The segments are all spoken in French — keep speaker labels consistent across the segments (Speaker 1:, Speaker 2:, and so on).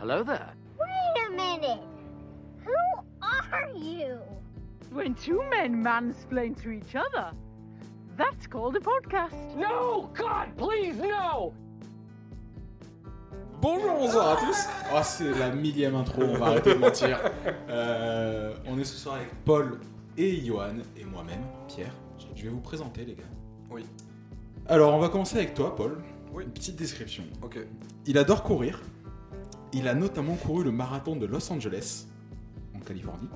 Speaker 1: Hello there.
Speaker 2: Wait a minute. Who are you?
Speaker 3: When two men mansplain to each other, that's called a podcast.
Speaker 1: No! God, please, no!
Speaker 4: Bonjour, bonsoir à tous. Oh, c'est la millième intro, on va arrêter de mentir. Euh, on est ce soir avec Paul et Johan et moi-même, Pierre. Je vais vous présenter, les gars.
Speaker 5: Oui.
Speaker 4: Alors, on va commencer avec toi, Paul.
Speaker 5: Oui.
Speaker 4: Une petite description.
Speaker 5: Ok.
Speaker 4: Il adore courir. Il a notamment couru le marathon de Los Angeles, en Californie,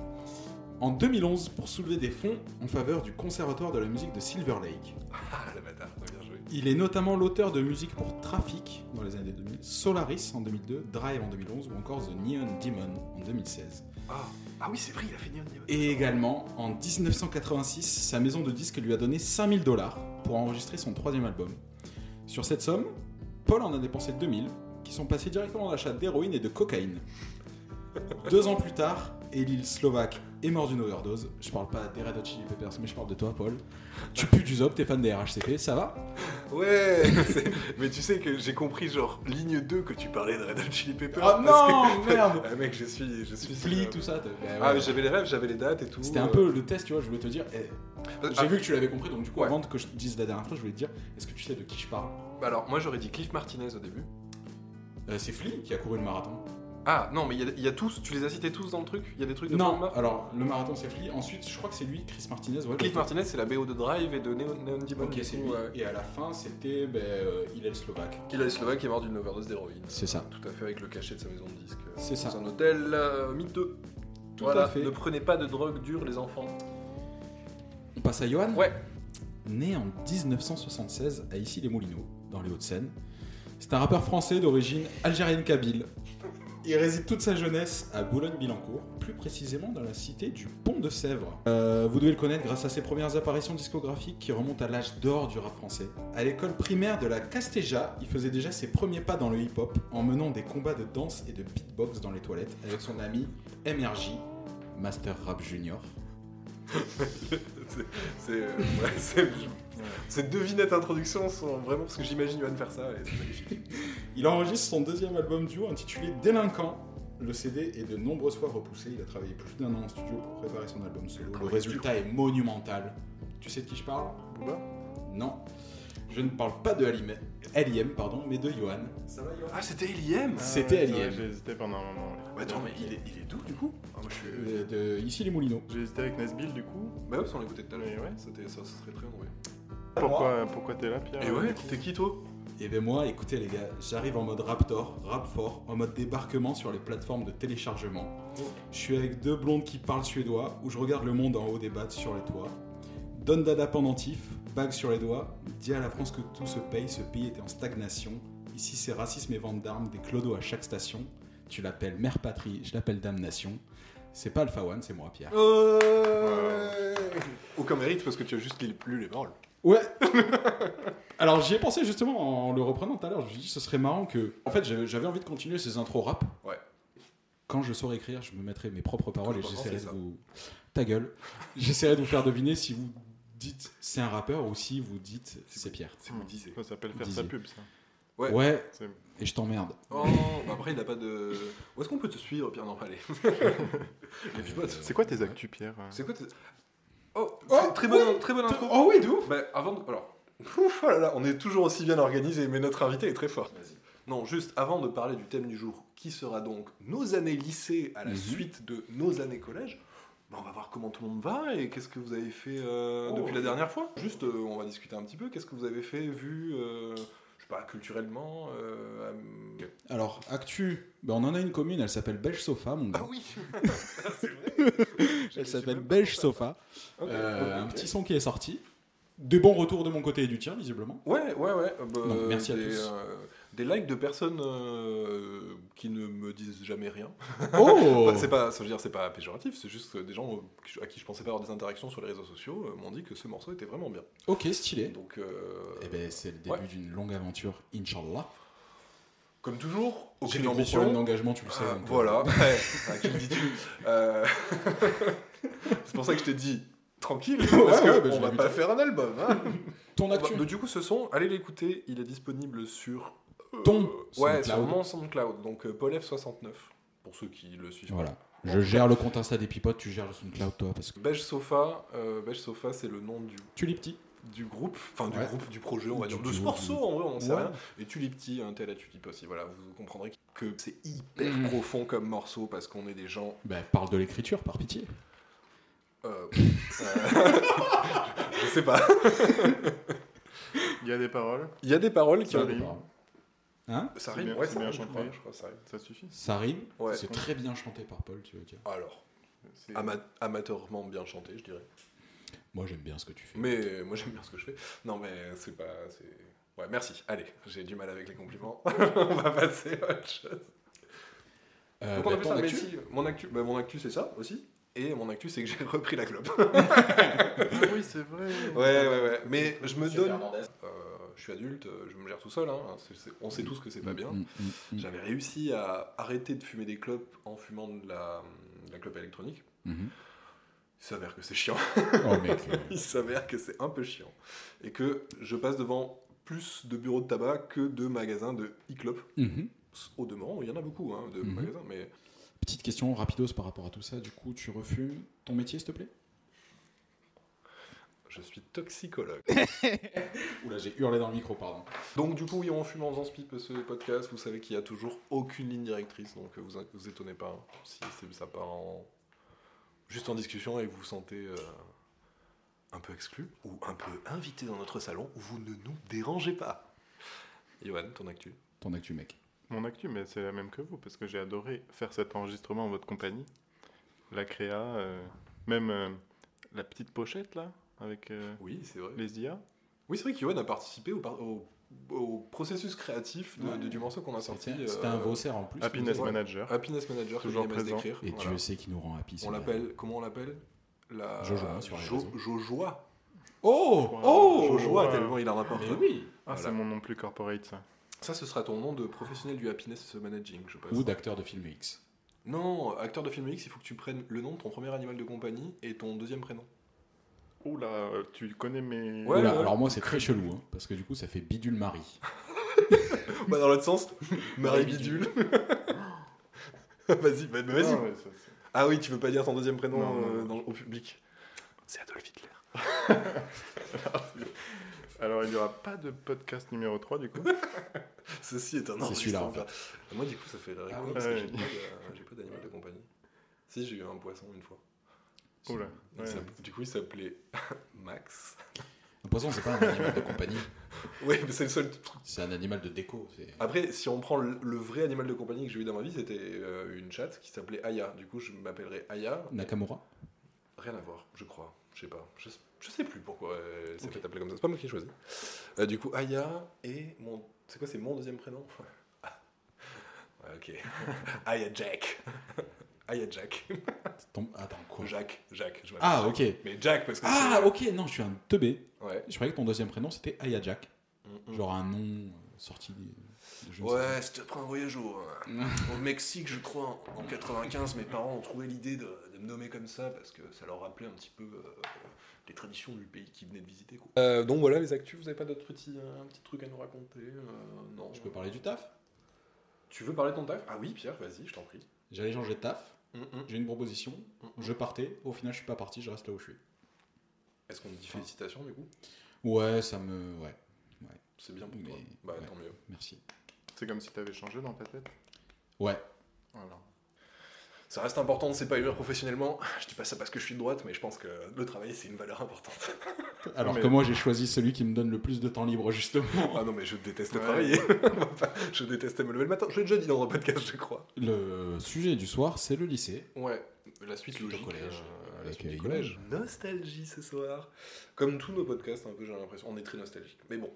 Speaker 4: en 2011 pour soulever des fonds en faveur du Conservatoire de la musique de Silver Lake.
Speaker 5: Ah, le bâtard, ouais, bien joué.
Speaker 4: Il est notamment l'auteur de musique pour Traffic dans les années 2000, Solaris en 2002, Drive en 2011 ou encore The Neon Demon en 2016.
Speaker 5: Ah, ah oui, c'est vrai, il a fini un niveau.
Speaker 4: Et également, en 1986, sa maison de disques lui a donné 5000 dollars pour enregistrer son troisième album. Sur cette somme, Paul en a dépensé 2000, qui sont passés directement à l'achat d'héroïne et de cocaïne. Deux ans plus tard, Elil Slovaque est mort d'une overdose. Je parle pas des Red Hot Chili Peppers, mais je parle de toi, Paul. Tu pues du Zop, t'es fan des RHCP, ça va
Speaker 5: Ouais, c'est- mais tu sais que j'ai compris, genre, ligne 2 que tu parlais de Red Hot Chili Peppers.
Speaker 4: Ah
Speaker 5: parce
Speaker 4: non,
Speaker 5: que-
Speaker 4: merde.
Speaker 5: Ah, Mec, je suis. Je suis
Speaker 4: Flea, tout ça. t'as- bah
Speaker 5: Ah, mais
Speaker 4: ouais.
Speaker 5: j'avais les rêves, j'avais les dates et tout. euh.
Speaker 4: C'était un peu le test, tu vois, je voulais te dire. eh,
Speaker 5: Ah,
Speaker 4: J'ai vu que tu l'avais compris, donc du coup,
Speaker 5: Ouais.
Speaker 4: avant que je te dise la dernière fois, je voulais te dire est-ce que tu sais de qui je parle
Speaker 5: bah alors, moi j'aurais dit Cliff Martinez au début.
Speaker 4: Euh, C'est Flea qui a couru le marathon.
Speaker 5: Ah, non, mais il y a- il y, a tous, tu les as cités tous dans le truc Il y a des trucs de
Speaker 4: Non, Euh,
Speaker 5: Palmer
Speaker 4: alors le marathon c'est Flea. Ensuite, je crois que c'est lui, Chris Martinez. Ouais,
Speaker 5: Cliff
Speaker 4: le-
Speaker 5: Martinez, c'est la BO de Drive et de Neon, Neon Demon.
Speaker 4: Ok,
Speaker 5: du
Speaker 4: c'est
Speaker 5: coup,
Speaker 4: lui.
Speaker 5: ouais.
Speaker 4: Et à la fin, c'était ben, euh, il est le Slovaque.
Speaker 5: Qu'il a Slovaque qui est mort d'une overdose d'héroïne.
Speaker 4: C'est ça.
Speaker 5: Tout à fait avec le cachet de sa maison de disque.
Speaker 4: C'est ça.
Speaker 5: Dans un hôtel euh, miteux.
Speaker 4: Tout
Speaker 5: Voilà,
Speaker 4: à fait.
Speaker 5: Ne prenez pas de drogue dure, les enfants.
Speaker 4: On passe à Johan.
Speaker 5: Ouais.
Speaker 4: Né en 1976 à Issy-les-Moulineaux, dans les Hauts-de-Seine. C'est un rappeur français d'origine algérienne kabyle. Il réside toute sa jeunesse à Boulogne-Billancourt, plus précisément dans la cité du Pont de Sèvres. Euh, vous devez le connaître grâce à ses premières apparitions discographiques qui remontent à l'âge d'or du rap français. À l'école primaire de la Casteja, il faisait déjà ses premiers pas dans le hip-hop en menant des combats de danse et de beatbox dans les toilettes avec son ami MRJ, Master Rap Junior.
Speaker 5: C'est- C'est euh, ouais, c'est- ces deux vignettes introduction sont vraiment parce que j'imagine Yoann faire ça et c'est magnifique.
Speaker 4: Il enregistre son deuxième album duo intitulé Délinquant. Le CD est de nombreuses fois repoussé. Il a travaillé plus d'un an en studio pour préparer son album solo. Le résultat est monumental. Tu sais de qui je parle
Speaker 5: Booba
Speaker 4: Non. Je ne parle pas de Alim- L.I.M., pardon, mais de Johan.
Speaker 5: Ah c'était L.I.M.
Speaker 4: C'était
Speaker 6: ouais,
Speaker 4: Alien.
Speaker 6: ouais, J'ai hésité pendant un moment.
Speaker 4: Ah,
Speaker 5: Ouais, attends mais il est, il est d'où du coup Ah, moi, je suis-
Speaker 4: Euh, de Ici les Moulineaux.
Speaker 6: J'ai hésité avec Nesbill du coup.
Speaker 5: Bah ouais, on l'écoutait tout à l'heure.
Speaker 6: Mais ouais.
Speaker 5: C'était- ça, ça serait très drôle.
Speaker 6: Pourquoi, pourquoi t'es là, Pierre
Speaker 5: Et ouais, t'es qui toi
Speaker 4: Et ben moi, écoutez les gars, j'arrive en mode Raptor, rap fort, en mode débarquement sur les plateformes de téléchargement. Je suis avec deux blondes qui parlent suédois, où je regarde le monde en haut des battes sur les toits. Donne dada pendentif, bague sur les doigts, dis à la France que tout se paye, ce pays était en stagnation. Ici c'est racisme et vente d'armes, des clodos à chaque station. Tu l'appelles mère patrie, je l'appelle damnation. C'est pas Alpha One, c'est moi Pierre. Euh,
Speaker 5: Aucun mérite parce que tu as juste lu- lu les paroles.
Speaker 4: Ouais. Alors j'y ai pensé justement en le reprenant tout à l'heure. Je me suis dit ce serait marrant que. En fait j'avais j'avais envie de continuer ces intros rap.
Speaker 5: Ouais.
Speaker 4: Quand je saurai écrire, je me mettrai mes propres paroles et
Speaker 5: Toujours
Speaker 4: j'essaierai de
Speaker 5: penser ça.
Speaker 4: vous. Ta gueule. J'essaierai de vous faire deviner si vous dites c'est un rappeur ou si vous dites c'est Pierre.
Speaker 5: C'est vous disiez.
Speaker 6: Ça s'appelle faire
Speaker 4: Disiez.
Speaker 6: sa pub, ça.
Speaker 5: Ouais.
Speaker 4: Ouais.
Speaker 6: C'est-
Speaker 4: Et je t'emmerde.
Speaker 5: Oh, bah après il a pas de. Où est-ce qu'on peut te suivre Pierre Non, allez. Les pipotes.
Speaker 6: C'est quoi tes actus, Pierre
Speaker 5: C'est quoi tes- Oh,
Speaker 4: Oh,
Speaker 5: très- très bonne,
Speaker 4: oui.
Speaker 5: très bonne intro.
Speaker 4: Oh oui, de ouf.
Speaker 5: Bah, avant de... Alors, Ouf, oh là là, on est toujours aussi bien organisé, mais notre invité est très fort. Non, juste avant de parler du thème du jour, qui sera donc nos années lycée à la
Speaker 4: Mhm.
Speaker 5: suite de nos années collège, bah, on va voir comment tout le monde va et qu'est-ce que vous avez fait euh,
Speaker 4: Oh.
Speaker 5: depuis la dernière fois. Juste, euh, on va discuter un petit peu, qu'est-ce que vous avez fait, vu, euh, je sais pas, culturellement euh, euh,
Speaker 4: Alors actu, ben, on en a une commune. Elle s'appelle Belge Sofa, mon gars.
Speaker 5: Ah oui C'est vrai
Speaker 4: Elle
Speaker 5: J'y suis
Speaker 4: s'appelle
Speaker 5: même pas
Speaker 4: Belge
Speaker 5: pensé.
Speaker 4: Sofa.
Speaker 5: Ok,
Speaker 4: Euh,
Speaker 5: ok.
Speaker 4: Un petit son qui est sorti. Des bons retours de mon côté et du tien visiblement.
Speaker 5: Ouais, ouais, ouais. euh, bah,
Speaker 4: Donc, merci à
Speaker 5: des,
Speaker 4: tous.
Speaker 5: euh, des likes de personnes euh, qui ne me disent jamais rien.
Speaker 4: Oh.
Speaker 5: Enfin, c'est pas, ça veut dire, c'est pas péjoratif. C'est juste que des gens euh, à qui je pensais pas avoir des interactions sur les réseaux sociaux euh, m'ont dit que ce morceau était vraiment bien.
Speaker 4: Ok, stylé.
Speaker 5: Donc, euh,
Speaker 4: Eh ben, c'est le début
Speaker 5: Ouais.
Speaker 4: d'une longue aventure, Inch'Allah.
Speaker 5: comme toujours,
Speaker 4: J'ai
Speaker 5: aucune
Speaker 4: des gros problèmes
Speaker 5: ambition.
Speaker 4: d'engagement, tu le sais.
Speaker 5: Euh,
Speaker 4: donc, euh,
Speaker 5: voilà. Ouais, à qui le dis-tu Euh, C'est pour ça que je t'ai dit tranquille, parce
Speaker 4: ouais,
Speaker 5: que
Speaker 4: bah, je
Speaker 5: on va
Speaker 4: l'ai
Speaker 5: pas faire un album. hein.
Speaker 4: Ton
Speaker 5: Bah,
Speaker 4: actu.
Speaker 5: donc, du coup, ce son, allez l'écouter. Il est disponible sur euh,
Speaker 4: Ton
Speaker 5: Ouais, sur
Speaker 4: SoundCloud.
Speaker 5: mon SoundCloud, donc euh, Polef69, pour ceux qui le suivent.
Speaker 4: Voilà. Je gère le compte Insta des Pipotes, tu gères le SoundCloud, toi, parce que
Speaker 5: Beige Sofa, euh, Beige Sofa, c'est le nom du,
Speaker 4: Tulipti.
Speaker 5: du groupe, enfin du
Speaker 4: Ouais.
Speaker 5: groupe, du projet, on va
Speaker 4: Du
Speaker 5: dire, de ce
Speaker 4: duo,
Speaker 5: morceau,
Speaker 4: du-
Speaker 5: en vrai, on en sait
Speaker 4: Ouais.
Speaker 5: rien. Et hein, Tulip Tea, un tel à Tulip aussi, voilà, vous comprendrez que c'est hyper
Speaker 4: Mm.
Speaker 5: profond comme morceau, parce qu'on est des gens...
Speaker 4: Bah, parle de l'écriture, par pitié.
Speaker 5: euh, euh, je sais pas.
Speaker 6: Il y a des paroles,
Speaker 5: Il y a des paroles qui
Speaker 6: Ça
Speaker 5: ont...
Speaker 6: rime.
Speaker 4: Hein
Speaker 5: Ça
Speaker 6: C'est
Speaker 5: rime,
Speaker 6: bien-
Speaker 5: ouais,
Speaker 6: c'est
Speaker 5: ça
Speaker 6: bien
Speaker 5: rime, je
Speaker 6: chanté.
Speaker 5: crois, je crois, ça rime.
Speaker 6: ça suffit.
Speaker 4: Ça rime.
Speaker 5: Ouais.
Speaker 4: C'est très bien chanté par Paul, tu veux dire.
Speaker 5: Alors,
Speaker 6: C'est-
Speaker 5: ama- amateurement bien chanté, je dirais.
Speaker 4: Moi, j'aime bien ce que tu fais.
Speaker 5: Mais euh, moi j'aime bien ce que je fais. Non mais c'est pas. c'est- Ouais, merci. Allez, j'ai du mal avec les compliments. on va passer à autre chose.
Speaker 4: Euh,
Speaker 5: Donc on
Speaker 4: bah,
Speaker 5: appelle
Speaker 4: ton
Speaker 5: ça, mais
Speaker 4: actu
Speaker 5: si, mon actu, bah, mon actu c'est ça aussi. Et mon actu c'est que j'ai repris la clope.
Speaker 6: Ah oui, c'est vrai.
Speaker 5: ouais, ouais, ouais. Mais je me
Speaker 4: Monsieur
Speaker 5: donne.
Speaker 4: Fernandez.
Speaker 5: Euh, je suis adulte, euh, je me gère tout seul. hein. C'est- c'est- On sait tous que c'est pas bien.
Speaker 4: Mm, mm, mm,
Speaker 5: J'avais réussi à arrêter de fumer des clopes en fumant de la, de la clope électronique.
Speaker 4: mhm.
Speaker 5: Il s'avère que c'est chiant.
Speaker 4: Oh, mec. euh,
Speaker 5: Il s'avère que c'est un peu chiant. Et que je passe devant plus de bureaux de tabac que de magasins de e-clopes.
Speaker 4: mhm.
Speaker 5: Au demeurant, il y en a beaucoup hein, de
Speaker 4: Mhm.
Speaker 5: magasins, mais
Speaker 4: Petite question rapidos par rapport à tout ça. Du coup, tu refumes ton métier, s'il te plaît
Speaker 5: je suis toxicologue.
Speaker 4: Oula, j'ai hurlé dans le micro, pardon.
Speaker 5: donc du coup, oui, on fume en faisant ce pipe, ce podcast, vous savez qu'il n'y a toujours aucune ligne directrice, donc euh, vous vous étonnez pas hein, si c'est- ça part en... juste en discussion et que vous vous sentez euh, un peu exclu ou un peu invité dans notre salon, vous ne nous dérangez pas. Johan, ton actu
Speaker 4: Ton actu, mec.
Speaker 6: Mon actu, mais c'est la même que vous, parce que j'ai adoré faire cet enregistrement en votre compagnie. La créa, euh, même euh, la petite pochette là, avec euh,
Speaker 5: Oui, c'est vrai.
Speaker 6: les IA.
Speaker 5: Oui, c'est vrai qu'Yoann a participé au, par- au- au processus créatif de-
Speaker 4: Ouais.
Speaker 5: de- du morceau qu'on a sorti.
Speaker 4: C'était
Speaker 5: euh,
Speaker 4: un Vauxerre en plus.
Speaker 6: Happiness
Speaker 5: ouais.
Speaker 6: Manager.
Speaker 5: Happiness Manager, que
Speaker 6: Toujours
Speaker 5: j'ai aimé
Speaker 6: présent.
Speaker 5: décrire.
Speaker 4: Et
Speaker 5: Voilà.
Speaker 4: Dieu sait qui nous rend happy. c'est
Speaker 5: On
Speaker 4: vrai.
Speaker 5: l'appelle, comment on l'appelle La
Speaker 4: Jojoa, sur les
Speaker 5: Jo-
Speaker 4: réseaux.
Speaker 5: Jojoa.
Speaker 4: Oh
Speaker 6: Oh
Speaker 5: Jojoa,
Speaker 6: Jojoa.
Speaker 5: tellement il en apporte.
Speaker 4: Mais oui
Speaker 6: Ah,
Speaker 5: Voilà.
Speaker 6: c'est mon nom plus corporate ça.
Speaker 5: Ça, ce sera ton nom de professionnel du happiness managing, je pense.
Speaker 4: Ou d'acteur de film X.
Speaker 5: Non, acteur de film X, il faut que tu prennes le nom de ton premier animal de compagnie et ton deuxième prénom.
Speaker 6: Oula, euh, tu connais mes.
Speaker 5: Ouais,
Speaker 4: Oula,
Speaker 5: ouais.
Speaker 4: alors moi c'est très chelou, hein, parce que du coup ça fait bidule Marie.
Speaker 5: bah, dans l'autre sens, Marie
Speaker 4: Marie
Speaker 5: Bidule. vas-y, bah, bah, vas-y.
Speaker 6: Ah, ouais, ça, c'est-
Speaker 5: Ah oui, tu veux pas dire ton deuxième prénom
Speaker 6: Non, non,
Speaker 5: euh,
Speaker 6: non.
Speaker 5: dans- au public C'est Adolf Hitler.
Speaker 6: Alors, il n'y aura pas de podcast numéro 3 du coup.
Speaker 5: Ceci est un
Speaker 4: C'est celui-là, en
Speaker 5: enregistrement. Moi, du coup, ça fait la
Speaker 4: Ah
Speaker 5: rigole,
Speaker 4: oui.
Speaker 5: parce que
Speaker 6: Ouais.
Speaker 5: j'ai pas de- euh, j'ai pas d'animal de compagnie. Si, j'ai eu un poisson une fois.
Speaker 6: Oula.
Speaker 5: Il
Speaker 6: ouais.
Speaker 5: s'app- Du coup, il s'appelait Max.
Speaker 4: Un poisson c'est pas un animal de compagnie,
Speaker 5: Oui, mais c'est le seul truc.
Speaker 4: c'est un animal de déco. c'est-
Speaker 5: Après, si on prend le, le vrai animal de compagnie que j'ai eu dans ma vie, c'était euh, une chatte qui s'appelait Aya. Du coup, je m'appellerais Aya.
Speaker 4: Nakamura
Speaker 5: Rien à voir, je crois. Je sais pas. Je, je sais plus pourquoi euh, c'est
Speaker 4: Ok.
Speaker 5: fait appeler comme ça. C'est pas moi qui ai choisi. Euh, du coup, Aya et mon. C'est quoi, c'est mon deuxième prénom Ah. Ouais, ok. Aya Jack. Aya Jack.
Speaker 4: Tom- Attends, quoi
Speaker 5: Jacques, Jacques. Je m'appelle
Speaker 4: Ah
Speaker 5: Jacques.
Speaker 4: ok
Speaker 5: Mais Jack, parce que.
Speaker 4: Ah
Speaker 5: c'est- euh,
Speaker 4: ok, non je suis un teubé.
Speaker 5: Ouais.
Speaker 4: Je croyais que ton deuxième prénom c'était Aya Jack.
Speaker 5: Mm, mm.
Speaker 4: Genre un nom euh, sorti des- de je ne sais
Speaker 5: Ouais, c'était après un voyage au, euh,
Speaker 4: Mm.
Speaker 5: au Mexique, je crois, en, en 95. Mes parents ont trouvé l'idée de, de me nommer comme ça parce que ça leur rappelait un petit peu euh, les traditions du pays qu'ils venaient de visiter. Quoi. Euh, donc voilà, les actus, vous avez pas d'autres petits, euh, un petit truc à nous raconter euh, Non.
Speaker 4: quoi. Je peux parler du taf
Speaker 5: Tu veux parler de ton taf Mm, Ah oui, Pierre, vas-y, je t'en prie.
Speaker 4: J'allais changer de taf, j'ai une proposition, je partais, au final je suis pas parti, je reste là où je suis.
Speaker 5: Est-ce qu'on dit félicitations du coup
Speaker 4: Ouais, ça me... Ouais,
Speaker 5: C'est bien pour toi.
Speaker 4: Mais-
Speaker 5: Bah
Speaker 4: ouais.
Speaker 5: tant mieux.
Speaker 4: merci.
Speaker 6: C'est comme si t'avais changé dans ta tête.
Speaker 4: Ouais,
Speaker 6: Voilà.
Speaker 5: Ça reste important de s'épanouir professionnellement. Je dis pas ça parce que je suis de droite, mais je pense que le travail c'est une valeur importante.
Speaker 4: alors
Speaker 6: Mais-
Speaker 4: que moi j'ai choisi celui qui me donne le plus de temps libre justement.
Speaker 5: Ah non, mais je déteste
Speaker 6: Ouais.
Speaker 5: travailler. je déteste me lever le matin. Je l'ai déjà dit dans un podcast, je crois.
Speaker 4: Le sujet du soir, c'est le lycée.
Speaker 5: Ouais, la suite
Speaker 4: Suite au
Speaker 5: logique,
Speaker 4: collège,
Speaker 5: euh, la
Speaker 4: avec
Speaker 5: suite du
Speaker 4: Elon.
Speaker 5: collège. Nostalgie ce soir. Comme tous nos podcasts, un peu, j'ai l'impression. On est très nostalgique. Mais bon,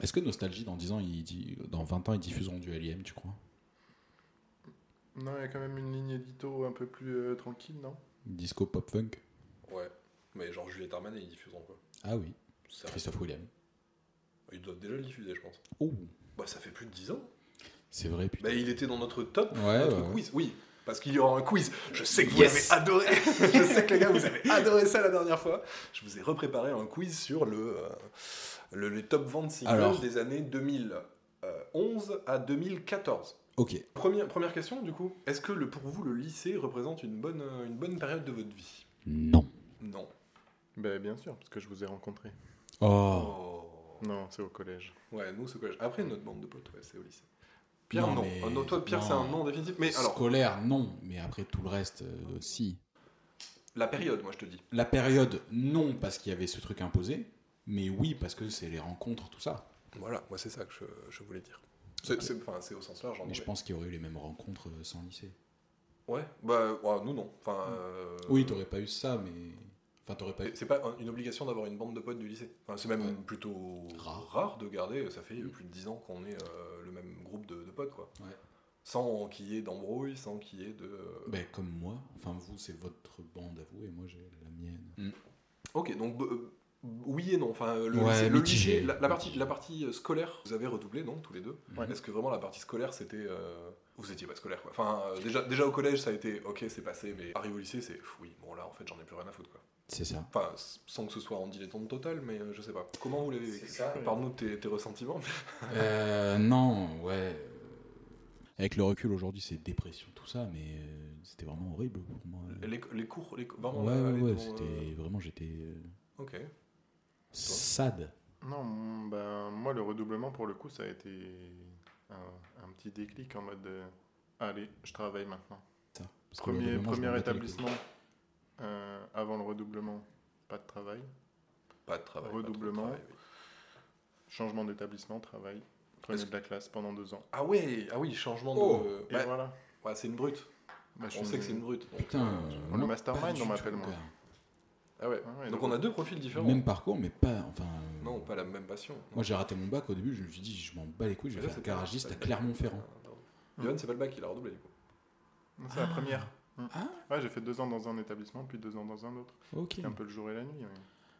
Speaker 4: Est-ce que Nostalgie, dans 10 ans, il dit... dans 20 ans, ils diffuseront du LIM, tu crois
Speaker 6: Non, il y a quand même une ligne édito un peu plus euh, tranquille, non
Speaker 4: Disco pop funk
Speaker 5: ouais. Mais genre Juliette Armanet, ils diffuseront quoi.
Speaker 4: Ah oui,
Speaker 5: Ça,
Speaker 4: Christophe William.
Speaker 5: ils doivent déjà le diffuser, je pense.
Speaker 4: Oh,
Speaker 5: Bah, ça fait plus de 10 ans.
Speaker 4: c'est vrai, putain.
Speaker 5: Bah, il était dans notre top,
Speaker 4: Ouais,
Speaker 5: notre
Speaker 4: ouais, ouais.
Speaker 5: quiz. Oui, parce qu'il y aura un quiz. Je sais que vous
Speaker 4: Yes.
Speaker 5: avez adoré. je sais que les gars, vous avez adoré ça la dernière fois. Je vous ai repréparé un quiz sur le, euh, le, les top 20 singles
Speaker 4: Alors.
Speaker 5: des années 2000. euh, 2011 à 2014.
Speaker 4: Ok.
Speaker 5: Première, première question, du coup. Est-ce que le, pour vous, le lycée représente une bonne, euh, une bonne période de votre vie
Speaker 4: Non.
Speaker 5: Non.
Speaker 6: Ben, bien sûr, parce que je vous ai rencontré.
Speaker 4: Oh.
Speaker 6: Non, c'est au collège.
Speaker 5: Ouais, nous, c'est au collège. Après, notre bande de potes, ouais, c'est au lycée. Pierre,
Speaker 4: Non,
Speaker 5: non.
Speaker 4: mais-
Speaker 5: Euh, non, toi, Pierre,
Speaker 4: non.
Speaker 5: c'est un nom définitif. Mais alors,
Speaker 4: Scolaire, non. Mais après tout le reste, euh, si.
Speaker 5: la période, moi, je te dis.
Speaker 4: La période, non, parce qu'il y avait ce truc imposé. Mais oui, parce que c'est les rencontres, tout ça.
Speaker 5: Voilà, moi, c'est ça que je, je voulais dire. C'est c'est- enfin, c'est au sens large. en
Speaker 4: Mais je
Speaker 5: vrai.
Speaker 4: pense qu'il y aurait eu les mêmes rencontres euh, sans lycée.
Speaker 5: Ouais, bah, ouais, nous, non. Enfin, euh,
Speaker 4: Mm. Oui, t'aurais pas eu ça, mais. Enfin, t'aurais pas eu.
Speaker 5: C'est- C'est pas un- une obligation d'avoir une bande de potes du lycée. Enfin, c'est même
Speaker 4: Ouais.
Speaker 5: plutôt
Speaker 4: Rare. Mm.
Speaker 5: rare. de garder. Ça fait plus de 10 ans qu'on est euh, le même groupe de, de potes, quoi.
Speaker 4: Ouais.
Speaker 5: Sans qu'il y ait d'embrouille, sans qu'il y ait de.
Speaker 4: Ben, comme moi. Enfin, vous, c'est votre bande à vous, et moi, j'ai la mienne.
Speaker 5: Mm. Ok, donc euh, oui et non. Enfin, euh, le,
Speaker 4: Ouais,
Speaker 5: lycée- le
Speaker 4: mitigé.
Speaker 5: lycée, la, la partie,
Speaker 4: Mitigé.
Speaker 5: la partie euh, scolaire, vous avez redoublé, non, tous les deux
Speaker 6: Ouais.
Speaker 5: Est-ce que vraiment la partie scolaire, c'était. euh, Vous étiez pas scolaire, quoi. Enfin, euh, déjà, déjà au collège, ça a été ok, c'est passé, mais arrivé au lycée, c'est. pff, Oui, bon, là, en fait, j'en ai plus rien à foutre, quoi.
Speaker 4: C'est ça.
Speaker 5: Enfin, s- sans que ce soit en dilettante totale, mais euh, je sais pas. Comment vous l'avez vécu
Speaker 6: C'est ça, ouais.
Speaker 5: Parle-nous de tes, tes ressentiments.
Speaker 4: Euh, non, ouais. euh, Avec le recul aujourd'hui, c'est dépression, tout ça, mais euh, c'était vraiment horrible pour moi.
Speaker 5: Les, les cours, les, cours-
Speaker 4: Ouais,
Speaker 5: vraiment,
Speaker 4: ouais,
Speaker 5: aller
Speaker 4: ouais,
Speaker 5: dans,
Speaker 4: c'était
Speaker 5: euh,
Speaker 4: vraiment, j'étais euh,
Speaker 5: Ok.
Speaker 4: sad.
Speaker 6: Non, ben, moi, le redoublement, pour le coup, ça a été un, un petit déclic en mode euh, Allez, je travaille maintenant.
Speaker 4: ça. Parce que
Speaker 6: Premier,
Speaker 4: globalement, je me
Speaker 6: premier
Speaker 4: battais les
Speaker 6: établissement euh, avant le redoublement, pas de travail.
Speaker 5: Pas de travail. pas trop de
Speaker 6: Redoublement.
Speaker 5: travail, oui.
Speaker 6: Changement d'établissement, travail. Premier
Speaker 5: Est-ce-
Speaker 6: de la classe pendant deux ans.
Speaker 5: Ah ouais, ah oui, changement de.
Speaker 4: Oh.
Speaker 6: Et
Speaker 5: ouais,
Speaker 6: voilà.
Speaker 5: ouais, c'est une brute.
Speaker 6: Bah, je
Speaker 5: On
Speaker 6: suis
Speaker 5: sait que c'est une
Speaker 6: une-
Speaker 5: brute. donc,
Speaker 4: couilles. Putain,
Speaker 5: euh,
Speaker 4: euh,
Speaker 6: le
Speaker 4: non,
Speaker 6: mastermind,
Speaker 4: pas du
Speaker 6: on
Speaker 4: tout,
Speaker 6: m'appelle, moi.
Speaker 4: gars.
Speaker 5: Ah ouais.
Speaker 6: Ah ouais,
Speaker 5: Donc
Speaker 6: donc-
Speaker 5: on a deux profils différents.
Speaker 4: Même parcours, mais pas. Enfin. euh,
Speaker 5: Non, pas la même passion.
Speaker 4: Moi, j'ai raté mon bac au début, je me suis dit, je m'en bats les couilles, je vais
Speaker 5: Mais là,
Speaker 4: faire
Speaker 5: c'est pas-
Speaker 4: garagiste
Speaker 5: c'est
Speaker 4: à
Speaker 5: pas-
Speaker 4: Clermont-Ferrand.
Speaker 5: Ah. Johan, c'est pas le bac, il a redoublé du coup.
Speaker 6: Non, C'est la première. Mm.
Speaker 4: Ah.
Speaker 6: Ouais, j'ai fait deux ans dans un établissement, puis deux ans dans un autre.
Speaker 4: Ok.
Speaker 6: C'était un peu le jour et la nuit. mais-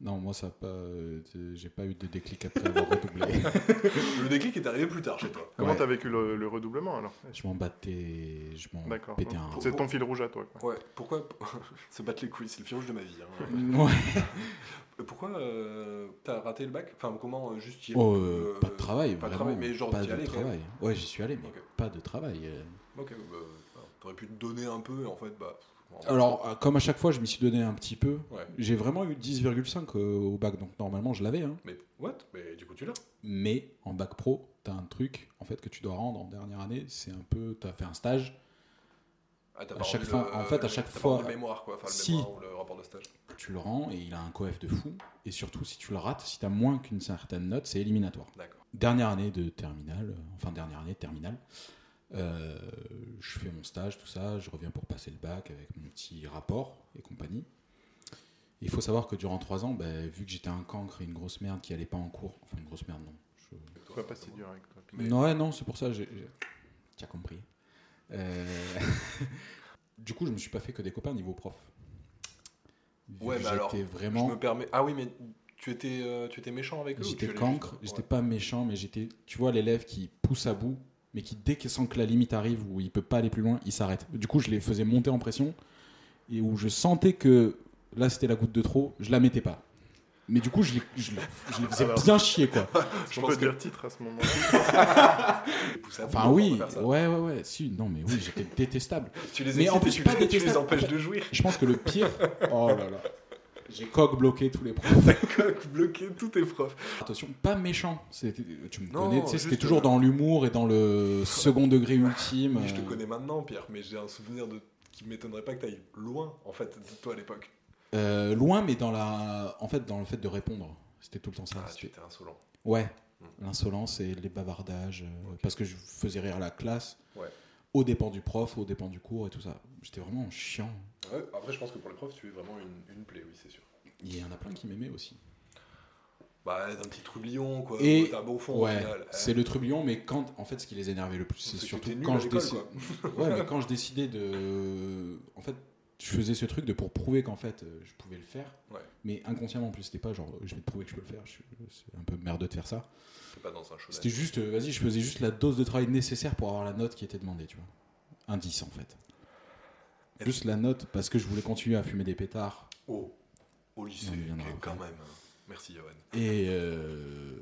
Speaker 4: Non, moi, ça a pas. euh, j'ai pas eu de déclic après avoir redoublé.
Speaker 5: Le déclic est arrivé plus tard chez toi.
Speaker 6: Comment
Speaker 4: Ouais.
Speaker 6: t'as vécu le, le redoublement alors
Speaker 4: Je m'en battais. Je m'en
Speaker 6: D'accord.
Speaker 4: pétais un.
Speaker 6: C'est ton fil rouge à toi. Quoi.
Speaker 5: Ouais, pourquoi se battre les couilles, c'est le fil rouge de ma vie. hein.
Speaker 4: Ouais.
Speaker 5: Pourquoi euh, t'as raté le bac Enfin, comment euh, juste y aller
Speaker 4: Oh, euh,
Speaker 5: euh,
Speaker 4: pas de travail,
Speaker 5: pas de
Speaker 4: vraiment,
Speaker 5: travail, mais genre
Speaker 4: pas
Speaker 5: d'y
Speaker 4: de
Speaker 5: aller, quand
Speaker 4: travail. Ouais, j'y suis allé, mais
Speaker 5: Ok.
Speaker 4: pas de travail. euh.
Speaker 5: Ok, bah, enfin, t'aurais pu te donner un peu et en fait, bah. en fait,
Speaker 4: Alors, euh, comme à chaque fois, je m'y suis donné un petit peu.
Speaker 5: Ouais.
Speaker 4: J'ai vraiment eu 10,5 euh, au bac, donc normalement, je l'avais. hein.
Speaker 5: Mais what Mais du coup, tu l'as
Speaker 4: Mais en bac pro, t'as un truc en fait que tu dois rendre en dernière année. C'est un peu, t'as fait un stage.
Speaker 5: Ah, t'as
Speaker 4: À
Speaker 5: pas
Speaker 4: chaque
Speaker 5: rendu
Speaker 4: fois- en fait, à
Speaker 5: le-
Speaker 4: chaque
Speaker 5: t'as pas
Speaker 4: fois-
Speaker 5: rendu Le mémoire, quoi. Enfin, le
Speaker 4: Si.
Speaker 5: mémoire ou le rapport de stage.
Speaker 4: tu le rends et il a un coef de fou. Et surtout, si tu le rates, si tu as moins qu'une certaine note, c'est éliminatoire.
Speaker 5: D'accord.
Speaker 4: Dernière année de terminale, euh, enfin dernière année de terminale, euh, je fais mon stage, tout ça, je reviens pour passer le bac avec mon petit rapport et compagnie. Et Il faut savoir que durant trois ans, ben, vu que j'étais un cancre et une grosse merde qui allait pas en cours, enfin une grosse merde non. je-
Speaker 5: Et toi,
Speaker 6: Sois pas si
Speaker 5: comment
Speaker 6: dur avec toi. Pierre.
Speaker 5: Mais-
Speaker 4: non, ouais, non, c'est pour ça, j'ai. j'ai- T'as compris. Euh, du coup, je me suis pas fait que des copains niveau prof. Vu
Speaker 5: Ouais,
Speaker 4: que
Speaker 5: mais alors,
Speaker 4: j'étais
Speaker 5: Je
Speaker 4: vraiment.
Speaker 5: me permets. Ah oui, mais tu étais, euh, tu étais méchant avec eux ou tu
Speaker 4: J'étais
Speaker 5: allais
Speaker 4: cancre,
Speaker 5: juste-
Speaker 4: j'étais
Speaker 5: Ouais.
Speaker 4: pas méchant, mais j'étais, tu vois, l'élève qui pousse à bout, mais qui dès qu'il sent que la limite arrive où il peut pas aller plus loin, il s'arrête. Du coup, je les faisais monter en pression et où je sentais que là c'était la goutte de trop, je la mettais pas. Mais du coup, je les, je les- je les faisais
Speaker 6: Alors.
Speaker 4: bien chier quoi.
Speaker 5: Je
Speaker 6: On
Speaker 5: pense
Speaker 6: peut
Speaker 5: que
Speaker 6: dire titre à ce moment-là.
Speaker 5: Poussé à bout,
Speaker 4: Enfin
Speaker 5: on
Speaker 4: oui,
Speaker 5: peut faire ça.
Speaker 4: ouais, ouais, ouais, si, non, mais oui, j'étais détestable.
Speaker 5: Tu les
Speaker 4: Mais en
Speaker 5: excites
Speaker 4: plus,
Speaker 5: et tu
Speaker 4: pas
Speaker 5: les-
Speaker 4: des
Speaker 5: tu les
Speaker 4: testeurs.
Speaker 5: empêches de jouir.
Speaker 4: Je pense que le pire, oh là là, j'ai coq bloqué tous les profs.
Speaker 5: Coq bloqué, tout tes profs.
Speaker 4: Attention, pas méchant, c'était- tu me
Speaker 5: Non,
Speaker 4: connais, tu sais, c'était
Speaker 5: juste,
Speaker 4: toujours
Speaker 5: euh,
Speaker 4: dans l'humour et dans le second degré ultime.
Speaker 5: Oui, Je te
Speaker 4: euh,
Speaker 5: connais maintenant, Pierre, mais j'ai un souvenir de qui m'étonnerait pas que t'ailles loin, en fait, de toi à l'époque.
Speaker 4: Euh, loin, mais dans la, en fait, dans le fait de répondre, c'était tout le temps ça.
Speaker 5: Ah, tu Hmm.
Speaker 4: C'était-
Speaker 5: étais insolent.
Speaker 4: Ouais, l'insolence et les bavardages, euh, parce que je faisais rire la classe,
Speaker 5: Ouais.
Speaker 4: au dépens du prof, au dépens du cours et tout ça. J'étais vraiment chiant.
Speaker 5: Ouais, après, je pense que pour les profs, tu es vraiment une, une plaie, oui, c'est sûr.
Speaker 4: Il y en a plein qui m'aimaient aussi.
Speaker 5: Bah, d'un petit trublion, quoi.
Speaker 4: Et-
Speaker 5: T'as un bon fond, au
Speaker 4: ouais,
Speaker 5: final.
Speaker 4: c'est le trublion, mais quand, en fait, ce qui les énervait le plus, c'est
Speaker 5: C'est que
Speaker 4: surtout
Speaker 5: t'es nul
Speaker 4: quand
Speaker 5: à
Speaker 4: je
Speaker 5: l'école,
Speaker 4: décidais, ouais, mais quand je décidais de, en fait, je faisais ce truc de pour prouver qu'en fait, euh, je pouvais le faire.
Speaker 5: Ouais.
Speaker 4: Mais inconsciemment, en plus, c'était pas genre, euh, je vais te prouver que je peux le faire. je suis- euh, C'est un peu merdeux de faire ça.
Speaker 5: C'est pas dans un show.
Speaker 4: C'était juste, euh, vas-y, je faisais juste la dose de travail nécessaire pour avoir la note qui était demandée, tu vois. Un 10 en fait. Juste la note parce que je voulais continuer à fumer des pétards.
Speaker 5: Oh, au lycée, hein.
Speaker 4: On y viendra
Speaker 5: ok,
Speaker 4: après.
Speaker 5: quand même. Merci, Johan.
Speaker 4: Et, euh,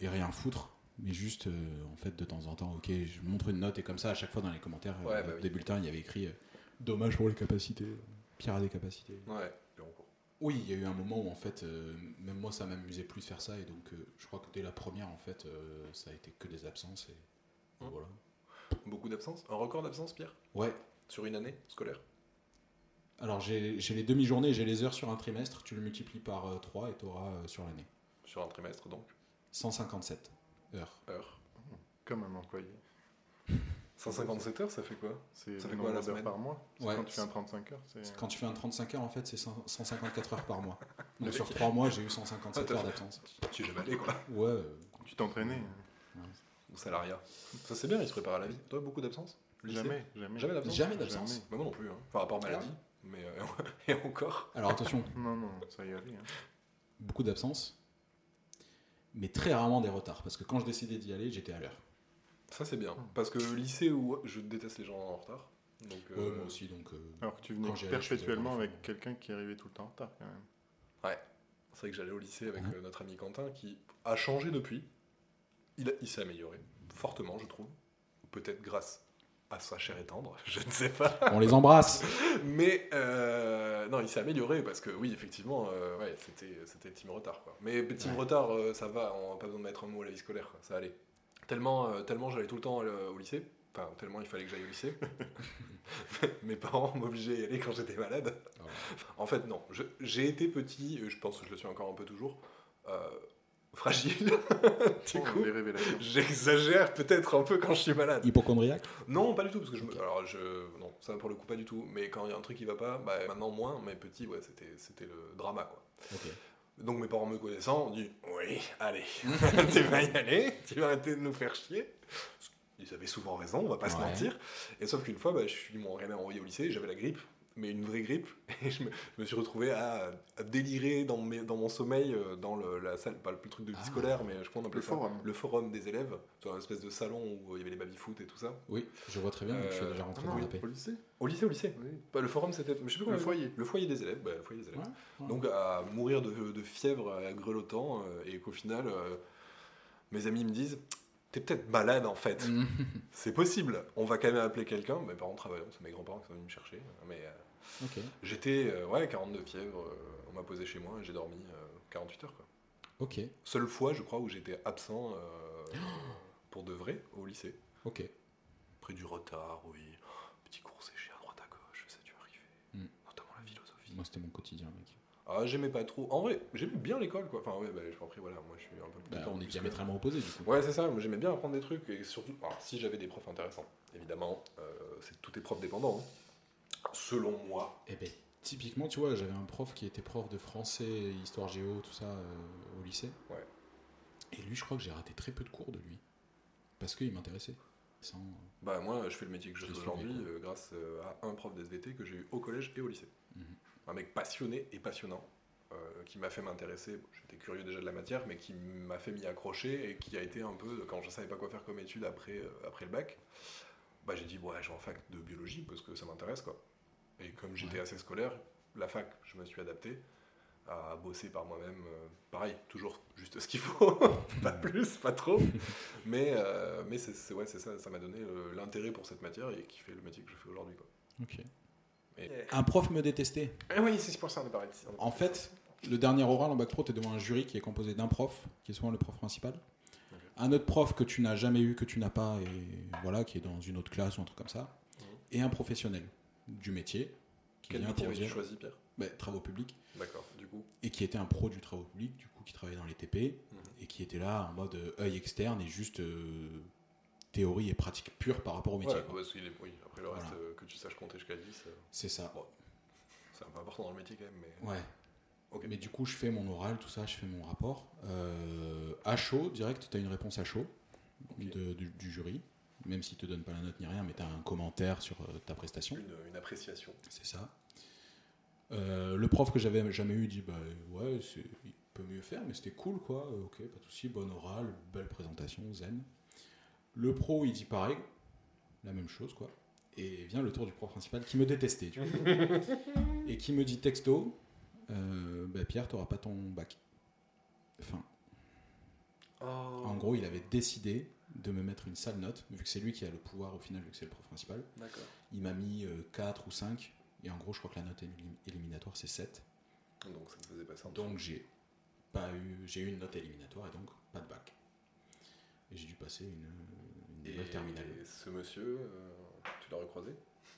Speaker 4: et rien foutre. Mais juste, euh, en fait, de temps en temps, ok, je montre une note et comme ça, à chaque fois dans les commentaires
Speaker 5: Ouais,
Speaker 4: euh,
Speaker 5: bah oui.
Speaker 4: des bulletins, il y avait écrit euh, Dommage pour les capacités, pire à des capacités.
Speaker 5: Ouais, et on court.
Speaker 4: Oui, il y a eu un moment où en fait, euh, même moi, ça m'amusait plus de faire ça, et donc euh, je crois que dès la première, en fait, euh, ça a été que des absences, et
Speaker 5: Hum.
Speaker 4: voilà.
Speaker 5: Beaucoup d'absences Un record d'absence, Pierre
Speaker 4: Ouais,
Speaker 5: Sur une année scolaire
Speaker 4: alors j'ai j'ai les demi-journées, j'ai les heures sur un trimestre, tu le multiplies par 3 et t'auras euh, sur l'année.
Speaker 5: Sur un trimestre, donc
Speaker 4: 157 heures.
Speaker 5: Heures.
Speaker 6: Comme un employé.
Speaker 5: 157 heures, ça fait quoi
Speaker 6: C'est
Speaker 5: Ça
Speaker 6: le
Speaker 5: fait quoi, la
Speaker 6: nombre d'heures
Speaker 5: semaine
Speaker 6: par mois C'est
Speaker 4: Ouais.
Speaker 6: Quand tu fais un 35 heures,
Speaker 5: Euh.
Speaker 6: c'est.
Speaker 4: Quand tu fais un 35 heures, en fait, c'est 100 154 heures par mois.
Speaker 5: Le
Speaker 4: Donc sur
Speaker 5: mec-
Speaker 4: 3 mois, j'ai eu
Speaker 5: Ah,
Speaker 4: 157
Speaker 5: t'as
Speaker 4: heures
Speaker 5: fait- Ah
Speaker 4: d'absence.
Speaker 5: Tu es jamais allé, quoi.
Speaker 4: Ouais, euh,
Speaker 6: Tu t'entraînais hein.
Speaker 5: Au salariat. Ça, c'est bien, il se prépare à la vie. Toi, beaucoup d'absences Lycée
Speaker 6: Jamais, jamais.
Speaker 5: Jamais d'absence
Speaker 4: Jamais d'absence.
Speaker 6: Jamais.
Speaker 5: Bah, moi non plus, hein. Enfin, à part maladie. Mais euh, et encore.
Speaker 4: alors attention,
Speaker 6: Non, non, ça y allait. hein.
Speaker 4: beaucoup d'absences, mais très rarement des retards, parce que quand je décidais d'y aller, j'étais à l'heure.
Speaker 5: Ça, c'est bien. Mm. Parce que lycée, où je déteste les gens en retard. Donc, euh,
Speaker 4: Ouais, moi aussi, donc... euh,
Speaker 6: Alors que tu venais
Speaker 4: Quand j'y allais, je faisais pas
Speaker 6: perpétuellement
Speaker 4: le
Speaker 6: avec
Speaker 4: fou.
Speaker 6: quelqu'un qui arrivait tout le temps en retard, quand même.
Speaker 5: C'est vrai que j'allais au lycée avec
Speaker 4: Mhm.
Speaker 5: euh, notre ami Quentin qui a changé depuis. Il, a- il s'est amélioré fortement, je trouve. Peut-être grâce à sa chair et tendre, je ne sais pas.
Speaker 4: On les embrasse
Speaker 5: Mais euh, non, il s'est amélioré parce que oui, effectivement, euh, ouais, c'était, c'était team retard. Quoi. Mais team
Speaker 4: Ouais.
Speaker 5: retard, euh, ça va, on n'a pas besoin de mettre un mot à la vie scolaire, quoi, ça allait. Tellement, euh, tellement j'allais tout le temps euh, au lycée, enfin tellement il fallait que j'aille au lycée. Mes parents m'obligeaient à y aller quand j'étais malade.
Speaker 4: Ah ouais.
Speaker 5: En fait, non, Je- j'ai été petit, et je pense que je le suis encore un peu toujours, euh, fragile. du
Speaker 6: Oh,
Speaker 5: coup,
Speaker 6: les révélations.
Speaker 5: j'exagère peut-être un peu quand je suis malade.
Speaker 4: Hypochondriaque
Speaker 5: Non, pas du tout, parce que je me... Alors, je... Non, ça pour le coup, pas du tout. Mais quand il y a un truc qui va pas, bah, maintenant moins, mais petit, ouais, c'était, c'était le drama, quoi.
Speaker 4: Ok.
Speaker 5: Donc mes parents me connaissant ont dit « Oui, allez, tu vas y aller, tu vas arrêter de nous faire chier. » Ils avaient souvent raison, on va pas se
Speaker 4: Ouais.
Speaker 5: mentir. Et sauf qu'une fois, bah, je suis mon rien envoyé au lycée, j'avais la grippe, mais une vraie grippe. Et je me, je me suis retrouvé à, à délirer dans, mes- dans mon sommeil, euh, dans le- la salle, pas le le truc de vie
Speaker 4: Ah.
Speaker 5: scolaire, mais je crois qu'on appelait
Speaker 6: Le
Speaker 5: ça
Speaker 6: forum.
Speaker 5: le forum des élèves, sur une espèce de salon où il y avait les baby-foot et tout ça.
Speaker 4: Oui, je vois très bien, donc je suis
Speaker 5: Euh,
Speaker 4: déjà rentré dans
Speaker 6: oui,
Speaker 4: la paix.
Speaker 6: au lycée
Speaker 5: Au lycée, au lycée
Speaker 6: Oui.
Speaker 5: bah, le forum, c'était. Je sais plus comment
Speaker 6: Le
Speaker 5: on
Speaker 6: foyer.
Speaker 5: Le foyer des élèves. bah, le foyer des élèves.
Speaker 4: Ouais, ouais.
Speaker 5: Donc, à mourir de, de fièvre, à grelottant, euh, et qu'au final, euh, mes amis me disent T'es peut-être malade en fait.
Speaker 4: Mm.
Speaker 5: C'est possible. On va quand même appeler quelqu'un. Mes parents travaillant, c'est mes grands-parents qui sont venus me chercher. Mais euh,
Speaker 4: ok,
Speaker 5: j'étais, euh, ouais, 42 fièvre. euh, on m'a posé chez moi et j'ai dormi euh, 48 heures. Quoi.
Speaker 4: ok,
Speaker 5: Seule fois, je crois, où j'étais absent euh, pour de vrai au lycée.
Speaker 4: ok.
Speaker 5: Pris du retard, oui. Petit cours séché à droite à gauche, ça a dû arriver. Notamment la philosophie.
Speaker 4: Moi, c'était mon quotidien, mec.
Speaker 5: Ah, j'aimais pas trop. En vrai, j'aimais bien l'école, quoi. Enfin, ouais, bah, je compris, voilà, moi je suis un peu plus
Speaker 4: Bah,
Speaker 5: tard,
Speaker 4: on est
Speaker 5: plus que-
Speaker 4: diamétralement opposés, du coup.
Speaker 5: Ouais, c'est ça, moi j'aimais bien apprendre des trucs, et surtout, alors, si j'avais des profs intéressants, évidemment, euh, c'est tout est prof dépendant, hein. selon moi.
Speaker 4: Eh ben, typiquement, tu vois, j'avais un prof qui était prof de français, histoire géo, tout ça, euh, au lycée.
Speaker 5: Ouais.
Speaker 4: Et lui, je crois que j'ai raté très peu de cours de lui. Parce qu'il m'intéressait. Sans... euh,
Speaker 5: Bah, moi, je fais le métier que je
Speaker 4: Je
Speaker 5: fais
Speaker 4: suis
Speaker 5: aujourd'hui
Speaker 4: d'accord.
Speaker 5: euh, grâce euh, à un prof d'SVT que j'ai eu au collège et au lycée.
Speaker 4: Mhm.
Speaker 5: Un mec passionné et passionnant, euh, qui m'a fait m'intéresser. Bon, J'étais curieux déjà de la matière, mais qui m'a fait m'y accrocher et qui a été un peu, quand je savais pas quoi faire comme étude après, euh, après le bac, bah, j'ai dit, ouais, je vais en fac de biologie parce que ça m'intéresse, quoi. Et comme j'étais assez scolaire, la fac, je me suis adapté à bosser par moi-même. euh, pareil, toujours juste ce qu'il faut, pas
Speaker 4: Mhm.
Speaker 5: plus, pas trop. Mais, euh, mais c'est, c'est- ouais, c'est ça, ça m'a donné euh, l'intérêt pour cette matière et qui fait le métier que je fais aujourd'hui. Quoi.
Speaker 4: Ok.
Speaker 5: Mais-
Speaker 4: Un prof me détestait.
Speaker 5: Eh oui, c'est pour ça on est pareil.
Speaker 4: En fait, le dernier oral en bac pro, tu es devant un jury qui est composé d'un prof, qui est souvent le prof principal, un autre prof que tu n'as jamais eu, que tu n'as pas, et voilà, qui est dans une autre classe ou un truc comme ça, et un professionnel du métier, qui
Speaker 5: Mhm. quel
Speaker 4: vient
Speaker 5: métier
Speaker 4: pour
Speaker 5: avais-tu
Speaker 4: dire
Speaker 5: choisi, Pierre
Speaker 4: bah, travaux publics,
Speaker 5: D'accord, du coup.
Speaker 4: et qui était un pro du travaux publics, du coup, qui travaillait dans les TP,
Speaker 5: Mhm.
Speaker 4: et qui était là en mode euh, œil externe et juste euh, théorie et pratique pure par rapport au métier.
Speaker 5: Ouais,
Speaker 4: quoi.
Speaker 5: parce qu'il est- oui, après le reste,
Speaker 4: Voilà.
Speaker 5: euh, que tu saches compter jusqu'à 10, euh,
Speaker 4: C'est ça.
Speaker 5: c'est un peu important dans le métier quand même. Mais...
Speaker 4: Ouais.
Speaker 5: Ok.
Speaker 4: Mais du coup, je fais mon oral, tout ça, je fais mon rapport. Euh, à chaud, direct, tu as une réponse à chaud de- du, du jury, même s'il te donne pas la note ni rien, mais tu as un commentaire sur euh, ta prestation.
Speaker 5: Une, une appréciation.
Speaker 4: C'est ça. Euh, le prof que j'avais jamais eu dit bah ouais c'est- il peut mieux faire mais c'était cool quoi Euh, ok pas de souci bon oral belle présentation zen le pro il dit pareil la même chose quoi et vient le tour du prof principal qui me détestait du coup. et qui me dit texto euh, bah Pierre t'auras pas ton bac fin
Speaker 5: Oh,
Speaker 4: En gros, il avait décidé de me mettre une sale note, vu que c'est lui qui a le pouvoir au final, vu que c'est le prof principal.
Speaker 5: Oh, d'accord.
Speaker 4: Il m'a mis 4 ou 5, et en gros, je crois que la note élim- éliminatoire, c'est 7.
Speaker 5: Donc ça ne faisait pas ça.
Speaker 4: Donc j'ai pas eu, j'ai eu une note éliminatoire et donc pas de bac. Et j'ai dû passer une, une
Speaker 5: et
Speaker 4: épreuve terminale.
Speaker 5: ce monsieur, euh, tu l'as recroisé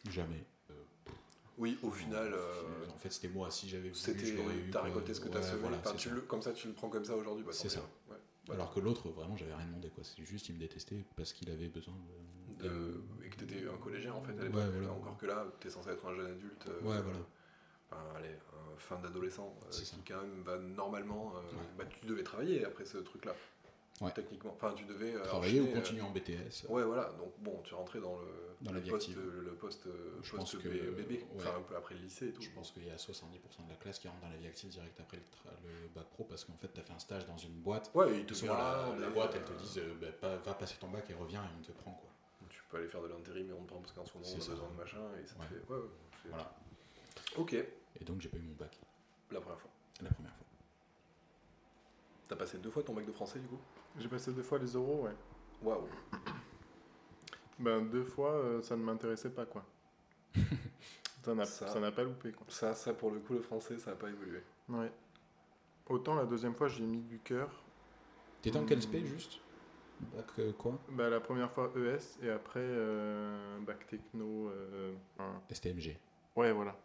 Speaker 4: Jamais.
Speaker 5: Oui,
Speaker 4: Oh,
Speaker 5: au final, euh,
Speaker 4: en fait, c'était moi. Si j'avais voulu,
Speaker 5: c'était.
Speaker 4: je l'aurais eu.
Speaker 5: T'as
Speaker 4: quoi.
Speaker 5: récolté ce que t'as
Speaker 4: Ouais,
Speaker 5: semé.
Speaker 4: voilà,
Speaker 5: Enfin,
Speaker 4: c'est
Speaker 5: tu
Speaker 4: ça.
Speaker 5: le- comme ça, tu le prends comme ça aujourd'hui. bah, tant
Speaker 4: C'est
Speaker 5: pis,
Speaker 4: ça.
Speaker 5: hein. Ouais.
Speaker 4: Alors que l'autre, vraiment, j'avais rien demandé. quoi. C'est juste, il me détestait parce qu'il avait besoin de.
Speaker 5: De- Et que t'étais un collégien en fait à
Speaker 4: Ouais,
Speaker 5: l'époque.
Speaker 4: voilà.
Speaker 5: Encore que là, t'es censé être un jeune adulte. euh,
Speaker 4: Ouais, voilà.
Speaker 5: enfin, allez, un fin d'adolescent euh,
Speaker 4: C'est
Speaker 5: qui
Speaker 4: ça.
Speaker 5: quand même va normalement. euh,
Speaker 4: Ouais.
Speaker 5: bah, tu devais travailler après ce truc-là.
Speaker 4: Ouais.
Speaker 5: Techniquement. Enfin, tu devais. euh,
Speaker 4: Travailler ou
Speaker 5: enchaîner, euh,
Speaker 4: continuer en BTS.
Speaker 5: Ouais, voilà. Donc bon, tu rentrais dans le,
Speaker 4: Dans la
Speaker 5: le
Speaker 4: vie
Speaker 5: poste, euh,
Speaker 4: active.
Speaker 5: le poste,
Speaker 4: Je
Speaker 5: poste
Speaker 4: pense que,
Speaker 5: bé- bébé,
Speaker 4: euh, ouais.
Speaker 5: enfin un peu après le lycée et tout.
Speaker 4: Je pense qu'il y a 70% de la classe qui rentre dans la vie active direct après le, tra- le bac pro parce qu'en fait, t'as fait un stage dans une boîte.
Speaker 5: Ouais, ils te
Speaker 4: Souvent, la,
Speaker 5: gardent,
Speaker 4: la
Speaker 5: et,
Speaker 4: boîte,
Speaker 5: euh,
Speaker 4: elle te dit euh, bah, pas- va passer ton bac et reviens et on te prend. quoi.
Speaker 5: Tu peux aller faire de l'intérim et on te prend parce qu'en ce moment
Speaker 4: C'est
Speaker 5: on a
Speaker 4: ça.
Speaker 5: besoin de machin et ça te
Speaker 4: Ouais.
Speaker 5: fait. Ouais, ouais, c'est-
Speaker 4: Voilà.
Speaker 5: Ok,
Speaker 4: Et donc, j'ai pas eu mon bac
Speaker 5: la première fois.
Speaker 4: la première fois.
Speaker 5: T'as passé deux fois ton bac de français du coup
Speaker 6: J'ai passé deux fois les euros, ouais.
Speaker 5: Waouh
Speaker 6: Ben, deux fois, euh, ça ne m'intéressait pas, quoi. ça n'a
Speaker 5: Ça.
Speaker 6: ça n'a pas loupé, quoi.
Speaker 5: ça, ça pour le coup, le français ça a pas évolué.
Speaker 6: Ouais. Autant la deuxième fois, j'ai mis du cœur.
Speaker 4: T'étais en
Speaker 6: Hmm.
Speaker 4: quel spé juste Bac euh, quoi
Speaker 6: Bah, la première fois ES et après euh, bac techno. euh, un-
Speaker 4: STMG.
Speaker 6: Ouais, voilà.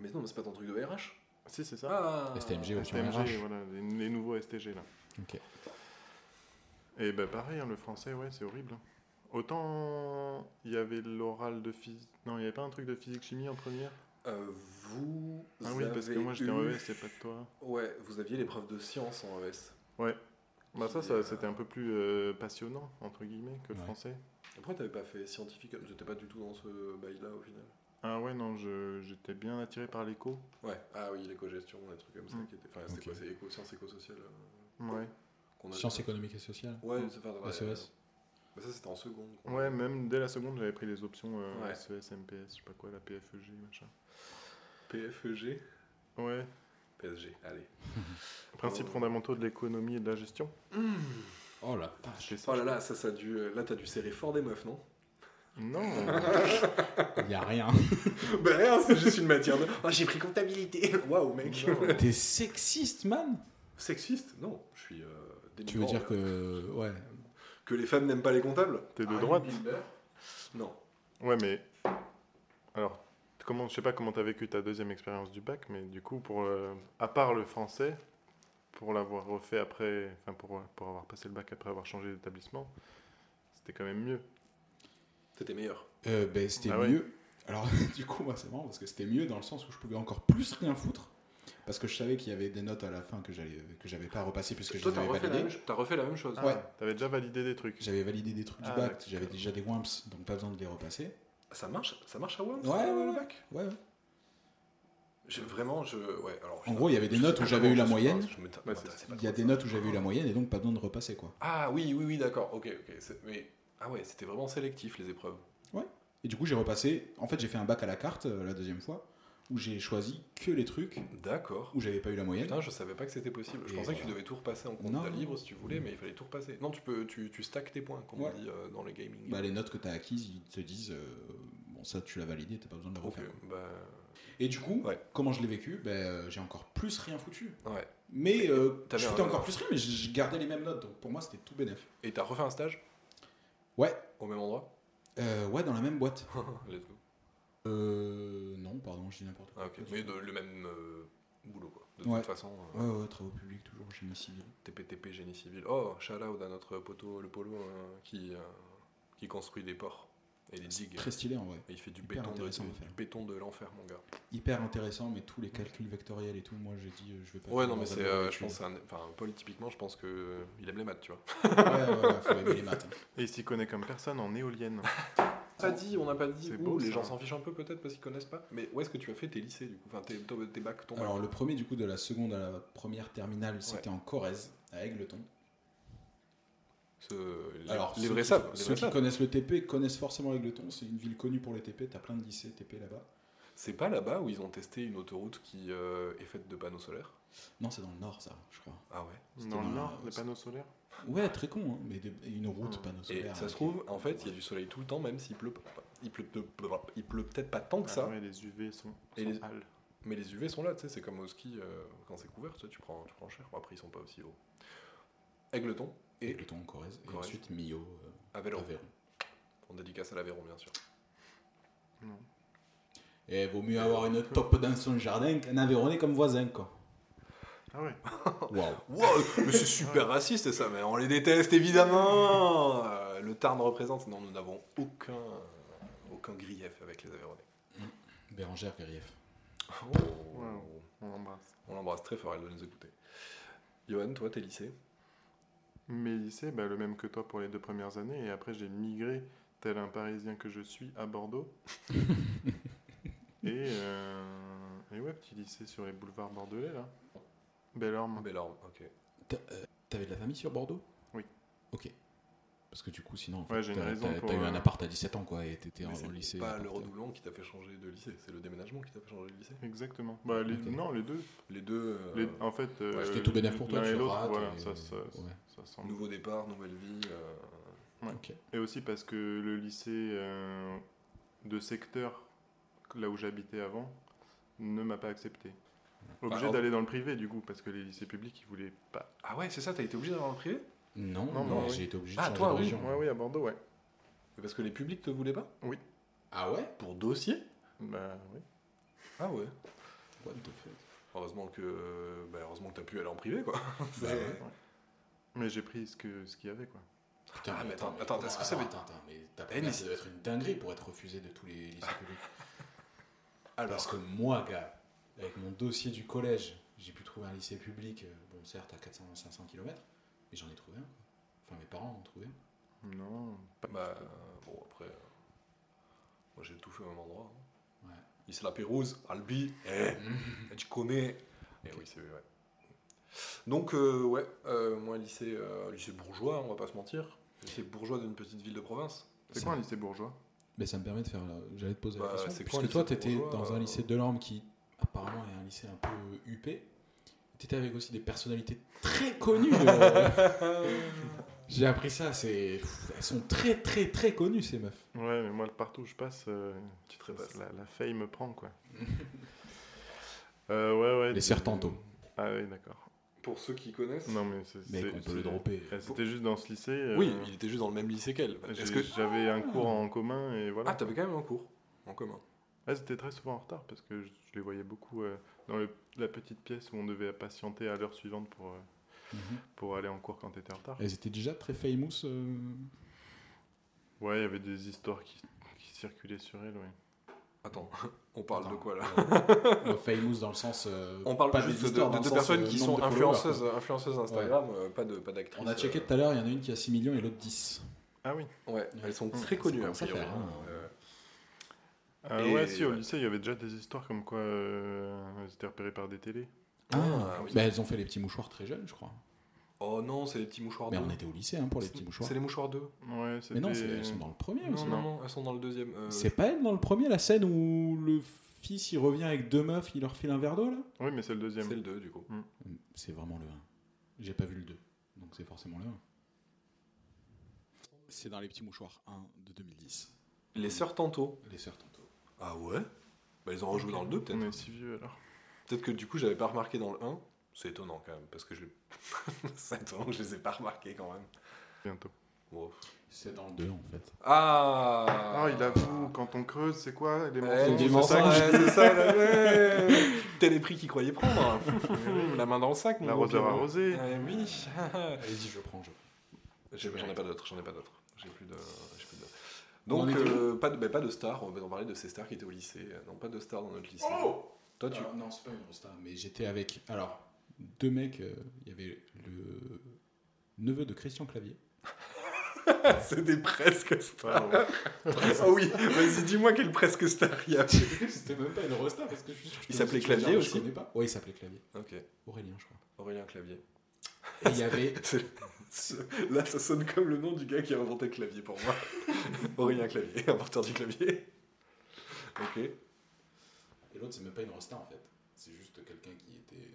Speaker 5: Mais non, mais c'est pas ton truc de RH
Speaker 6: Si, c'est ça.
Speaker 5: Ah
Speaker 4: STMG, ouais. option
Speaker 6: STMG,
Speaker 4: RH.
Speaker 6: voilà, les, les nouveaux STG là.
Speaker 4: Ok.
Speaker 6: Et bah pareil, hein, le français, ouais, c'est horrible. Autant il y avait l'oral de physique. Non, il n'y avait pas un truc de physique-chimie en première
Speaker 5: Euh, vous.
Speaker 6: Ah oui, parce que
Speaker 5: avez
Speaker 6: moi j'étais en E
Speaker 5: eu-
Speaker 6: ES et pas de toi.
Speaker 5: Ouais, vous aviez l'épreuve de science en E ES.
Speaker 6: Bah ça,
Speaker 5: Qui,
Speaker 6: ça
Speaker 5: euh,
Speaker 6: c'était un peu plus euh, passionnant, entre guillemets, que le
Speaker 4: Ouais.
Speaker 6: français.
Speaker 5: Après, t'avais pas fait scientifique, t'étais pas du tout dans ce bail-là au final.
Speaker 6: Ah ouais, non, je- j'étais bien attiré par l'écho.
Speaker 5: Ouais, ah oui, l'éco-gestion, des trucs comme ça
Speaker 6: Mm.
Speaker 5: qui étaient. Enfin, c'était
Speaker 4: Ok.
Speaker 5: quoi C'est éco-sciences, éco-sociales euh,
Speaker 6: Ouais.
Speaker 5: qu'on a-
Speaker 4: Sciences économiques et sociales
Speaker 5: Ouais,
Speaker 6: Mm.
Speaker 5: c'est enfin, ouais, euh,
Speaker 4: SES
Speaker 5: bah ça, c'était en seconde. quoi.
Speaker 6: Ouais, même dès la seconde, j'avais pris les options euh,
Speaker 5: Ouais.
Speaker 6: SES, MPS, je sais pas quoi, la PFEG, machin.
Speaker 5: PFEG
Speaker 6: Ouais,
Speaker 5: PSG, allez.
Speaker 6: principes
Speaker 5: Oh.
Speaker 6: fondamentaux de l'économie et de la gestion.
Speaker 4: Oh la vache
Speaker 6: J'ai ça,
Speaker 5: Oh
Speaker 6: je
Speaker 5: là là, ça, ça a dû. euh, Là, t'as dû serrer fort des meufs, non
Speaker 6: Non
Speaker 4: Y a rien
Speaker 5: Bah, rien, c'est juste une matière de. Oh, j'ai pris comptabilité Waouh, mec
Speaker 6: Non.
Speaker 4: T'es sexiste, man
Speaker 5: Sexiste Non, je suis. euh,
Speaker 4: Tu veux
Speaker 5: dénigrant,
Speaker 4: dire
Speaker 5: là.
Speaker 4: que. Ouais.
Speaker 5: Que les femmes n'aiment pas les comptables
Speaker 6: T'es de droite
Speaker 5: Non.
Speaker 6: Ouais, mais. Alors, comment, je sais pas comment t'as vécu ta deuxième expérience du bac, mais du coup, pour, euh, à part le français, pour l'avoir refait après. Enfin, pour, euh, pour avoir passé le bac après avoir changé d'établissement, c'était quand même mieux.
Speaker 5: C'était meilleur.
Speaker 4: Euh, ben, c'était
Speaker 6: Ah ouais.
Speaker 4: mieux. Alors, du coup, moi, c'est marrant parce que c'était mieux dans le sens où je pouvais encore plus rien foutre. Parce que je savais qu'il y avait des notes à la fin que j'allais que j'avais pas repassées puisque je
Speaker 5: Toi,
Speaker 4: les
Speaker 5: t'as
Speaker 4: avais
Speaker 5: refait, la même...
Speaker 4: validées.
Speaker 5: t'as refait la même chose.
Speaker 4: Ouais.
Speaker 6: T'avais déjà validé des trucs.
Speaker 4: J'avais validé des trucs
Speaker 6: Ah,
Speaker 4: du bac,
Speaker 6: d'accord.
Speaker 4: j'avais déjà des wimps, donc pas besoin de les repasser.
Speaker 5: Ça marche Ça marche à Wams
Speaker 4: Ouais,
Speaker 5: euh,
Speaker 4: ouais,
Speaker 5: le
Speaker 4: ouais.
Speaker 5: bac
Speaker 4: Ouais, ouais.
Speaker 5: Je- Vraiment, je. Ouais, alors. putain,
Speaker 4: gros, il y avait des
Speaker 5: je
Speaker 4: notes
Speaker 5: sais
Speaker 4: où
Speaker 5: pas
Speaker 4: j'avais eu la
Speaker 5: comment je suis
Speaker 4: moyenne.
Speaker 5: pas- je m'étonne-
Speaker 6: Bah,
Speaker 5: m'intéresse
Speaker 6: c'est-
Speaker 5: pas
Speaker 4: Il y a
Speaker 5: trop,
Speaker 4: des
Speaker 5: ça.
Speaker 4: notes où j'avais eu la moyenne et donc pas besoin de repasser, quoi.
Speaker 5: Ah oui, oui, oui, d'accord. Ok, ok. c'est- Mais... Ah ouais, c'était vraiment sélectif les épreuves.
Speaker 4: Et du coup, j'ai repassé. En fait, j'ai fait un bac à la carte euh, la deuxième fois, où j'ai choisi que les trucs
Speaker 5: D'accord.
Speaker 4: où j'avais pas eu la moyenne.
Speaker 5: Putain, je savais pas que c'était possible. Je
Speaker 4: Et
Speaker 5: pensais que tu
Speaker 4: voilà.
Speaker 5: devais tout repasser en
Speaker 4: Non. Mm.
Speaker 5: compte libre si tu voulais, mais il fallait tout repasser. Non, tu peux, tu, tu stacks tes points, comme
Speaker 4: Ouais.
Speaker 5: on dit euh, dans les gaming.
Speaker 4: Bah, les notes que t'as acquises, ils te disent euh, bon, ça tu l'as validé, t'as pas besoin de le
Speaker 5: Ok,
Speaker 4: refaire. quoi.
Speaker 5: bah,
Speaker 4: Et du coup,
Speaker 5: Ouais.
Speaker 4: comment je l'ai vécu Ben, euh, J'ai encore plus rien foutu.
Speaker 5: ouais.
Speaker 4: Mais euh,
Speaker 5: T'avais
Speaker 4: je foutais
Speaker 5: un-
Speaker 4: encore plus rien, mais je je gardais les mêmes notes, donc pour moi c'était tout bénef.
Speaker 5: Et t'as refait un stage
Speaker 4: Ouais,
Speaker 5: au même endroit
Speaker 4: Euh, ouais, dans la même boîte.
Speaker 5: Let's go.
Speaker 4: Euh, non, pardon, je dis n'importe quoi.
Speaker 5: Ah, ok. Mais de- le même euh, boulot, quoi. De
Speaker 4: Ouais.
Speaker 5: toute façon, euh,
Speaker 4: Ouais, ouais, travaux publics, toujours génie civil.
Speaker 5: TPTP, génie civil. Oh, shout out à notre poteau, le polo, euh, qui, euh, qui construit des ports et des digues.
Speaker 4: Très stylé en vrai.
Speaker 5: Et il fait du
Speaker 4: Hyper
Speaker 5: béton de,
Speaker 4: intéressant à
Speaker 5: du
Speaker 4: faire.
Speaker 5: béton de l'enfer, mon gars.
Speaker 4: Hyper intéressant, mais tous les calculs vectoriels et tout, moi j'ai dit euh, je vais pas.
Speaker 5: Ouais,
Speaker 4: faire
Speaker 5: non, mais
Speaker 4: dans un
Speaker 5: c'est,
Speaker 4: labo
Speaker 5: euh, je
Speaker 4: là-dessus.
Speaker 5: pense, c'est un- enfin, Paul, typiquement, je pense que euh, il aime les maths, tu vois.
Speaker 4: Ouais, ouais, ouais, faut aimer les maths. hein.
Speaker 6: Et il s'y connaît comme personne en éolienne.
Speaker 5: Pas dit, on n'a pas dit.
Speaker 6: C'est
Speaker 5: Ouh,
Speaker 6: beau,
Speaker 5: les
Speaker 6: ça.
Speaker 5: gens s'en fichent un peu peut-être parce qu'ils connaissent pas. Mais où est-ce que tu as fait tes lycées du coup Enfin, tes, ton- tes bacs, ton bac.
Speaker 4: Alors, le premier, du coup, de la seconde à la première terminale, c'était en Corrèze, à Aigleton.
Speaker 5: Ce- les-
Speaker 4: Alors,
Speaker 5: les
Speaker 4: ceux
Speaker 5: vrais
Speaker 4: qui-
Speaker 5: savent. les
Speaker 4: Ceux
Speaker 5: vrais
Speaker 4: qui
Speaker 5: savent.
Speaker 4: connaissent le TP connaissent forcément Aigleton, c'est une ville connue pour les TP, t'as plein de lycées TP là-bas.
Speaker 5: C'est pas là-bas où ils ont testé une autoroute qui euh, est faite de panneaux solaires
Speaker 4: Non, c'est dans le nord, ça, je crois.
Speaker 5: Ah ouais
Speaker 4: C'était
Speaker 6: Dans le
Speaker 4: dans-
Speaker 6: nord, les panneaux solaires
Speaker 4: Ouais, très con, hein, mais des- une route, panneau
Speaker 5: Ah. Et
Speaker 4: solaire.
Speaker 5: ça
Speaker 4: ok.
Speaker 5: se trouve, en fait, il y a du soleil tout le temps, même s'il pleut pas. Il pleut, de- il pleut peut-être pas tant que
Speaker 4: Ah
Speaker 5: ça,
Speaker 6: Ah Ouais, les UV sont,
Speaker 5: Et
Speaker 6: sont
Speaker 5: les-
Speaker 6: hal.
Speaker 5: mais les UV sont là, tu sais, c'est comme au ski, euh, quand c'est couvert, tu, sais, tu prends, tu prends cher. Bon, après, ils sont pas aussi hauts. Aigleton
Speaker 4: Et
Speaker 5: et
Speaker 4: Pluton en Corrèze, et
Speaker 5: Corrèze.
Speaker 4: ensuite Millau, euh,
Speaker 5: Aveyron.
Speaker 4: Aveyron.
Speaker 5: On dédicace à l'Aveyron, bien sûr.
Speaker 6: Non.
Speaker 4: Et vaut mieux avoir une taupe dans son jardin qu'un Aveyronais comme voisin, quoi.
Speaker 6: Ah ouais.
Speaker 5: Oh.
Speaker 4: Waouh.
Speaker 5: Wow, mais c'est super raciste ça, mais on les déteste évidemment Euh, Le Tarn représente, non, nous n'avons aucun, euh, aucun grief avec les Aveyronais.
Speaker 4: Bérangère Grief.
Speaker 5: Oh,
Speaker 6: Wow. On l'embrasse.
Speaker 5: On l'embrasse très fort, elle doit nous écouter. Johan, toi, t'es lycée
Speaker 6: Mes lycées, bah, le même que toi pour les deux premières années. Et après, j'ai migré, tel un Parisien que je suis, à Bordeaux. et, euh, et ouais, petit lycée sur les boulevards bordelais, là. Bellorme.
Speaker 5: Bellorme, Ah, ben ok.
Speaker 4: T'a- euh, T'avais de la famille sur Bordeaux
Speaker 6: Oui.
Speaker 4: Ok. Parce que du coup, sinon, en
Speaker 6: Ouais,
Speaker 4: fait,
Speaker 6: j'ai une
Speaker 4: t'as
Speaker 6: raison
Speaker 4: t'as-
Speaker 6: pour,
Speaker 4: t'as eu
Speaker 6: euh,
Speaker 4: un appart à 17 ans, quoi, et t'étais
Speaker 5: Mais
Speaker 4: en
Speaker 5: c'est
Speaker 4: lycée.
Speaker 5: pas
Speaker 4: appart-
Speaker 5: le redoublon qui t'a fait changer de lycée, c'est le déménagement qui t'a fait changer de lycée.
Speaker 6: Exactement. Bah, les-
Speaker 4: Ok.
Speaker 6: Non, les deux.
Speaker 5: Les deux, euh,
Speaker 6: Les- En fait, euh,
Speaker 4: C'était tout bénef pour toi,
Speaker 6: l'un et
Speaker 4: tu
Speaker 6: l'autre,
Speaker 4: rates.
Speaker 6: voilà,
Speaker 4: et-
Speaker 6: ça, ça,
Speaker 4: ouais,
Speaker 6: ça semble.
Speaker 5: nouveau départ, nouvelle vie. euh,
Speaker 4: ok.
Speaker 6: Et aussi parce que le lycée euh, de secteur, là où j'habitais avant, ne m'a pas accepté. Obligé
Speaker 5: Bah, en-
Speaker 6: d'aller dans le privé, du coup, parce que les lycées publics, ils voulaient pas.
Speaker 5: Ah ouais, c'est ça, t'as été obligé d'aller en privé
Speaker 4: Non,
Speaker 6: Non,
Speaker 4: mais
Speaker 6: non,
Speaker 4: j'ai
Speaker 6: oui.
Speaker 4: été obligé de
Speaker 5: Ah,
Speaker 4: changer
Speaker 5: toi,
Speaker 4: de
Speaker 5: oui.
Speaker 4: région.
Speaker 6: Ouais, oui, à Bordeaux, ouais.
Speaker 5: Mais Parce que les publics te voulaient pas
Speaker 4: Ah ouais
Speaker 5: Pour dossier
Speaker 6: Bah, oui.
Speaker 5: Ah ouais.
Speaker 4: What the fuck
Speaker 5: Heureusement que, bah, heureusement que t'as pu aller en privé, quoi. C'est-
Speaker 4: Bah ouais.
Speaker 6: Mais j'ai pris ce que ce qu'il y avait, quoi.
Speaker 4: Putain,
Speaker 5: Ah, mais attends, attends,
Speaker 4: comment-
Speaker 5: parce que ça veut-
Speaker 4: attends, attends, mais ta
Speaker 5: Eh, mais
Speaker 4: première,
Speaker 5: c'est-
Speaker 4: ça doit être une dinguerie pour être refusé de tous les
Speaker 6: Ah.
Speaker 4: lycées publics.
Speaker 5: Alors,
Speaker 4: Parce que moi, gars, avec mon dossier du collège, j'ai pu trouver un lycée public, euh, bon, certes, à 400-500 km, mais j'en ai trouvé un. quoi. Enfin, mes parents en ont trouvé un.
Speaker 6: Non, pas
Speaker 5: Bah, euh, bon, après. euh, moi, j'ai tout fait au même endroit. hein.
Speaker 4: Ouais.
Speaker 5: Ici, la Pérouse, Albi, eh, tu connais. Eh oui, c'est ouais. Donc, euh, ouais, euh, moi, lycée, euh, lycée bourgeois, on va pas se mentir. Lycée bourgeois d'une petite ville de province.
Speaker 6: C'est quoi un lycée bourgeois
Speaker 4: Mais ça me permet de faire. euh, J'allais te poser
Speaker 5: Bah,
Speaker 4: la question.
Speaker 5: c'est quoi,
Speaker 4: Puisque
Speaker 5: un
Speaker 4: toi,
Speaker 5: lycée
Speaker 4: t'étais
Speaker 5: bourgeois,
Speaker 4: dans un
Speaker 5: euh,
Speaker 4: lycée de l'Orme qui, apparemment, est un lycée un peu euh, huppé. T'étais avec aussi des personnalités très connues. euh, J'ai appris ça. C'est, pff, elles sont très, très, très connues ces meufs.
Speaker 6: Ouais, mais moi, partout où je passe, euh,
Speaker 5: Tu te répasses.
Speaker 6: la, la feuille me prend, quoi. Euh, ouais, ouais.
Speaker 4: Les
Speaker 6: des-
Speaker 4: Sertantos.
Speaker 6: Ah, oui, d'accord.
Speaker 5: Pour ceux qui connaissent.
Speaker 6: Non, mais c'est.
Speaker 4: Mec,
Speaker 6: c'est-
Speaker 4: on peut le
Speaker 6: c'est-
Speaker 4: dropper.
Speaker 6: Euh, C'était juste dans ce lycée. euh,
Speaker 5: Oui, il était juste dans le même lycée qu'elle.
Speaker 6: j'ai-
Speaker 5: Est-ce que.
Speaker 6: J'avais un cours en commun et voilà.
Speaker 5: Ah, t'avais quand même un cours en commun.
Speaker 6: Ah, c'était très souvent en retard parce que je, je les voyais beaucoup euh, dans le- la petite pièce où on devait patienter à l'heure suivante pour, euh, pour aller en cours quand t'étais en retard.
Speaker 4: Mhm. Elles étaient déjà très famous. euh,
Speaker 6: Ouais, il y avait des histoires qui, qui circulaient sur elle, ouais.
Speaker 5: Attends, on parle
Speaker 4: Attends.
Speaker 5: de quoi là
Speaker 4: euh, famous dans le sens. euh,
Speaker 5: On parle
Speaker 4: pas
Speaker 5: juste de,
Speaker 4: histoires,
Speaker 5: de
Speaker 4: dans le
Speaker 5: deux
Speaker 4: sens,
Speaker 5: personnes
Speaker 4: euh,
Speaker 5: qui
Speaker 4: nombre
Speaker 5: sont
Speaker 4: de followers, quoi.
Speaker 5: influenceuses, influenceuses Instagram, euh, pas de pas d'actrices.
Speaker 4: On a checké
Speaker 5: euh,
Speaker 4: tout à l'heure, il y en a une qui a 6 millions et l'autre 10.
Speaker 6: Ah oui.
Speaker 5: Ouais, Mmh. elles sont très
Speaker 4: Ça
Speaker 5: connues a
Speaker 4: commence à
Speaker 5: priori.
Speaker 4: faire, hein.
Speaker 5: Euh,
Speaker 6: Ah
Speaker 5: Et-
Speaker 6: ouais, si, au lycée, il y avait déjà des histoires comme quoi euh, elles étaient repérées par des télés.
Speaker 5: Ah, oui.
Speaker 4: Bah, elles ont fait les petits mouchoirs très jeunes, je crois.
Speaker 5: Oh non, c'est les petits mouchoirs
Speaker 4: Mais
Speaker 5: d'eux.
Speaker 4: on était au lycée hein, pour les
Speaker 5: C'est-
Speaker 4: petits mouchoirs.
Speaker 5: C'est les mouchoirs d'eux.
Speaker 6: Ouais, c'était...
Speaker 4: Mais non, c'est- elles sont dans le premier
Speaker 5: Non,
Speaker 4: aussi.
Speaker 5: non, non, elles sont dans le deuxième. euh,
Speaker 4: C'est pas elle dans le premier, la scène où le fils il revient avec deux meufs, il leur file un verre d'eau là
Speaker 6: Oui, mais c'est le
Speaker 5: c'est
Speaker 6: deuxième.
Speaker 5: le 2 du coup.
Speaker 4: C'est vraiment le 1. J'ai pas vu le 2, donc c'est forcément le 1. C'est dans les petits mouchoirs 1 de 2010.
Speaker 5: Les sœurs Tanto.
Speaker 4: Les sœurs tantôt.
Speaker 5: Ah ouais Bah ils ont rejoué dans le 2 peut-être.
Speaker 6: On est si vieux, alors.
Speaker 5: Peut-être que du coup j'avais pas remarqué dans le 1. C'est étonnant quand même, parce que je C'est étonnant que je les ai pas remarqués quand même.
Speaker 6: Bientôt.
Speaker 5: Wow.
Speaker 4: C'est dans le 2 en fait.
Speaker 5: Ah
Speaker 6: Ah, il avoue, quand on creuse, c'est quoi les
Speaker 5: Ouais,
Speaker 6: mensonges
Speaker 5: du
Speaker 6: c'est
Speaker 5: mensonge,
Speaker 6: ça que je-
Speaker 5: ouais, c'est ça, là, ouais. T'as les prix qu'il croyait prendre. hein. La main dans le sac, mon
Speaker 6: L'arroseur
Speaker 5: gros
Speaker 6: arrosé.
Speaker 5: Pierrot. Ouais, oui.
Speaker 4: Allez-y, je prends, je prends.
Speaker 5: J'ai- j'en ai pas d'autres, j'en ai pas d'autres. J'ai plus de. j'ai plus de-
Speaker 4: On en
Speaker 5: Donc,
Speaker 4: était
Speaker 5: euh, pas, de, bah, pas de stars, on va en parler de ces stars qui étaient au lycée. Euh, Non, pas de stars dans notre lycée.
Speaker 6: Oh
Speaker 5: Toi, tu.
Speaker 4: Alors, Euh, non, c'est pas une rosta, mais j'étais avec. Alors, deux mecs, euh, il y avait le neveu de Christian Clavier.
Speaker 5: C'était presque star.
Speaker 6: Ah, ouais.
Speaker 5: Ah oui, vas-y, dis-moi quelle presque star il y a.
Speaker 4: C'était même pas une rosta parce que je
Speaker 5: Il s'appelait Clavier aussi
Speaker 4: Je connais pas. Ouais, il s'appelait Clavier.
Speaker 5: Ok,
Speaker 4: Aurélien, je crois.
Speaker 5: Aurélien Clavier.
Speaker 4: Et il y avait.
Speaker 5: C'est- c'est- Là, ça sonne comme le nom du gars qui a inventé le clavier pour moi. Aurélien Clavier, inventeur du clavier. Ok.
Speaker 4: Et l'autre, c'est même pas une rosta en fait. C'est juste quelqu'un qui était.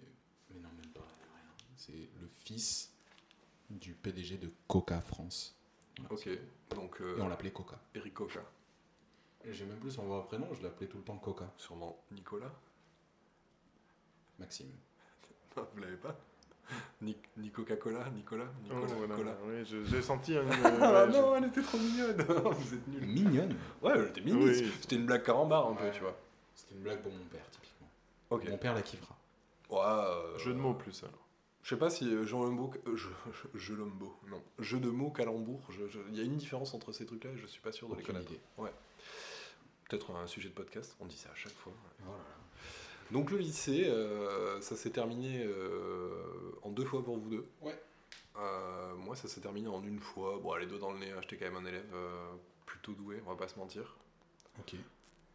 Speaker 4: Mais non, même pas. rien. C'est le fils du PDG de Coca France.
Speaker 5: Ok, donc
Speaker 4: Et
Speaker 5: euh,
Speaker 4: on l'appelait Coca.
Speaker 5: Eric Coca,
Speaker 4: Et j'ai même plus son vrai prénom, je l'appelais tout le temps Coca.
Speaker 5: sûrement Nicolas
Speaker 4: Maxime.
Speaker 5: Non, vous l'avez pas Ni, ni Coca-Cola, Nicolas
Speaker 6: Oh,
Speaker 5: Nicolas,
Speaker 6: voilà,
Speaker 5: Cola.
Speaker 6: oui, je- j'ai senti une.
Speaker 5: Ah
Speaker 6: ouais, je-
Speaker 5: non, elle était trop mignonne Vous êtes nuls
Speaker 4: Mignonne.
Speaker 5: Ouais, elle était mignonne
Speaker 6: Oui.
Speaker 5: C'était une blague carambar un
Speaker 4: Ouais.
Speaker 5: peu, tu vois.
Speaker 4: C'était une blague pour mon père, typiquement.
Speaker 5: Ok.
Speaker 4: Mon père la kiffera.
Speaker 5: Ouais, euh,
Speaker 6: Jeu de mots plus alors.
Speaker 5: Je sais pas si euh, Jean Lembeau. euh, Jeu, jeu- jeu Lembeau, non. Jeu de mots, calembour. je- je- Il y a une différence entre ces trucs-là et je suis pas sûr de les
Speaker 4: Aucune
Speaker 5: connaître.
Speaker 4: idée.
Speaker 5: Ouais. Peut-être un sujet de podcast, on dit ça à chaque fois.
Speaker 4: Oh là là.
Speaker 5: Donc le lycée, euh, ça s'est terminé euh, en deux fois pour vous deux.
Speaker 4: Ouais.
Speaker 5: Euh, moi, ça s'est terminé en une fois. Bon, les deux dans le nez, hein, j'étais quand même un élève euh, plutôt doué, on va pas se mentir.
Speaker 4: Ok.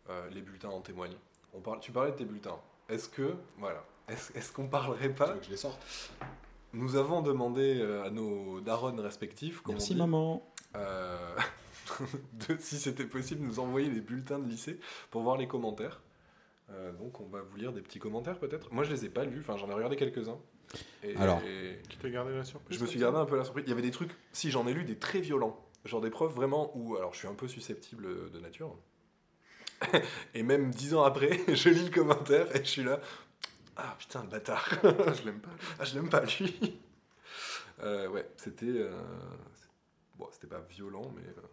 Speaker 5: Euh, les bulletins en témoignent. On parle, tu parlais de tes bulletins. Est-ce que, voilà, est-ce est-ce qu'on parlerait
Speaker 4: Tu
Speaker 5: pas
Speaker 4: veux que je les sorte
Speaker 5: Nous avons demandé euh, à nos darons respectifs, comme on
Speaker 4: Merci
Speaker 5: dit,
Speaker 4: maman.
Speaker 5: euh, de, si c'était possible, nous envoyer les bulletins de lycée pour voir les commentaires. Euh, donc on va vous lire des petits commentaires peut-être. Moi je les ai pas lus, enfin j'en ai regardé quelques-uns. Et-
Speaker 4: Alors.
Speaker 5: et
Speaker 6: Tu t'es gardé la surprise
Speaker 5: je me suis
Speaker 6: comme ça
Speaker 5: gardé un peu la surprise. Il y avait des trucs, si j'en ai lu des très violents, genre des preuves vraiment où, alors je suis un peu susceptible euh, de nature. Et même dix ans après, je lis le commentaire et je suis là, ah putain le bâtard, je l'aime pas, ah je l'aime pas lui. Euh, ouais, c'était, euh, c'est- bon, c'était pas violent, mais euh,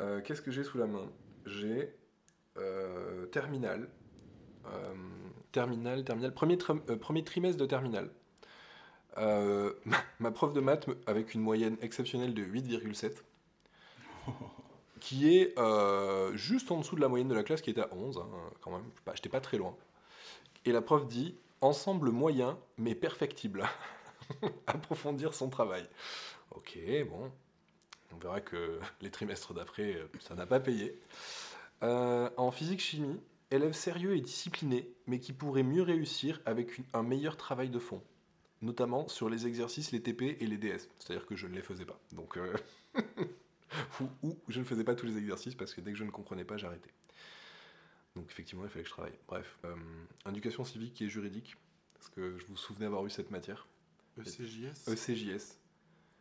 Speaker 5: euh, qu'est-ce que j'ai sous la main J'ai euh, terminal, euh, terminal, terminal, premier, trim- euh, premier trimestre de terminal. Euh, ma- ma prof de maths, me- avec une moyenne exceptionnelle de 8,7, qui est euh, juste en dessous de la moyenne de la classe qui était à 11, hein, quand même, Je suis pas- j'étais pas très loin. Et la prof dit ensemble moyen mais perfectible. Approfondir son travail. Ok, bon. On verra que les trimestres d'après, euh, ça n'a pas payé. Euh, en physique-chimie, élève sérieux et discipliné, mais qui pourrait mieux réussir avec une- un meilleur travail de fond notamment sur les exercices, les TP et les DS. C'est-à-dire que je ne les faisais pas. Donc, euh, ou, ou je ne faisais pas tous les exercices parce que dès que je ne comprenais pas, j'arrêtais. Donc effectivement, il fallait que je travaille. Bref, euh, éducation civique et juridique, parce que je vous souvenais avoir eu cette matière. E
Speaker 6: ECJS
Speaker 4: E
Speaker 5: ECJS,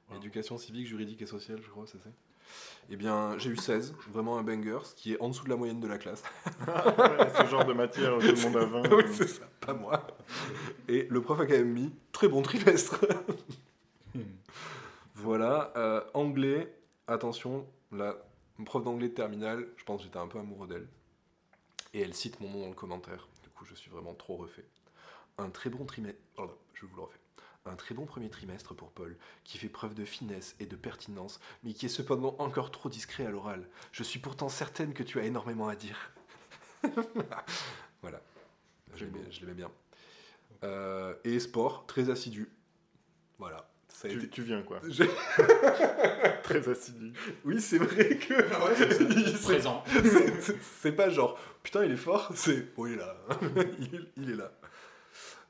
Speaker 6: Wow.
Speaker 5: éducation civique, juridique et sociale, je crois, ça c'est. Eh bien, j'ai eu 16, vraiment un banger, ce qui est en dessous de la moyenne de la classe.
Speaker 6: Ouais, Ce genre de matière, tout le monde a 20.
Speaker 5: oui, c'est ça, pas moi. Et le prof a quand même mis très bon trimestre. Voilà, euh, anglais, attention, la prof d'anglais de terminale, je pense que j'étais un peu amoureux d'elle. Et elle cite mon nom dans le commentaire, du coup je suis vraiment trop refait. Un très bon trimestre, pardon, je vous le refais. Un très bon premier trimestre pour Paul, qui fait preuve de finesse et de pertinence, mais qui est cependant encore trop discret à l'oral. Je suis pourtant certaine que tu as énormément à dire. voilà, je
Speaker 6: C'est beau.
Speaker 5: l'aimais je l'aimais bien. Euh, et sport, très assidu. Voilà, ça a
Speaker 6: Tu,
Speaker 5: été...
Speaker 6: tu viens quoi.
Speaker 5: Je-
Speaker 6: Très assidu. Ah
Speaker 5: Oui, c'est vrai que. Il- c'est-
Speaker 4: Présent.
Speaker 5: c'est- c'est- C'est pas genre, putain, il est fort, c'est. Bon, il est là. il, il est là.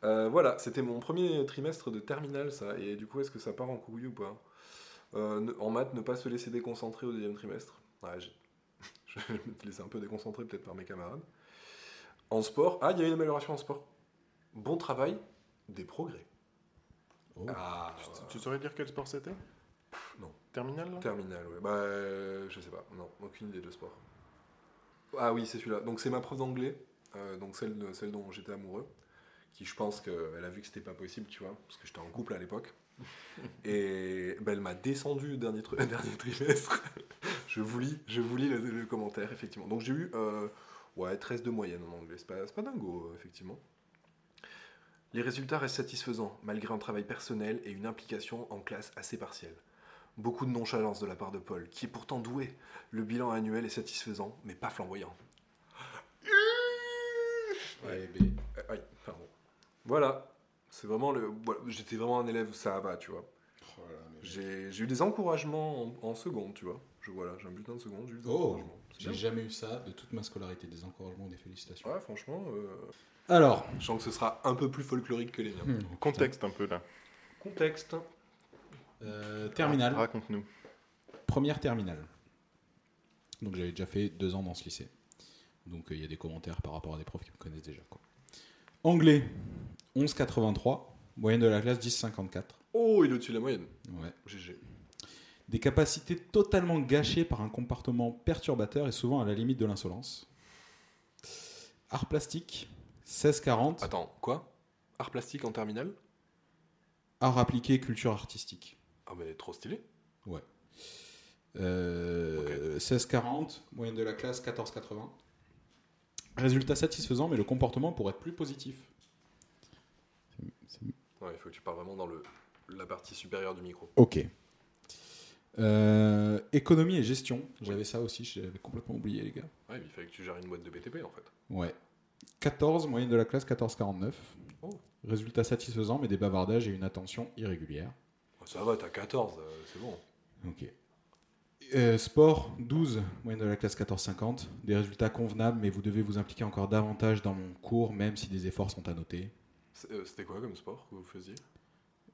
Speaker 5: Euh, voilà, c'était mon premier trimestre de terminale, ça. Et du coup, est-ce que ça part en couille ou pas Euh, ne- En maths, ne pas se laisser déconcentrer au deuxième trimestre. Ouais, j'ai- je vais me laisser un peu déconcentrer peut-être par mes camarades. En sport, ah, il y a une amélioration en sport. Bon travail, des progrès.
Speaker 4: Oh.
Speaker 5: Ah,
Speaker 6: Tu, tu saurais dire quel sport c'était
Speaker 5: Non.
Speaker 6: Terminal là
Speaker 5: Terminal, ouais. Bah, euh, je sais pas. Non, aucune idée de sport. Ah oui, c'est celui-là. Donc c'est ma prof d'anglais, euh, donc celle, de- celle dont j'étais amoureux, qui je pense qu'elle a vu que c'était pas possible, tu vois, parce que j'étais en couple à l'époque. Et bah, elle m'a descendu dernier, tru- dernier trimestre. je vous lis, je vous lis le, le commentaire, effectivement. Donc j'ai eu euh, ouais, 13 de moyenne en anglais. C'est pas, c'est pas dingo, euh, effectivement. Les résultats restent satisfaisants, malgré un travail personnel et une implication en classe assez partielle. Beaucoup de nonchalance de la part de Paul, qui est pourtant doué. Le bilan annuel est satisfaisant, mais pas flamboyant.
Speaker 4: Ouais, bébé.
Speaker 5: Euh, oui, pardon. Voilà. C'est vraiment le. voilà, J'étais vraiment un élève, ça va, tu vois.
Speaker 4: Oh là là, mais-
Speaker 5: J'ai j'ai eu des encouragements en, en seconde, tu vois. Je, voilà, j'ai un bulletin de seconde, j'ai eu des
Speaker 4: Oh,
Speaker 5: encouragements. C'est
Speaker 4: J'ai
Speaker 5: bien.
Speaker 4: jamais eu ça de toute ma scolarité, des encouragements, des félicitations.
Speaker 5: Ouais, franchement, euh,
Speaker 4: Alors,
Speaker 5: je sens que ce sera un peu plus folklorique que les miens.
Speaker 4: Hmm.
Speaker 6: Contexte un peu là.
Speaker 5: Contexte.
Speaker 4: Euh, terminale,
Speaker 6: Ah, Raconte-nous.
Speaker 4: première terminale. Donc j'avais déjà fait deux ans dans ce lycée. Donc euh, il y a des commentaires par rapport à des profs qui me connaissent déjà. quoi. Anglais, 11,83. Moyenne de la classe 10,54.
Speaker 5: Oh, il est au-dessus de la moyenne.
Speaker 4: Ouais.
Speaker 5: GG.
Speaker 4: Des capacités totalement gâchées par un comportement perturbateur et souvent à la limite de l'insolence. Art plastique, 16,40.
Speaker 5: Attends, quoi Art plastique en terminale
Speaker 4: Art appliqué, culture artistique.
Speaker 5: Ah, mais trop stylé.
Speaker 4: Euh, 16,40. Moyenne de la classe, 14,80. Résultat satisfaisant, mais le comportement pourrait être plus positif. C'est-
Speaker 5: Ouais, il faut que tu parles vraiment dans le, la partie supérieure du micro.
Speaker 4: Ok. Euh, économie et gestion. J'avais ça aussi, j'avais complètement oublié, les gars.
Speaker 5: Ouais, mais il fallait que tu gères une boîte de BTP en fait.
Speaker 4: Ouais. 14, moyenne de la classe, 14,49.
Speaker 5: Oh.
Speaker 4: Résultat satisfaisant, mais des bavardages et une attention irrégulière.
Speaker 5: Ouais, Oh, Ça va, t'as 14, euh, c'est bon.
Speaker 4: Ok. Euh, sport, 12, moyenne de la classe 14,50. Des résultats convenables, mais vous devez vous impliquer encore davantage dans mon cours, même si des efforts sont à noter.
Speaker 5: C'est- euh, C'était quoi comme sport que vous faisiez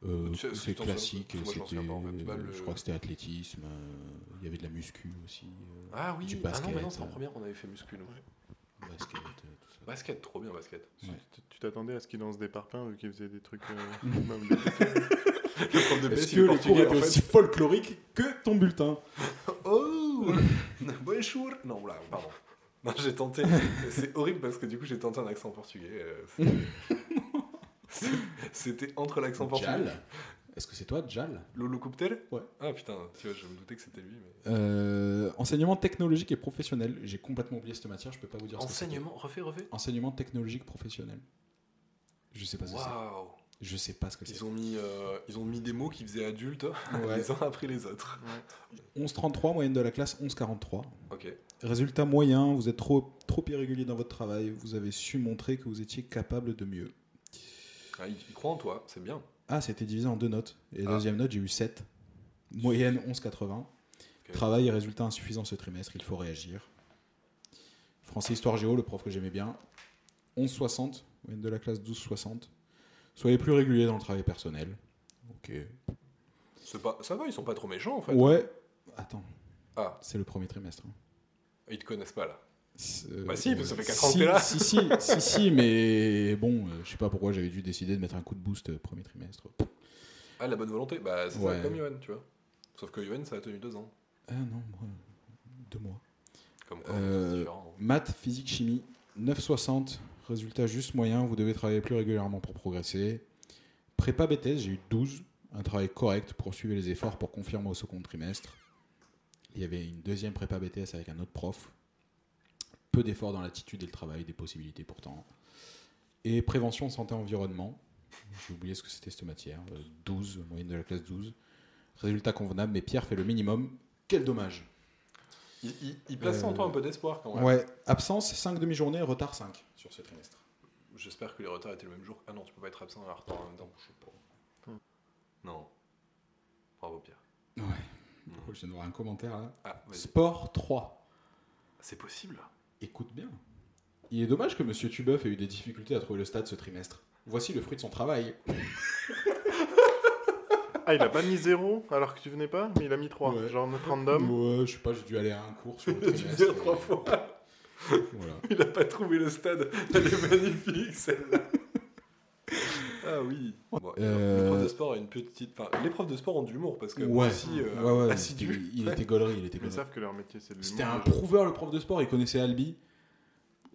Speaker 4: Euh,
Speaker 5: Tu sais,
Speaker 4: c'est
Speaker 5: tu t'en souviens-
Speaker 4: classique,
Speaker 5: moi, je m'en
Speaker 4: c'était,
Speaker 5: souviens pas, en fait. Bah,
Speaker 4: euh,
Speaker 5: le-
Speaker 4: je crois que c'était athlétisme, euh, il y avait de la muscu aussi, euh,
Speaker 5: Ah oui,
Speaker 4: Du
Speaker 5: ah non, mais non,
Speaker 4: basket. hein.
Speaker 5: c'est en première qu'on avait fait muscu. nous.
Speaker 4: basket, euh, tout ça.
Speaker 5: Basket, trop bien basket.
Speaker 6: Tu- Tu t'attendais à ce qu'il lance des parpaings vu qu'il faisait des trucs. euh, même
Speaker 5: Le prof de PS,
Speaker 4: Est-ce
Speaker 5: il
Speaker 4: que
Speaker 5: est
Speaker 4: le cours
Speaker 5: portugais,
Speaker 4: est
Speaker 5: en fait.
Speaker 4: aussi folklorique que ton bulletin
Speaker 5: Oh Bonjour Non, là, pardon. Non, j'ai tenté. C'est horrible parce que du coup, j'ai tenté un accent portugais. euh, c'était- C'était entre l'accent portugais.
Speaker 4: Jal Est-ce que c'est toi, Jal
Speaker 5: Loulou Couptel
Speaker 4: Ouais.
Speaker 5: Ah putain, tu vois, je me doutais que c'était lui. Mais...
Speaker 4: Euh, Enseignement technologique et professionnel. J'ai complètement oublié cette matière, je peux pas vous dire ce que
Speaker 5: Enseignement, refais, refais.
Speaker 4: c'était. Enseignement technologique professionnel. Je sais pas ce que c'est.
Speaker 5: Waouh
Speaker 4: Je sais pas ce que c'est.
Speaker 5: ils, ont mis, euh, ils ont mis des mots qui faisaient adultes,
Speaker 4: Ouais.
Speaker 5: les uns après les autres.
Speaker 4: 11,33, moyenne de la classe 11,43.
Speaker 5: Ok.
Speaker 4: Résultat moyen, vous êtes trop, trop irrégulier dans votre travail. Vous avez su montrer que vous étiez capable de mieux.
Speaker 5: Ah, ils, ils croient en toi, c'est bien.
Speaker 4: Ah, c'était divisé en deux notes. Et la
Speaker 5: Ah.
Speaker 4: deuxième note, j'ai eu 7. Moyenne 11,80. Travail et résultats insuffisants ce trimestre, il faut réagir. Français, histoire, géo, le prof que j'aimais bien. 11,60. Moyenne de la classe 12,60. Soyez plus réguliers dans le travail personnel. Ok.
Speaker 5: C'est Pas, ça va, ils sont pas trop méchants en fait.
Speaker 4: Ouais. Attends,
Speaker 5: Ah,
Speaker 4: c'est le premier trimestre. hein.
Speaker 5: ils te connaissent pas là.
Speaker 4: C'est- euh,
Speaker 5: Bah si, parce que ça fait quatre ans que
Speaker 4: si,
Speaker 5: t'es là.
Speaker 4: Si, si, si, si, mais bon, euh, je sais pas pourquoi j'avais dû décider de mettre un coup de boost euh, premier trimestre.
Speaker 5: Ah, la bonne volonté Bah, c'est
Speaker 4: Ouais.
Speaker 5: ça, comme Yohan, tu vois. Sauf que Yohan, ça a tenu deux ans.
Speaker 4: Ah non, moi, deux mois.
Speaker 5: Comme quoi,
Speaker 4: Euh,
Speaker 5: c'est différent. hein.
Speaker 4: Maths, physique, chimie, 9,60. Résultat juste moyen, vous devez travailler plus régulièrement pour progresser. Prépa BTS, j'ai eu 12. Un travail correct, poursuivez les efforts pour confirmer au second trimestre. Il y avait une deuxième prépa BTS avec un autre prof. Peu d'efforts dans l'attitude et le travail, des possibilités pourtant. Et prévention, santé, environnement. J'ai oublié ce que c'était cette matière. Euh, 12, moyenne de la classe 12. Résultat convenable, mais Pierre fait le minimum. Quel dommage.
Speaker 5: Il, il, il place en
Speaker 4: Euh,
Speaker 5: toi un peu d'espoir quand
Speaker 4: Ouais.
Speaker 5: même.
Speaker 4: Absence 5 demi-journées, retard 5 sur ce trimestre.
Speaker 5: J'espère que les retards étaient le même jour. Ah non, tu peux pas être absent et en retard en même temps. Je sais pas.
Speaker 6: Hmm.
Speaker 5: Non. Bravo Pierre.
Speaker 4: Ouais.
Speaker 5: Hmm.
Speaker 4: Je viens de voir un commentaire là.
Speaker 5: Ah, vas-y.
Speaker 4: Sport 3.
Speaker 5: C'est possible
Speaker 4: Écoute bien. Il est dommage que Monsieur Tubeuf ait eu des difficultés à trouver le stade ce trimestre. Voici le fruit de son travail.
Speaker 6: Ah, il a pas mis 0 alors que tu venais pas, mais il a mis 3.
Speaker 4: Ouais.
Speaker 6: Genre notre random.
Speaker 4: Ouais, je sais pas, j'ai dû aller à un cours sur le
Speaker 5: Tu
Speaker 4: trimestre.
Speaker 5: viens trois fois.
Speaker 4: Voilà.
Speaker 5: Il a pas trouvé le stade. Elle est magnifique celle-là. Ah oui. Bon,
Speaker 4: Euh,
Speaker 5: Les profs de sport ont une petite. Enfin, les profs de sport ont de l'humour parce que
Speaker 4: Ouais.
Speaker 5: aussi euh,
Speaker 4: ouais, ouais,
Speaker 5: assidu.
Speaker 4: Il, il était gaulerie, il était
Speaker 6: Mais ils
Speaker 4: gaulerie.
Speaker 6: savent que leur métier c'est de l'humour.
Speaker 4: C'était un
Speaker 6: déjà.
Speaker 4: prouveur, le prof de sport, il connaissait Albi.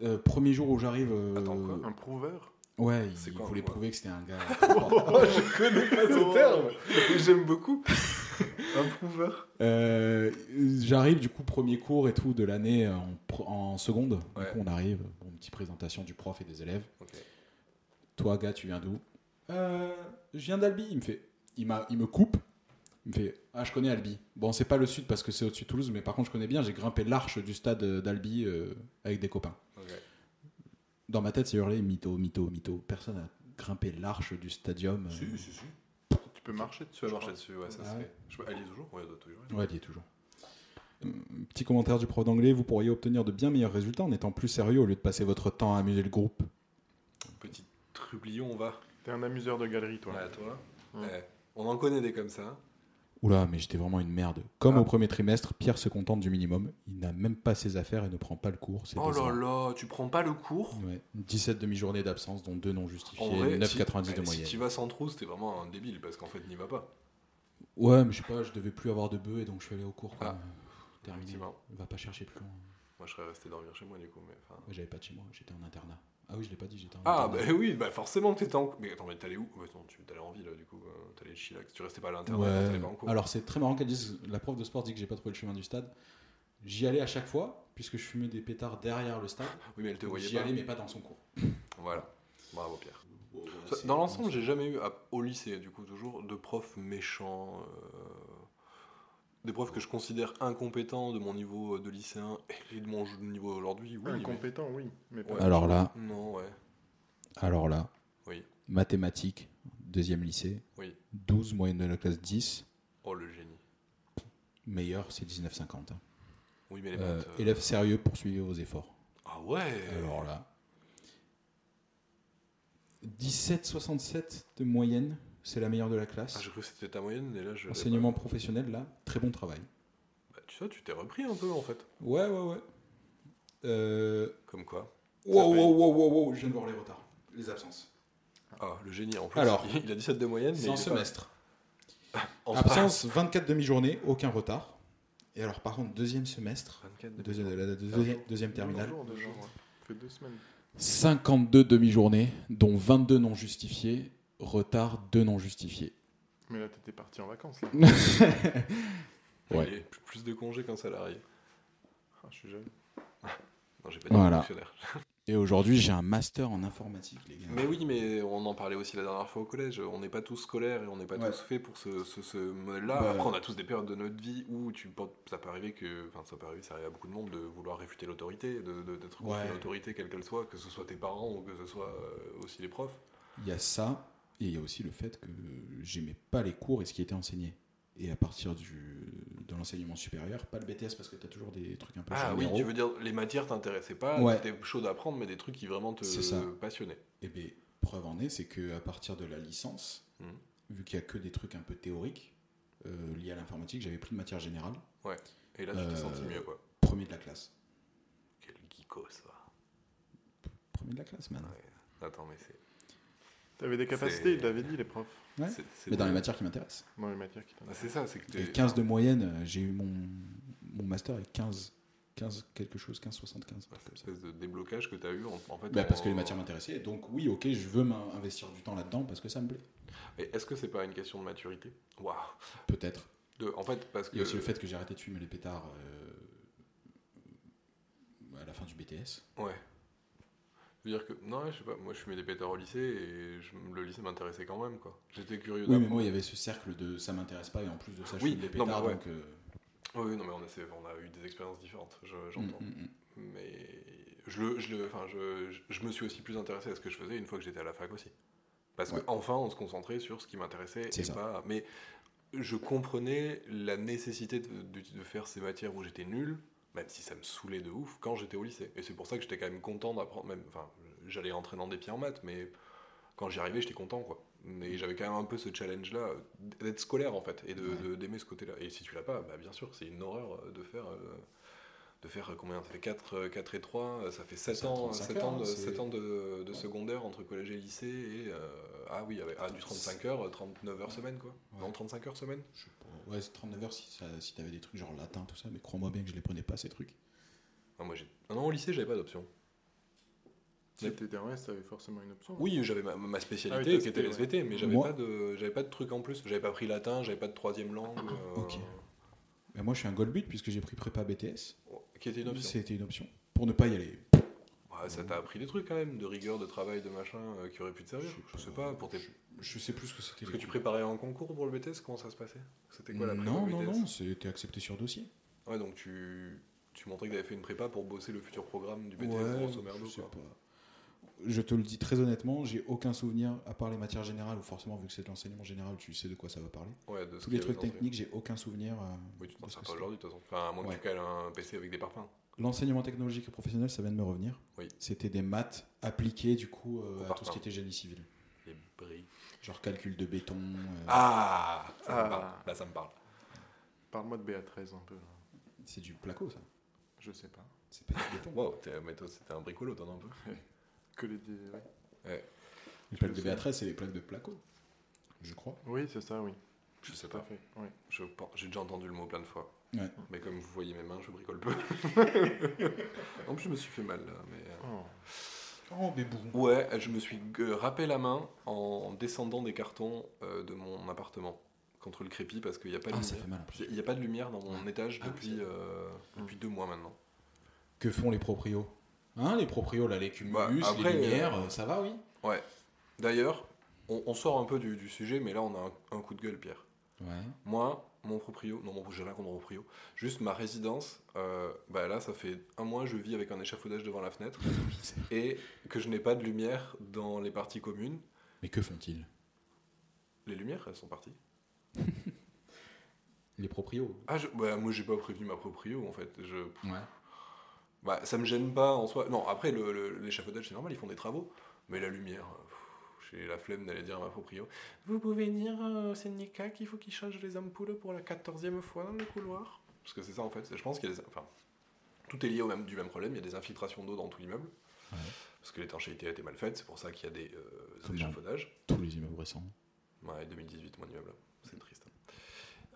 Speaker 4: Euh, premier jour où j'arrive. euh,
Speaker 5: Attends, quoi
Speaker 6: Un prouveur
Speaker 4: Ouais,
Speaker 5: C'est
Speaker 4: il
Speaker 5: quoi,
Speaker 4: voulait
Speaker 5: ouais.
Speaker 4: prouver que c'était un gars.
Speaker 5: Oh, je connais pas ce terme. Oh. Et j'aime beaucoup.
Speaker 6: Un prouveur
Speaker 4: Euh, J'arrive du coup premier cours et tout de l'année euh, en, pr- en seconde.
Speaker 5: Ouais.
Speaker 4: Du coup on arrive, bon, petite présentation du prof et des élèves.
Speaker 5: Ok.
Speaker 4: Toi gars tu viens d'où Euh, Je viens d'Albi. Il me fait, il, m'a- il me coupe. Il me fait ah je connais Albi. Bon c'est pas le sud parce que c'est au-dessus de Toulouse mais par contre je connais bien. J'ai grimpé l'arche du stade euh, d'Albi euh, avec des copains.
Speaker 5: ok.
Speaker 4: Dans ma tête c'est hurlé mytho mytho mytho. Personne n'a grimpé l'arche du stadium. euh.
Speaker 5: Si, si, si.
Speaker 6: Tu peux marcher dessus.
Speaker 5: Tu vas
Speaker 6: je
Speaker 5: marcher
Speaker 6: crois.
Speaker 5: dessus, ouais, ça
Speaker 4: Ah
Speaker 5: se
Speaker 4: ouais.
Speaker 5: fait. Je... Elle y est toujours Ouais, elle doit toujours. y être.
Speaker 4: Ouais, il y est toujours. Euh, Petit commentaire du prof d'anglais, vous pourriez obtenir de bien meilleurs résultats en étant plus sérieux au lieu de passer votre temps à amuser le groupe.
Speaker 5: Petit trublion, on va.
Speaker 6: T'es un amuseur de galerie, toi.
Speaker 5: Ouais, toi.
Speaker 6: Hmm.
Speaker 5: Eh, on en connaît des comme ça.
Speaker 4: Oula, mais j'étais vraiment une merde. Comme
Speaker 5: Ah.
Speaker 4: au premier trimestre, Pierre se contente du minimum. Il n'a même pas ses affaires et ne prend pas le cours. C'est
Speaker 5: Oh là
Speaker 4: désolant.
Speaker 5: là, tu prends pas le cours
Speaker 4: Ouais. 17 demi-journées d'absence, dont 2 non justifiées,
Speaker 5: En vrai,
Speaker 4: 9,90
Speaker 5: si,
Speaker 4: de
Speaker 5: eh,
Speaker 4: moyenne. Ah
Speaker 5: Si tu vas sans trousse, t'es vraiment un débile parce qu'en fait, n'y va pas.
Speaker 4: Ouais, mais je sais pas, je devais plus avoir de bœufs et donc je suis allé au cours. quoi.
Speaker 5: Ah.
Speaker 4: Pff, Terminé.
Speaker 5: Effectivement.
Speaker 4: Va pas chercher plus loin.
Speaker 5: Moi, je serais resté dormir chez moi du coup. Mais, enfin...
Speaker 4: Ouais, j'avais pas de chez moi, j'étais en internat. Ah oui, je l'ai pas dit, j'étais en
Speaker 5: Ah,
Speaker 4: internat.
Speaker 5: bah oui, bah forcément que t'étais en. Mais attends, mais t'allais où Ouais, attends, tu t'allais en ville du coup. euh, T'allais chillax. Tu restais pas à l'intérieur, t'allais pas en cours.
Speaker 4: Ouais. Alors c'est très marrant qu'elle dise la prof de sport dit que j'ai pas trouvé le chemin du stade. J'y allais à chaque fois puisque je fumais des pétards derrière le stade.
Speaker 5: Oui, mais elle te voyait
Speaker 4: J'y
Speaker 5: pas.
Speaker 4: allais mais pas dans son cours. bah,
Speaker 5: Voilà. Bravo, Pierre. Ça, Dans l'ensemble, j'ai jamais eu, à- au lycée du coup, toujours, de profs méchants, euh, des profs que je considère incompétents de mon niveau euh, de lycéen et de mon niveau aujourd'hui. Oui, mais-
Speaker 6: Incompétent, oui. Mais pas-
Speaker 5: Ouais.
Speaker 4: Alors là,
Speaker 5: Non, ouais.
Speaker 4: alors là.
Speaker 5: Oui.
Speaker 4: Mathématiques, deuxième lycée.
Speaker 5: Oui.
Speaker 4: 12 moyenne de la classe 10.
Speaker 5: Oh, le génie.
Speaker 4: Meilleur, c'est 19,50. hein.
Speaker 5: Oui, mais les
Speaker 4: Euh,
Speaker 5: maths, euh,
Speaker 4: Élève sérieux, poursuivez vos efforts.
Speaker 5: Ah ouais
Speaker 4: Alors là. 17,67 de moyenne, c'est la meilleure de la
Speaker 5: Ah,
Speaker 4: classe.
Speaker 5: J'ai cru que c'était ta moyenne, et là, je... l'ai
Speaker 4: Enseignement professionnel, là, très bon travail.
Speaker 5: pas. Bah, tu sais, tu t'es repris un peu, en fait.
Speaker 4: Ouais, ouais, ouais. Euh...
Speaker 5: Comme quoi.
Speaker 4: Wow,
Speaker 5: paye.
Speaker 4: wow, wow, wow, wow, je viens de voir les retards, les absences.
Speaker 5: Ah, le génie, en plus.
Speaker 4: Alors.
Speaker 5: il a 17 de moyenne, mais
Speaker 4: C'est
Speaker 5: il
Speaker 4: en
Speaker 5: est pas-
Speaker 4: semestre.
Speaker 5: en
Speaker 4: Absence 24 demi-journées, aucun retard. Et alors, par contre, deuxième semestre,
Speaker 5: 24 de-
Speaker 4: deuxième, la- la- deuxième, deuxième
Speaker 6: Deux
Speaker 4: terminale,
Speaker 6: jours, deux jours, ouais. Ça fait deux semaines.
Speaker 4: 52 demi-journées, dont 22 non justifiées, retard 2 non justifiés.
Speaker 6: Mais là, t'étais parti en vacances.
Speaker 4: Mm.
Speaker 6: Là.
Speaker 4: Ouais.
Speaker 5: Il est plus- plus de congés qu'un salarié.
Speaker 6: Ah, je suis jeune.
Speaker 5: Non, j'ai pas dit
Speaker 4: Voilà.
Speaker 5: fonctionnaire.
Speaker 4: Et aujourd'hui, j'ai un master en informatique, les gars.
Speaker 5: Mais oui, mais on en parlait aussi la dernière fois au collège. On n'est pas tous scolaires et on n'est pas
Speaker 4: Ouais.
Speaker 5: tous faits pour ce, ce, ce modèle-là.
Speaker 4: Bah,
Speaker 5: Après, on a tous des périodes de notre vie où tu portes- ça peut arriver que, enfin, ça peut arriver, ça arrive à beaucoup de monde de vouloir réfuter l'autorité, de- de- d'être contre
Speaker 4: Ouais.
Speaker 5: l'autorité quelle qu'elle soit, que ce soit tes parents ou que ce soit euh, aussi les profs.
Speaker 4: Il y a ça, et il y a aussi le fait que j'aimais pas les cours et ce qui était enseigné. Et à partir du, de l'enseignement supérieur, pas le BTS parce que tu as toujours des trucs un peu
Speaker 5: Ah oui,
Speaker 4: généraux.
Speaker 5: tu veux dire les matières t'intéressaient pas,
Speaker 4: Ouais.
Speaker 5: t'étais chaud d'apprendre, mais des trucs qui vraiment te
Speaker 4: C'est ça.
Speaker 5: passionnaient.
Speaker 4: Et bien, Eh ben, preuve en est, c'est que à partir de la licence,
Speaker 5: Mhm.
Speaker 4: vu qu'il y a que des trucs un peu théoriques euh, liés à l'informatique, j'avais pris de matière générale,
Speaker 5: Et là, tu t'es
Speaker 4: Euh,
Speaker 5: senti mieux, quoi.
Speaker 4: premier de la classe.
Speaker 5: Quel geeko ça.
Speaker 4: Premier de la classe, man.
Speaker 5: Attends, mais c'est.
Speaker 6: T'avais des
Speaker 5: C'est-
Speaker 6: capacités, il l'avait dit, les profs.
Speaker 4: Ouais.
Speaker 5: c'est- c'est-
Speaker 4: Mais dans les matières qui m'intéressent.
Speaker 6: Dans les matières qui
Speaker 5: Ah,
Speaker 6: t'intéressent.
Speaker 5: c'est ça, c'est que
Speaker 4: Et
Speaker 5: t'es.
Speaker 4: 15 de moyenne, euh, j'ai eu mon, mon master avec 15, 15 quelque chose, 15, 75.
Speaker 5: Ouais, cette espèce de déblocage que tu as eu en, en fait.
Speaker 4: Bah, parce que les
Speaker 5: en-
Speaker 4: matières m'intéressaient, donc oui, ok, je veux m'investir du temps là-dedans parce que ça me plaît.
Speaker 5: Mais est-ce que c'est pas une question de maturité Waouh
Speaker 4: Peut-être.
Speaker 5: De- En fait, parce que.
Speaker 4: Il y a aussi le fait que j'ai arrêté de fumer les pétards euh, à la fin du BTS.
Speaker 5: Ouais. Je veux dire que. Non, je sais pas. Moi, je fumais des pétards au lycée et je- le lycée m'intéressait quand même, quoi. J'étais curieux
Speaker 4: Oui, mais
Speaker 5: d'apprendre.
Speaker 4: moi, il y avait ce cercle de ça m'intéresse pas, et en plus de ça, je
Speaker 5: Oui,
Speaker 4: fume des
Speaker 5: non, mais
Speaker 4: pétards,
Speaker 5: ouais.
Speaker 4: donc. euh,
Speaker 5: Oui, oui, non, mais on a, c'est- on a eu des expériences différentes, je- j'entends.
Speaker 4: mm, mm, mm.
Speaker 5: Mais. Je, le, je, le- enfin, je, je- je me suis aussi plus intéressé à ce que je faisais une fois que j'étais à la fac aussi. Parce
Speaker 4: Ouais.
Speaker 5: qu'enfin, on se concentrait sur ce qui m'intéressait
Speaker 4: C'est
Speaker 5: et
Speaker 4: ça.
Speaker 5: pas. Mais je comprenais la nécessité de, de- de faire ces matières où j'étais nul, même si ça me saoulait de ouf, quand j'étais au lycée. Et c'est pour ça que j'étais quand même content d'apprendre. Même, enfin, j'allais entrer dans des pires maths, mais quand j'y arrivais, j'étais content, quoi. Et j'avais quand même un peu ce challenge-là, euh, d'être scolaire en fait, et de-
Speaker 4: Ouais.
Speaker 5: de- d'aimer ce côté-là. Et si tu l'as pas, bah, bien sûr, c'est une horreur euh, de faire. euh, de faire euh, combien Ça fait 4, euh, 4 et 3, euh, ça fait 7
Speaker 4: Ça fait
Speaker 5: ans,
Speaker 4: 35
Speaker 5: sept ans,
Speaker 4: heures,
Speaker 5: de,
Speaker 4: c'est-
Speaker 5: sept ans de, de secondaire entre collège et lycée. Et, euh, ah oui, avec, ah, du 35 heures, euh, 39 heures semaine quoi.
Speaker 4: Ouais.
Speaker 5: Non, 35 heures semaine
Speaker 4: Je sais pas. Ouais, c'est 39 heures si, ça- si t'avais des trucs genre latin, tout ça, mais crois-moi bien que je les prenais pas, ces trucs.
Speaker 5: Ah, moi, j'ai... ah non, au lycée, j'avais pas d'option.
Speaker 6: Si t'étais RS, t'avais forcément une option.
Speaker 5: Oui, j'avais ma, ma spécialité
Speaker 6: Ah oui, t'as
Speaker 5: qui était
Speaker 6: SVT,
Speaker 5: SVT, mais j'avais
Speaker 4: Moi-
Speaker 5: pas, de, j'avais pas de truc en plus. J'avais pas pris latin, j'avais pas de troisième langue. euh,
Speaker 4: Ah, Ok. Mais moi, je suis un goldbut puisque j'ai pris prépa BTS.
Speaker 5: Qui était une option.
Speaker 4: C'était une option. Pour ne pas y aller.
Speaker 5: Ouais, ça t'a appris des trucs quand même, de rigueur, de travail, de machin, euh, qui aurait pu te servir. Je sais pas, pour tes...
Speaker 4: Je, je sais plus ce que c'était.
Speaker 5: Parce que
Speaker 4: les-
Speaker 5: tu préparais un concours pour le BTS, comment ça se passait C'était quoi la prépa
Speaker 4: Non,
Speaker 5: BTS
Speaker 4: non, non, c'était accepté sur dossier.
Speaker 5: Ouais, donc tu... tu montrais que t'avais fait une prépa pour bosser le futur programme du BTS, grosso merdo,
Speaker 4: je sais
Speaker 5: quoi.
Speaker 4: pas. Je te le dis très honnêtement, j'ai aucun souvenir, à part les matières générales, ou forcément, vu que c'est de l'enseignement général, tu sais de quoi ça va parler.
Speaker 5: Ouais, de ce
Speaker 4: Tous les
Speaker 5: qu'il y avait
Speaker 4: trucs
Speaker 5: dans le-
Speaker 4: techniques, j'ai aucun souvenir. euh,
Speaker 5: Oui, tu t'en
Speaker 4: de ce
Speaker 5: sers
Speaker 4: que
Speaker 5: pas
Speaker 4: c'était.
Speaker 5: aujourd'hui, de toute façon. Enfin, à moins que
Speaker 4: Ouais.
Speaker 5: tu cales un PC avec des parpaings.
Speaker 4: L'enseignement technologique et professionnel, ça vient de me revenir.
Speaker 5: Oui.
Speaker 4: C'était des maths appliquées du coup euh,
Speaker 5: Au
Speaker 4: à tout
Speaker 5: parpaing.
Speaker 4: ce qui était génie civil.
Speaker 5: Les brilles.
Speaker 4: Genre calcul de béton. euh,
Speaker 5: Ah ça,
Speaker 6: Ah.
Speaker 5: Me parle. Là, ça me parle.
Speaker 6: Parle-moi de Béatrice un peu.
Speaker 4: C'est du placo, ça.
Speaker 6: Je sais pas.
Speaker 4: C'est pas du béton.
Speaker 5: Wow, t'es- mais toi, c'était un bricolo, t'en as un peu.
Speaker 6: Que les dé- ouais.
Speaker 4: Les
Speaker 6: Je
Speaker 4: plaques de
Speaker 6: sais.
Speaker 4: Béatrice, c'est les plaques de placo. Je crois.
Speaker 6: Oui, c'est ça, oui.
Speaker 5: Je sais
Speaker 6: Tout à
Speaker 5: pas.
Speaker 6: fait. oui.
Speaker 5: Je pense- J'ai déjà entendu le mot plein de fois.
Speaker 4: Ouais.
Speaker 5: Mais comme vous voyez mes mains, je bricole peu. en plus, je me suis fait mal là. Mais... euh,
Speaker 6: Oh.
Speaker 4: Oh, mais bon.
Speaker 5: Ouais, je me suis euh, râpé la main en descendant des cartons euh, de mon appartement contre le crépi parce qu'il n'y a pas de
Speaker 4: Ah, ça
Speaker 5: lumière.
Speaker 4: fait mal en plus.
Speaker 5: Il n'y a pas de lumière dans mon étage
Speaker 4: Ah Hmm. oui,
Speaker 5: depuis, euh, depuis deux mois maintenant.
Speaker 4: Que font les proprios Hein, les proprios, là, les cumulus,
Speaker 5: Bah, après,
Speaker 4: les lumières,
Speaker 5: euh,
Speaker 4: euh, ça va, oui
Speaker 5: D'ailleurs, on, on sort un peu du, du sujet, mais là on a un, un coup de gueule, Pierre.
Speaker 4: Ouais.
Speaker 5: Moi, mon proprio, non, mon, j'ai rien contre mon proprio, juste ma résidence, euh, bah là ça fait un mois je vis avec un échafaudage devant la fenêtre et que je n'ai pas de lumière dans les parties communes.
Speaker 4: Mais que font-ils
Speaker 5: Les lumières, elles sont parties.
Speaker 4: Les proprios.
Speaker 5: Ah, je- bah, moi j'ai pas prévenu ma proprio en fait. Je,
Speaker 4: Ouais.
Speaker 5: bah, ça me gêne pas en soi. Non, après le- le- l'échafaudage c'est normal, ils font des travaux, mais la lumière. euh, pff, J'ai la flemme d'aller dire à ma proprio. Vous pouvez dire euh, c'est Nika qu'il faut qu'il change les ampoules pour la 14e fois dans le couloir Parce que c'est ça en fait. c'est- Je pense qu'il y a des. Enfin, tout est lié au même, du même problème. Il y a des infiltrations d'eau dans tout l'immeuble.
Speaker 4: Ouais.
Speaker 5: Parce que l'étanchéité a été mal faite, c'est pour ça qu'il y a des, euh,
Speaker 4: Comme dans-
Speaker 5: échafaudages.
Speaker 4: Tous les immeubles récents.
Speaker 5: Ouais, 2018, mon immeuble. C'est triste. hein.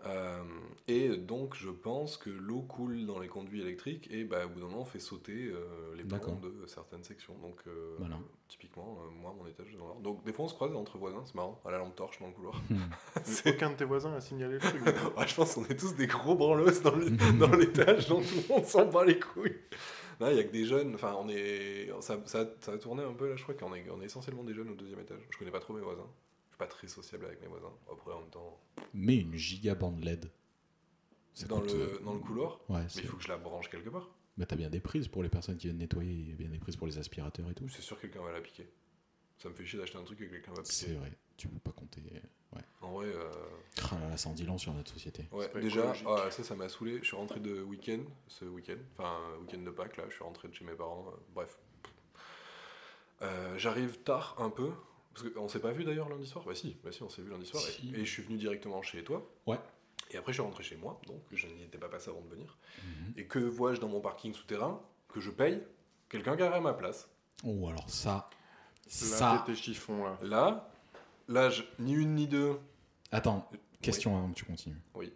Speaker 5: Euh, et donc, je pense que l'eau coule dans les conduits électriques et bah, au bout d'un moment, on fait sauter euh, les
Speaker 4: D'accord.
Speaker 5: plans de certaines sections. Donc, euh,
Speaker 4: Voilà.
Speaker 5: typiquement, euh, moi, mon étage, est dans l'ordre. Donc, des fois, on se croise entre voisins, c'est marrant, à la lampe torche dans le couloir.
Speaker 6: Mais
Speaker 5: C'est-
Speaker 6: Aucun de tes voisins a signalé le truc. d'accord.
Speaker 5: Ouais, je pense qu'on est tous des gros branlos dans le- dans l'étage, dont tout le monde s'en bat les couilles. Là, il n'y a que des jeunes. Enfin, on est. Ça, ça, ça a tourné un peu là, je crois qu'on est, on est essentiellement des jeunes au deuxième étage. Je connais pas trop mes voisins. Je suis pas très sociable avec mes voisins. Après, en même temps.
Speaker 4: Mais une gigabande LED. Ça
Speaker 5: Dans
Speaker 4: coûte,
Speaker 5: le,
Speaker 4: euh,
Speaker 5: dans le couloir
Speaker 4: Ouais,
Speaker 5: Mais
Speaker 4: c'est...
Speaker 5: il faut que je la branche quelque part.
Speaker 4: Bah, t'as bien des prises pour les personnes qui viennent nettoyer, il y a bien des prises pour les aspirateurs et tout.
Speaker 5: C'est sûr que quelqu'un va la piquer. Ça me fait chier d'acheter un truc que quelqu'un va
Speaker 4: C'est
Speaker 5: piquer.
Speaker 4: vrai, tu peux pas compter.
Speaker 5: En vrai, euh,
Speaker 4: Ah là là, ça en dit long sur notre société.
Speaker 5: ouais,
Speaker 6: C'est pas
Speaker 5: déjà,
Speaker 6: écologique.
Speaker 5: ah, ça, ça m'a saoulé. Je suis rentré de week-end, ce week-end, enfin, euh, week-end de Pâques, là, je suis rentré de chez mes parents, euh, bref. Euh, J'arrive tard un peu, parce qu'on s'est pas vu d'ailleurs lundi soir. Bah si, bah si on s'est vu lundi soir, et-
Speaker 4: Si.
Speaker 5: et, je suis venu directement chez toi.
Speaker 4: Ouais.
Speaker 5: Et après, je suis rentré chez moi, donc je n'y étais pas passé avant de venir. Et que vois-je dans mon parking souterrain Que je paye Quelqu'un qui à ma place.
Speaker 4: Oh, alors ça.
Speaker 6: Là,
Speaker 4: Ça.
Speaker 6: tes chiffons, là.
Speaker 5: Là, là, je- ni une ni deux.
Speaker 4: Attends, question avant que tu continues.
Speaker 5: Oui.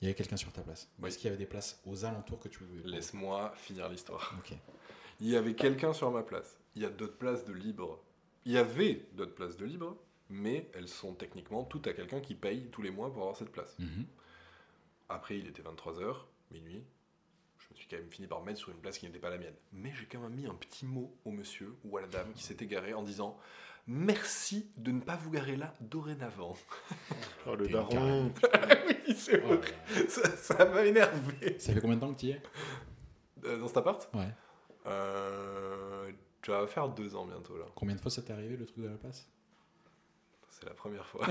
Speaker 4: Il y avait quelqu'un sur ta place.
Speaker 5: Oui.
Speaker 4: Est-ce qu'il y avait des places aux alentours que tu pouvais prendre
Speaker 5: Laisse-moi finir l'histoire.
Speaker 4: Ok.
Speaker 5: Il y avait quelqu'un sur ma place. Il y a d'autres places de libre. Il y avait d'autres places de libre, mais elles sont techniquement toutes à quelqu'un qui paye tous les mois pour avoir cette place.
Speaker 4: Mhm.
Speaker 5: Après, il était 23h, minuit. Je me suis quand même fini par mettre sur une place qui n'était pas la mienne. Mais j'ai quand même mis un petit mot au monsieur ou à la dame qui s'était garée en disant Merci de ne pas vous garer là dorénavant.
Speaker 6: Oh, le
Speaker 4: T'es
Speaker 6: daron.
Speaker 5: oui, c'est
Speaker 4: Oh là
Speaker 5: vrai.
Speaker 4: là.
Speaker 5: Ça ça m'a énervé.
Speaker 4: Ça fait combien de temps que tu y es
Speaker 5: Euh, dans cet appart
Speaker 4: Ouais.
Speaker 5: Euh, tu vas faire deux ans bientôt là.
Speaker 4: Combien de fois ça t'est arrivé le truc de la place
Speaker 5: C'est la première fois.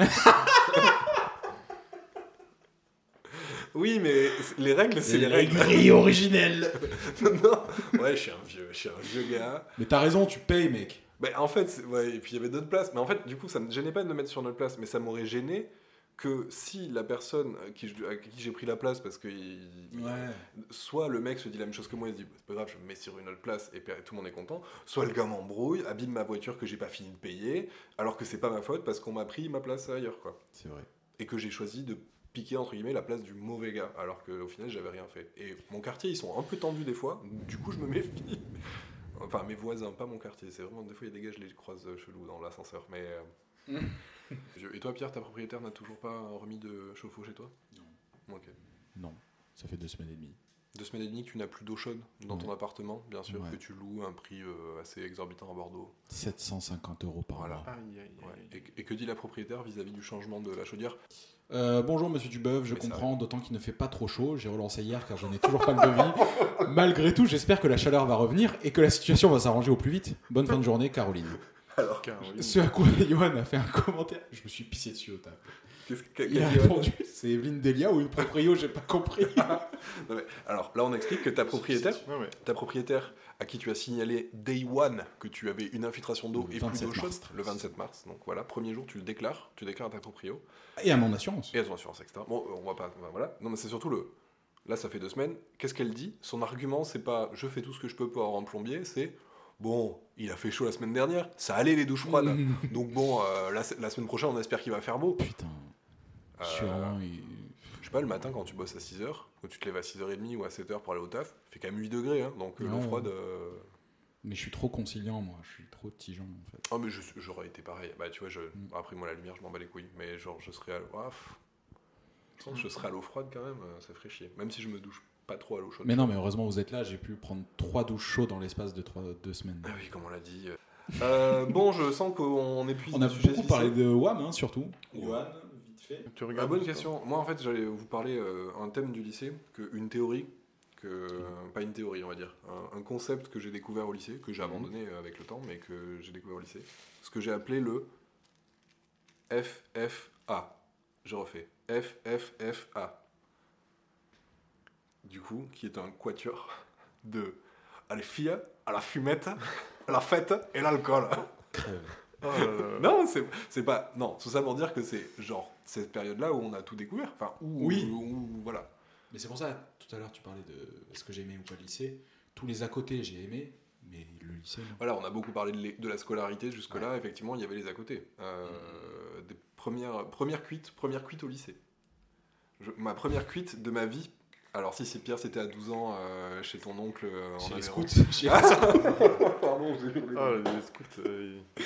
Speaker 5: oui, mais c'est- les règles, c'est les règles.
Speaker 4: originelles
Speaker 5: non. Ouais, je suis un vieux, je suis un vieux gars.
Speaker 4: Mais t'as raison, tu payes, mec.
Speaker 5: Mais en fait, c'est- ouais, et puis il y avait d'autres places. Mais en fait, du coup, ça me gênait pas de me mettre sur notre place, mais ça m'aurait gêné que si la personne à qui je- à qui j'ai pris la place, parce que il- il- soit le mec se dit la même chose que moi, il se dit bah, c'est pas grave, je me mets sur une autre place et per- tout le monde est content, soit le gars m'embrouille, abîme ma voiture que j'ai pas fini de payer, alors que c'est pas ma faute parce qu'on m'a pris ma place ailleurs quoi.
Speaker 4: C'est vrai.
Speaker 5: Et que j'ai choisi de piquer entre guillemets la place du mauvais gars, alors qu'au final j'avais rien fait. Et mon quartier ils sont un peu tendus des fois, du coup je me méfie. Enfin mes voisins, pas mon quartier, c'est vraiment des fois il y a des gars je les croise euh, chelous dans l'ascenseur, mais. euh, je- Et toi Pierre, ta propriétaire n'a toujours pas euh, remis de chauffe-eau chez toi Non. Ok.
Speaker 4: Non, ça fait deux semaines et demie.
Speaker 5: Deux semaines et demie que tu n'as plus d'eau chaude dans ton
Speaker 4: Ouais.
Speaker 5: appartement, bien sûr,
Speaker 4: Ouais.
Speaker 5: que tu loues à un prix euh, assez exorbitant à Bordeaux.
Speaker 4: 750 euros par
Speaker 5: Voilà.
Speaker 4: mois.
Speaker 6: Aïe, aïe, aïe.
Speaker 5: Ouais.
Speaker 6: aïe.
Speaker 5: Et, que- et que dit la propriétaire vis-à-vis du changement de la chaudière
Speaker 4: Euh, bonjour Monsieur Dubeuf, je
Speaker 5: Mais ça
Speaker 4: comprends, d'autant qu'il ne fait pas trop chaud. J'ai relancé hier car je n'ai toujours pas le devis. Malgré tout, j'espère que la chaleur va revenir et que la situation va s'arranger au plus vite. Bonne fin de journée, Caroline.
Speaker 5: Alors,
Speaker 6: Caroline.
Speaker 4: Ce à quoi Johan a fait un commentaire. Je me suis pissé dessus au table.
Speaker 5: qu'est-ce que-
Speaker 4: Il a
Speaker 5: qu'est-ce que-
Speaker 4: répondu c'est Evelyne Delia ou une proprio, j'ai pas compris.
Speaker 5: Non, mais, Alors là, on explique que ta propriétaire,
Speaker 6: Non, mais
Speaker 5: ta propriétaire à qui tu as signalé day one que tu avais une infiltration d'eau
Speaker 4: Le
Speaker 5: et plus
Speaker 4: 27
Speaker 5: d'eau chaude
Speaker 4: mars.
Speaker 5: le 27 mars. Donc voilà, premier jour, tu le déclares, tu déclares à ta proprio
Speaker 4: Et à mon assurance.
Speaker 5: et à son assurance etc. Bon, euh, on va pas. bah, Voilà. Non, mais c'est surtout le. Là, ça fait deux semaines. Qu'est-ce qu'elle dit Son argument, c'est pas je fais tout ce que je peux pour avoir un plombier, c'est bon, il a fait chaud la semaine dernière, ça allait les douches froides.
Speaker 4: Mmh.
Speaker 5: Donc bon, euh, la, la semaine prochaine, on espère qu'il va faire beau.
Speaker 4: Putain, je suis
Speaker 5: Euh,
Speaker 4: vraiment. il-
Speaker 5: Je sais pas, le matin quand tu bosses à 6h, ou tu te lèves à 6h30 ou à 7h pour aller au taf, fait quand même 8 degrés, hein, donc euh, l'eau
Speaker 4: Ouais,
Speaker 5: froide. euh,
Speaker 4: Mais je suis trop conciliant, moi. Je suis trop petit genre, en fait.
Speaker 5: Ah, mais je- j'aurais été pareil. Bah, tu vois, je...
Speaker 4: Mm.
Speaker 5: après moi, la lumière, je m'en bats les couilles, mais genre, je serais à l'eau. Ah, pff. je serais à l'eau froide quand même, euh, ça ferait chier. Même si je me douche pas trop à l'eau chaude.
Speaker 4: Mais non, mais heureusement, vous êtes là. J'ai pu prendre trois douches chaudes dans l'espace de trois, deux semaines.
Speaker 5: Ah oui, comme on l'a dit. euh. Euh, bon, je sens qu'on épuise
Speaker 4: On a
Speaker 5: le sujet
Speaker 4: beaucoup
Speaker 5: si
Speaker 4: parlé
Speaker 5: c'est-
Speaker 4: de WAM, hein, surtout.
Speaker 5: Johan,
Speaker 4: vite fait.
Speaker 6: tu
Speaker 5: La
Speaker 6: regardes.
Speaker 5: Ah, bonne
Speaker 6: ou pas
Speaker 5: question. Moi, en fait, j'allais vous parler euh, un thème du lycée, que une théorie, que
Speaker 6: Mm.
Speaker 5: euh, pas une théorie, on va dire, un, un concept que j'ai découvert au lycée, que j'ai abandonné euh, avec le temps, mais que j'ai découvert au lycée. Ce que j'ai appelé le FFA. Je refais. FFFA. Du coup, qui est un quatuor de à les filles, à la fumette, à la fête et l'alcool.
Speaker 6: Oh là là là.
Speaker 5: Non, c'est c'est pas. Non, tout ça pour dire que c'est genre cette période-là où on a tout découvert. Enfin, où,
Speaker 4: Oui.
Speaker 5: où- où- voilà.
Speaker 4: Mais c'est pour ça, tout à l'heure, tu parlais de ce que j'aimais ou pas le lycée. Tous les à côté, j'ai aimé, mais le lycée, non.
Speaker 5: Voilà, on a beaucoup parlé de, l'é- de la scolarité jusque-là. Effectivement, il y avait les à côté. Euh, Des premières, premières cuites, première cuite au lycée. Je- ma première cuite de ma vie. Alors, si c'est pire, c'était à 12 ans euh, chez ton oncle. euh, en
Speaker 4: Chez les
Speaker 5: Aveyron.
Speaker 4: scouts. chez les scouts.
Speaker 5: Pardon, j'ai hurlé.
Speaker 6: Oh, les scouts, euh, il-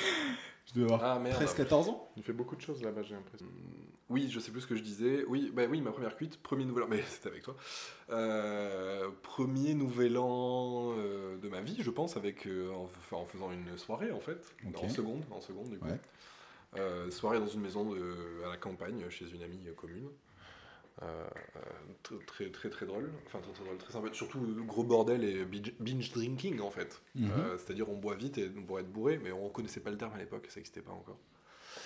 Speaker 4: Je devais avoir
Speaker 5: Ah merde.
Speaker 4: 13-14 ans.
Speaker 6: il fait beaucoup de choses là-bas, j'ai l'impression.
Speaker 5: Oui, je sais plus ce que je disais. Oui, bah oui, ma première cuite, premier nouvel an. Mais c'était avec toi. Euh, premier nouvel an euh, de ma vie, je pense, avec euh, en, enfin, en faisant une soirée en fait,
Speaker 4: Ok.
Speaker 5: en seconde, en seconde du coup.
Speaker 4: Ouais.
Speaker 5: Euh, soirée dans une maison de- à la campagne chez une amie commune. Euh, euh, tr- très très très drôle, enfin très très drôle, très sympa. Surtout gros bordel et binge- binge drinking en fait.
Speaker 4: Mhm.
Speaker 5: Euh, C'est-à-dire on boit vite et on pourrait être bourré, mais on connaissait pas le terme à l'époque, ça n'existait pas encore.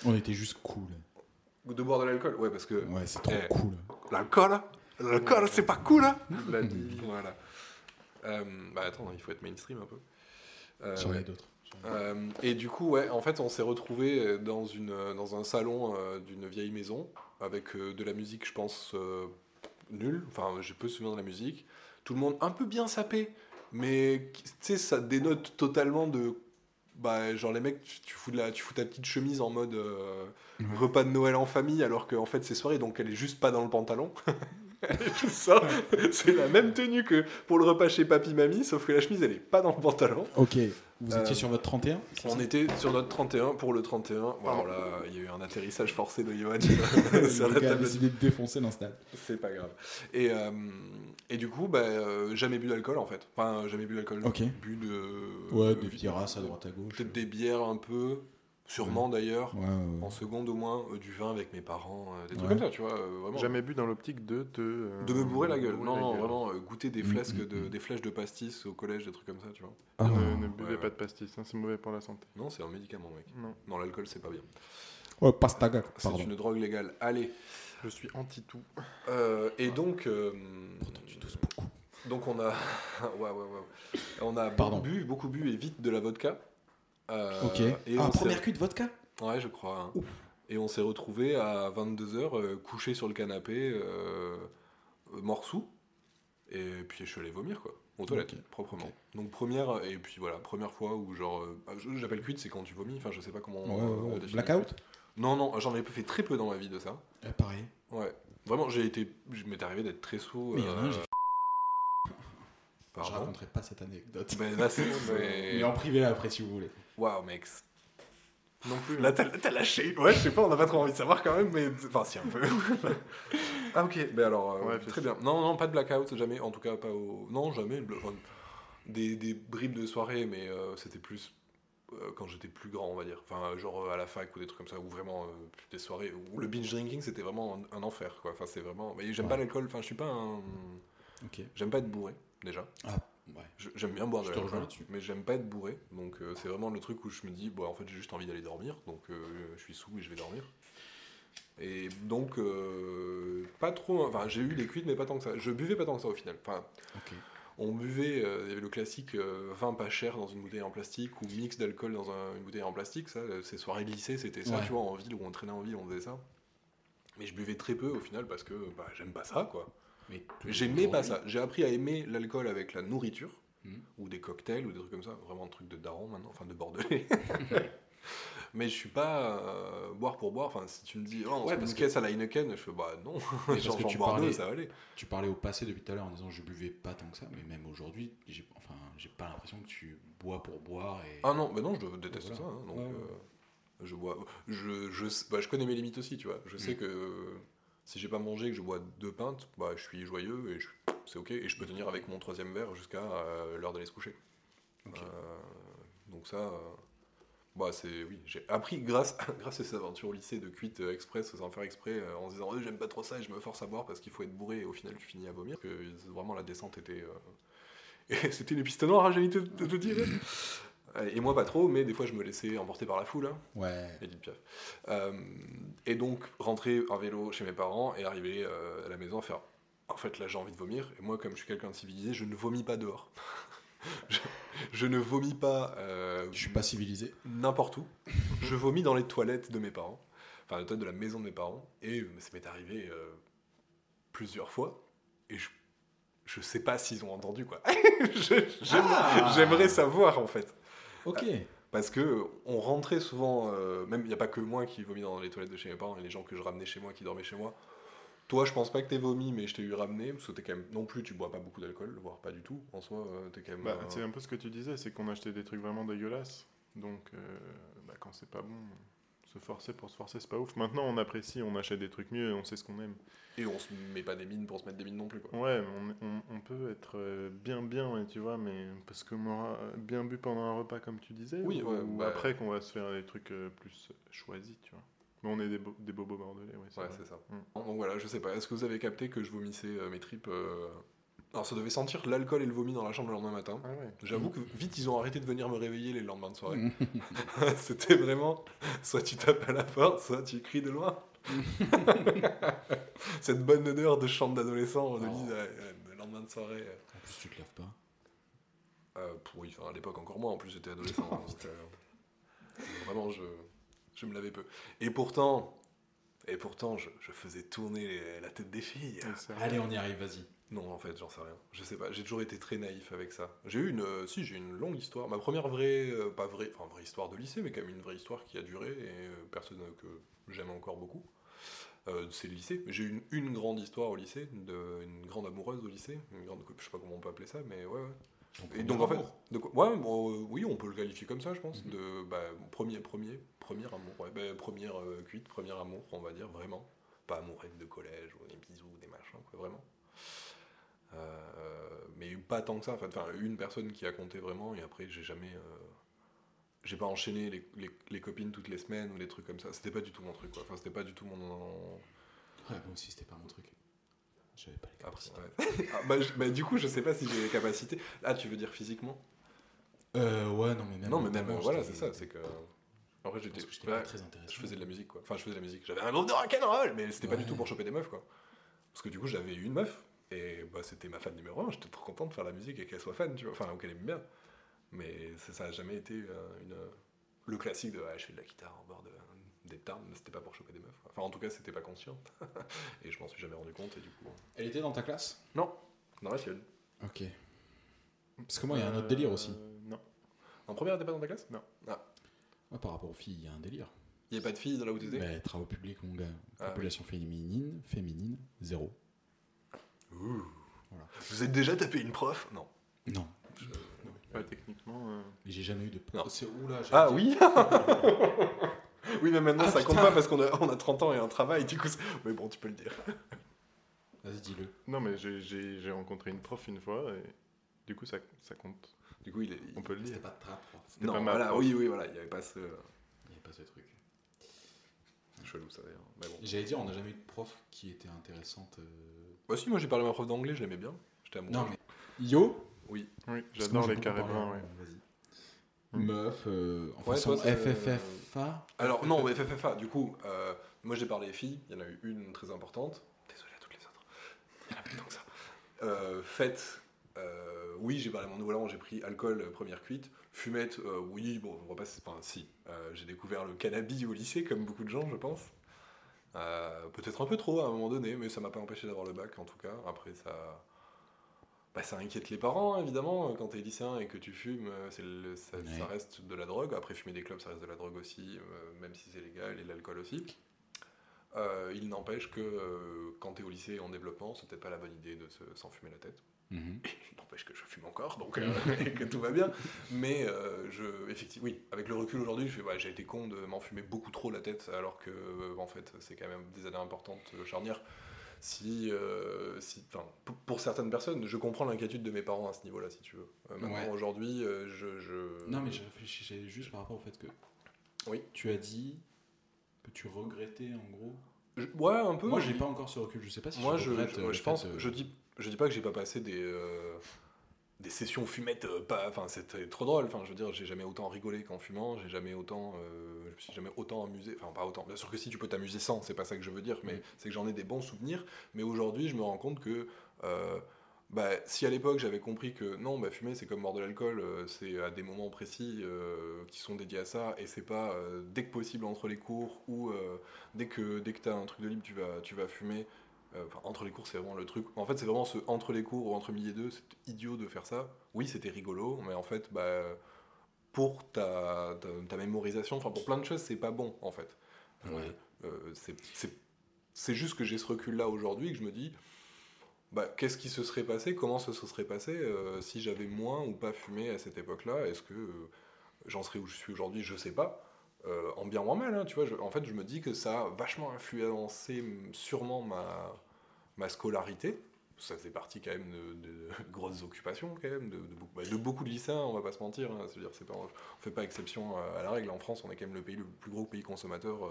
Speaker 4: On était juste cool.
Speaker 5: De boire de l'alcool, ouais parce que
Speaker 4: Ouais, c'est trop
Speaker 5: Eh.
Speaker 4: cool.
Speaker 5: L'alcool, hein. l'alcool, c'est pas cool. hein
Speaker 6: La vie.
Speaker 5: voilà. Euh, bah attends, il faut être mainstream un peu. Euh,
Speaker 4: J'en ai
Speaker 5: ouais.
Speaker 4: d'autres.
Speaker 5: Euh, et du coup, ouais, en fait, on s'est retrouvé dans une dans un salon euh, d'une vieille maison avec euh, de la musique, je pense euh, nulle. Enfin, j'ai peu de souvenirs de la musique. Tout le monde un peu bien sapé, mais tu sais, ça dénote totalement de bah genre les mecs, tu, tu fous de la, tu fous ta petite chemise en mode euh,
Speaker 4: Ouais.
Speaker 5: repas de Noël en famille, alors qu'en fait c'est soirée, donc elle est juste pas dans le pantalon. Elle est tout ça, c'est la même tenue que pour le repas chez papy mamie, sauf que la chemise elle est pas dans le pantalon.
Speaker 4: Ok, vous
Speaker 5: Euh,
Speaker 4: étiez sur votre 31 c'est
Speaker 5: On
Speaker 4: ça
Speaker 5: était sur notre 31 pour le 31. Bon, alors là, il y a eu un atterrissage forcé de Johan sur
Speaker 4: Le
Speaker 5: la
Speaker 4: gars a
Speaker 5: table.
Speaker 4: décidé de défoncer l'install.
Speaker 5: C'est pas grave. Et, euh, et du coup, bah, euh, jamais bu d'alcool en fait. Enfin, jamais bu d'alcool.
Speaker 4: Ok.
Speaker 5: Bu de.
Speaker 4: Ouais,
Speaker 5: de-
Speaker 4: des pirasses à droite à gauche.
Speaker 5: Peut-être des bières un peu, sûrement d'ailleurs.
Speaker 4: Ouais, ouais.
Speaker 5: En seconde au moins, euh, du vin avec mes parents, euh, des trucs
Speaker 4: Ouais.
Speaker 5: comme ça, tu vois, euh, vraiment.
Speaker 6: Jamais bu dans l'optique de te. euh,
Speaker 5: De me bourrer la gueule.
Speaker 6: bourrer
Speaker 5: Non,
Speaker 6: la
Speaker 5: non,
Speaker 6: gueule.
Speaker 5: vraiment, euh, goûter des
Speaker 4: Mm,
Speaker 5: flèches de,
Speaker 4: mm, mm.
Speaker 5: des flèches de pastis au collège, des trucs comme ça, tu vois.
Speaker 4: Ah.
Speaker 5: Euh,
Speaker 6: Ne, ne buvez
Speaker 5: Ouais,
Speaker 6: pas de pastis, hein, c'est mauvais pour la santé.
Speaker 5: Non, c'est un médicament, mec.
Speaker 6: Non,
Speaker 5: Non, l'alcool, c'est pas bien.
Speaker 4: Ouais, Oh, pastaga,
Speaker 5: C'est
Speaker 4: pardon.
Speaker 5: une drogue légale. Allez.
Speaker 6: je suis anti tout.
Speaker 5: Euh, et donc. euh,
Speaker 4: Pourtant, tu tousses beaucoup.
Speaker 5: donc, on a. ouais, ouais, ouais. On a
Speaker 4: Pardon.
Speaker 5: beaucoup bu, beaucoup bu et vite de la vodka. Euh,
Speaker 4: Ok.
Speaker 5: Et
Speaker 4: ah,
Speaker 5: on s'est-
Speaker 4: première cuite de vodka
Speaker 5: Ouais, je crois. hein. Et on s'est retrouvé à 22h, couché sur le canapé, euh, euh, morceau. Et puis je suis allé vomir, quoi. Aux toilettes,
Speaker 4: Ok.
Speaker 5: proprement.
Speaker 4: Ok.
Speaker 5: Donc première, et puis voilà, première fois où genre. euh, bah, je- J'appelle cuite, c'est quand tu vomis, enfin je sais pas comment.
Speaker 4: Ouais, ouais,
Speaker 5: euh,
Speaker 4: ouais.
Speaker 5: on définit
Speaker 4: Blackout
Speaker 5: cuite. Non, non, j'en ai fait très peu dans ma vie de ça.
Speaker 4: Ouais, Euh, Pareil.
Speaker 5: Ouais. Vraiment, j'ai été. Je m'étais arrivé d'être très saoul.
Speaker 4: Mais il y en a un,
Speaker 5: euh,
Speaker 4: j'ai Je
Speaker 5: Pardon.
Speaker 4: raconterai pas cette anecdote.
Speaker 5: Ben là, c'est.
Speaker 4: Mais en privé après, si vous voulez.
Speaker 5: Waouh, mec.
Speaker 6: Non plus.
Speaker 5: Là, t'as t'as lâché. Ouais, je sais pas, on n'a pas trop envie de savoir quand même, mais. Enfin, si, un peu. ah, ok. Mais alors, euh,
Speaker 6: Ouais,
Speaker 5: très bien. Non, non, pas de blackout, jamais. En tout cas, pas au. Non, jamais. le- enfin, Des, des bribes de soirée, mais euh, c'était plus euh, quand j'étais plus grand, on va dire. Enfin, euh, genre euh, à la fac ou des trucs comme ça, ou vraiment euh, des soirées où le binge drinking, c'était vraiment un, un enfer, quoi. Enfin, c'est vraiment. Mais j'aime
Speaker 4: Ouais.
Speaker 5: pas l'alcool, enfin, je suis pas un.
Speaker 4: Ok.
Speaker 5: J'aime pas être bourré, déjà.
Speaker 4: Ah, Ouais.
Speaker 5: Je- J'aime bien boire de
Speaker 4: Je te
Speaker 5: l'alcool,
Speaker 4: rejoins là-dessus.
Speaker 5: mais j'aime pas être bourré. Donc euh, c'est vraiment le truc où je me dis, bah, en fait j'ai juste envie d'aller dormir, donc euh, je suis sous et je vais dormir. Et donc euh, pas trop. Enfin j'ai eu les cuites, mais pas tant que ça. Je buvais pas tant que ça au final. Enfin,
Speaker 4: Ok.
Speaker 5: on buvait, euh, il y avait le classique euh, vin pas cher dans une bouteille en plastique ou mix d'alcool dans un- une bouteille en plastique. Ça, euh, ces soirées de lycée, c'était ça,
Speaker 4: Ouais.
Speaker 5: tu vois, en ville où on traînait en ville, on faisait ça. Mais je buvais très peu au final parce que bah, j'aime pas ça, quoi.
Speaker 4: Mais
Speaker 5: J'aimais pas
Speaker 4: aujourd'hui-
Speaker 5: ça. J'ai appris à aimer l'alcool avec la nourriture,
Speaker 4: Mhm.
Speaker 5: ou des cocktails, ou des trucs comme ça. Vraiment un truc de daron maintenant, enfin de bordelais. Mais je suis pas euh, boire pour boire. Enfin, si tu me dis, oh, on
Speaker 4: Ouais,
Speaker 5: se
Speaker 4: parce
Speaker 5: parce qu'à la Heineken, je fais, bah non.
Speaker 4: Mais parce
Speaker 5: Genre,
Speaker 4: que
Speaker 5: j'en
Speaker 4: tu
Speaker 5: bois deux,
Speaker 4: parlais-
Speaker 5: ça va aller.
Speaker 4: Tu parlais au passé depuis tout à l'heure en disant je buvais pas tant que ça, mais même aujourd'hui, j'ai enfin, j'ai pas l'impression que tu bois pour boire. Et...
Speaker 5: Ah non, bah non, je déteste
Speaker 4: Voilà.
Speaker 5: ça. hein, donc,
Speaker 4: Ouais, ouais.
Speaker 5: euh, je bois. Je, je, sais- bah, je connais mes limites aussi, tu vois. Je sais
Speaker 4: Mm.
Speaker 5: que euh, si j'ai pas mangé et que je bois deux pintes, bah, je suis joyeux et je- c'est ok. Et je peux tenir avec mon troisième verre jusqu'à euh, l'heure d'aller se coucher.
Speaker 4: Ok.
Speaker 5: Euh, donc ça, euh, bah c'est oui, j'ai appris grâce grâce à cette aventure au lycée de cuite euh, express sans faire exprès, euh, en se disant Euh, j'aime pas trop ça et je me force à boire parce qu'il faut être bourré et au final tu finis à vomir. Que vraiment la descente était euh, et c'était une piste noire, hein, j'allais te, te- te dire. Euh, Et moi pas trop, mais des fois je me laissais emporter par la foule. hein.
Speaker 4: Ouais.
Speaker 5: Edith Piaf. Euh, et donc, rentrer en vélo chez mes parents et arriver euh, à la maison, faire En fait, là, j'ai envie de vomir. Et moi, comme je suis quelqu'un de civilisé, je ne vomis pas dehors. je, je ne vomis pas euh,
Speaker 4: Je suis pas civilisé.
Speaker 5: n'importe où. je vomis dans les toilettes de mes parents. Enfin, les toilettes de la maison de mes parents. Et euh, ça m'est arrivé euh, plusieurs fois. Et je. Je sais pas s'ils ont entendu quoi. Je- j'aime-
Speaker 4: Ah
Speaker 5: J'aimerais savoir en fait.
Speaker 4: Ok.
Speaker 5: Parce que euh, on rentrait souvent, euh, même il n'y a pas que moi qui vomis dans les toilettes de chez mes parents, il y a les gens que je ramenais chez moi qui dormaient chez moi. Toi, je pense pas que t'aies vomi, mais je t'ai eu ramené, parce que t'es quand même, non plus, tu bois pas beaucoup d'alcool, voire pas du tout. En soi, euh, t'es quand même.
Speaker 6: Bah,
Speaker 5: euh,
Speaker 6: C'est un peu ce que tu disais, c'est qu'on achetait des trucs vraiment dégueulasses. Donc, euh, bah, quand c'est pas bon, se forcer pour se forcer, c'est pas ouf. Maintenant, on apprécie, on achète des trucs mieux et on sait ce qu'on aime.
Speaker 5: Et on se met pas des mines pour se mettre des mines non plus, quoi.
Speaker 6: Ouais, mais on, on- on peut être euh, bien bien, ouais, tu vois, mais parce qu'on aura euh, bien bu pendant un repas, comme tu disais,
Speaker 5: Oui,
Speaker 6: ou,
Speaker 5: ouais,
Speaker 6: ou
Speaker 5: bah-
Speaker 6: après qu'on va se faire des trucs euh, plus choisis, tu vois. Mais on est des, bo- des bobos bordelais, ouais, c'est
Speaker 5: Ouais,
Speaker 6: vrai.
Speaker 5: c'est ça.
Speaker 6: Mm.
Speaker 5: Donc voilà, je sais pas, est-ce que vous avez capté que je vomissais euh, mes tripes euh, Alors, ça devait sentir l'alcool et le vomi dans la chambre le lendemain matin.
Speaker 6: Ah ouais.
Speaker 5: J'avoue que vite, ils ont arrêté de venir me réveiller les lendemains de soirée. C'était vraiment soit tu tapes à la porte, soit tu cries de loin. Cette bonne odeur de chambre d'adolescent, de
Speaker 4: Oh.
Speaker 5: lit, euh, euh, le lendemain de soirée. euh.
Speaker 4: En plus, tu te laves pas.
Speaker 5: Euh, pour- oui, enfin, à l'époque encore moins, en plus j'étais adolescent.
Speaker 4: Oh,
Speaker 5: donc, euh, vraiment, je, je me lavais peu. Et pourtant, et pourtant je, je faisais tourner les- la tête des filles.
Speaker 6: Ouais, c'est vrai.
Speaker 4: Allez, on y arrive, vas-y.
Speaker 5: Non, en fait, j'en sais rien. Je sais pas. J'ai toujours été très naïf avec ça. J'ai eu une, euh, si, j'ai eu une longue histoire. Ma première vraie, euh, pas vraie, enfin vraie histoire de lycée, mais quand même une vraie histoire qui a duré et euh, personne euh, que j'aime encore beaucoup. Euh, c'est le lycée. J'ai eu une, une grande histoire au lycée, de, une grande amoureuse au lycée, une grande, couple, je sais pas comment on peut appeler ça, mais ouais. ouais. Et donc en fait, de quoi- ouais, bon, euh, oui, on peut le qualifier comme ça, je pense. De bah, premier, premier, premier amour, ouais, bah, première euh, cuite, premier amour, on va dire vraiment. Pas amourette de collège ou des bisous ou des machins, quoi, vraiment. Euh, mais pas tant que ça. en fait. Enfin, une personne qui a compté vraiment, et après, j'ai jamais. euh, j'ai pas enchaîné les, les- les copines toutes les semaines ou des trucs comme ça. C'était pas du tout mon truc, quoi. Enfin, c'était pas du tout mon.
Speaker 4: Ouais, moi aussi, c'était pas mon truc. J'avais pas les
Speaker 5: Après,
Speaker 4: capacités.
Speaker 5: ouais. Ah, bah, je- bah, du coup, je sais pas si j'ai les capacités. Ah, tu veux dire physiquement
Speaker 4: Euh, ouais, non, mais même.
Speaker 5: Non, mais même,
Speaker 4: mentalement,
Speaker 5: voilà,
Speaker 4: j'étais-
Speaker 5: c'est ça, c'est que. En vrai,
Speaker 4: je pense
Speaker 5: j'étais.
Speaker 4: que j'étais pas
Speaker 5: ouais,
Speaker 4: très intéressé.
Speaker 5: Je faisais de la musique, quoi. Enfin, je faisais de la musique. J'avais un groupe de rock'n'roll, mais c'était pas
Speaker 4: Ouais.
Speaker 5: du tout pour choper des meufs, quoi. Parce que du coup, j'avais une meuf, et bah, c'était ma fan numéro un. J'étais trop content de faire la musique et qu'elle soit fan, tu vois. Enfin, ou qu'elle aime bien. Mais ça ça a jamais été euh, une. Le classique de ah, je fais de la guitare en bord de, des tarmes, mais c'était pas pour choper des meufs. quoi. Enfin, en tout cas, c'était pas conscient. et je m'en suis jamais rendu compte, et du coup.
Speaker 4: Elle était dans ta classe
Speaker 5: Non, dans la sienne.
Speaker 4: Ok. Parce que moi, il y a un autre délire aussi.
Speaker 6: Euh, Non.
Speaker 5: En première, t'es pas dans ta classe
Speaker 6: Non.
Speaker 5: Ah,
Speaker 4: Ouais, par rapport aux filles, il y a un délire.
Speaker 5: y avait pas de filles dans là où t'étais
Speaker 4: Mais travaux publics, mon gars.
Speaker 5: Ah,
Speaker 4: Population féminine, féminine, zéro.
Speaker 5: Ouh.
Speaker 4: Voilà.
Speaker 5: Vous êtes déjà tapé une prof Non.
Speaker 4: Non.
Speaker 6: Pas techniquement. euh,
Speaker 4: Et J'ai jamais eu de.
Speaker 5: Non.
Speaker 4: C'est oula, j'ai-
Speaker 5: Ah oui Oui, mais maintenant
Speaker 4: Ah,
Speaker 5: ça compte
Speaker 4: putain.
Speaker 5: pas parce qu'on a, on a 30 ans et un travail, du coup. c'est- Mais bon, tu peux le dire.
Speaker 4: Vas-y, dis-le.
Speaker 6: Non, mais j'ai- j'ai j'ai rencontré une prof une fois et du coup, ça, ça compte.
Speaker 5: Du coup, il est. il-
Speaker 6: On peut le dire.
Speaker 4: C'était pas de trap, quoi.
Speaker 6: C'était
Speaker 5: Non,
Speaker 6: pas ma
Speaker 5: voilà,
Speaker 6: prof.
Speaker 5: oui, oui, voilà, il n'y avait pas ce.
Speaker 4: Il n'y a pas ce truc.
Speaker 5: Chelou, ça d'ailleurs. Mais bon.
Speaker 4: J'allais dire, on n'a jamais eu de prof qui était intéressante. euh,
Speaker 5: Bah, Moi aussi, moi j'ai parlé à ma prof d'anglais, je l'aimais bien. J'étais amoureux.
Speaker 4: Non, mais. Yo
Speaker 5: Oui.
Speaker 4: Parce
Speaker 6: Oui,
Speaker 4: que
Speaker 6: j'adore
Speaker 4: moi,
Speaker 6: les
Speaker 4: j'ai pas
Speaker 6: carrés
Speaker 4: parlé.
Speaker 5: hein.
Speaker 6: blancs. ouais.
Speaker 4: Vas-y. Meuf, euh, en
Speaker 5: Ouais,
Speaker 4: façon
Speaker 5: toi, c'est-
Speaker 4: FFFA.
Speaker 5: Alors, non, mais FFFA, du coup, euh, moi j'ai parlé des filles, il y en a eu une très importante. Désolé à toutes les autres. Il y en a plus tant que ça. Euh, fête, euh, oui, j'ai parlé de mon nouvel an, j'ai pris alcool, euh, première cuite. Fumette, euh, oui, bon, on va pas. Enfin, si. Euh, j'ai découvert le cannabis au lycée, comme beaucoup de gens, je pense. Euh, Peut-être un peu trop à un moment donné, mais ça m'a pas empêché d'avoir le bac en tout cas. Après, ça. Bah, ça inquiète les parents, évidemment, quand t'es lycéen et que tu fumes, euh, c'est le- ça,
Speaker 4: Ouais.
Speaker 5: ça reste de la drogue. Après, fumer des clubs, ça reste de la drogue aussi, euh, même si c'est légal, et l'alcool aussi. Euh, il n'empêche que euh, quand t'es au lycée en développement, c'est peut-être pas la bonne idée de se- s'en fumer la tête.
Speaker 4: Mhm.
Speaker 5: Il n'empêche que je fume encore, donc euh, et que tout va bien. Mais euh, je, effectivement, oui, avec le recul aujourd'hui, je fais, ouais, j'ai été con de m'en fumer beaucoup trop la tête, alors que, euh, en fait, c'est quand même des années importantes, euh, charnières. Si, euh, si, enfin, p- pour certaines personnes, je comprends l'inquiétude de mes parents à ce niveau-là, si tu veux. Euh, maintenant,
Speaker 4: Ouais.
Speaker 5: aujourd'hui, euh, je, je-
Speaker 4: Non, mais je réfléchissais juste par rapport au fait que.
Speaker 5: Oui.
Speaker 4: Tu as dit que tu regrettais en gros.
Speaker 5: je- ouais, un peu.
Speaker 4: Moi, j'ai
Speaker 5: oui.
Speaker 4: pas encore ce recul. Je sais pas si
Speaker 5: Moi,
Speaker 4: je
Speaker 5: je,
Speaker 4: regrette.
Speaker 5: je-
Speaker 4: euh,
Speaker 5: moi,
Speaker 4: le
Speaker 5: je
Speaker 4: fait,
Speaker 5: pense,
Speaker 4: euh,
Speaker 5: je dis, je dis pas que j'ai pas passé des euh, des sessions fumettes, euh, pas, enfin c'était trop drôle. Enfin, je veux dire, j'ai jamais autant rigolé qu'en fumant, j'ai jamais autant, euh, je me suis jamais autant amusé. Enfin, pas autant. Bien sûr que si tu peux t'amuser sans, c'est pas ça que je veux dire, mais
Speaker 4: Mm.
Speaker 5: c'est que j'en ai des bons souvenirs. Mais aujourd'hui, je me rends compte que euh, bah, si à l'époque j'avais compris que non, bah, fumer c'est comme boire de l'alcool, euh, c'est à des moments précis euh, qui sont dédiés à ça, et c'est pas euh, dès que possible entre les cours ou euh, dès que dès que t'as un truc de libre, tu vas tu vas fumer. Euh, enfin, entre les cours, c'est vraiment le truc. En fait, c'est vraiment ce entre les cours ou entre midi et deux, c'est idiot de faire ça. Oui, c'était rigolo, mais en fait, bah, pour ta, ta, ta mémorisation, enfin pour plein de choses, c'est pas bon en fait.
Speaker 4: ouais.
Speaker 5: Euh, c'est- c'est c'est juste que j'ai ce recul-là aujourd'hui que je me dis, bah, qu'est-ce qui se serait passé, comment ça se serait passé euh, si j'avais moins ou pas fumé à cette époque-là Est-ce que euh, j'en serais où je suis aujourd'hui Je sais pas. Euh, en bien ou en mal, hein, tu vois. je- en fait, je me dis que ça a vachement influencé m- sûrement ma, ma scolarité. Ça faisait partie quand même de, de grosses occupations, quand même, de, de beaucoup- bah, de beaucoup de lycéens, on va pas se mentir. hein, c'est-à-dire, c'est pas, on fait pas exception à, à la règle. En France, on est quand même le, pays, le plus gros pays consommateur euh,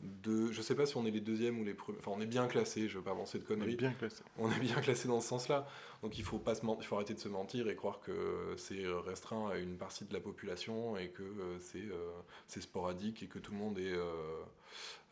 Speaker 5: de. Je sais pas si on est les deuxièmes ou les premiers. Enfin, on est bien classé, je veux pas avancer de
Speaker 6: On est
Speaker 5: conneries.
Speaker 6: bien classé.
Speaker 5: On est bien classé dans ce sens-là. Donc il faut, pas se men- il faut arrêter de se mentir et croire que c'est euh, restreint à une partie de la population et que euh, c'est euh, c'est sporadique et que tout le monde est, euh,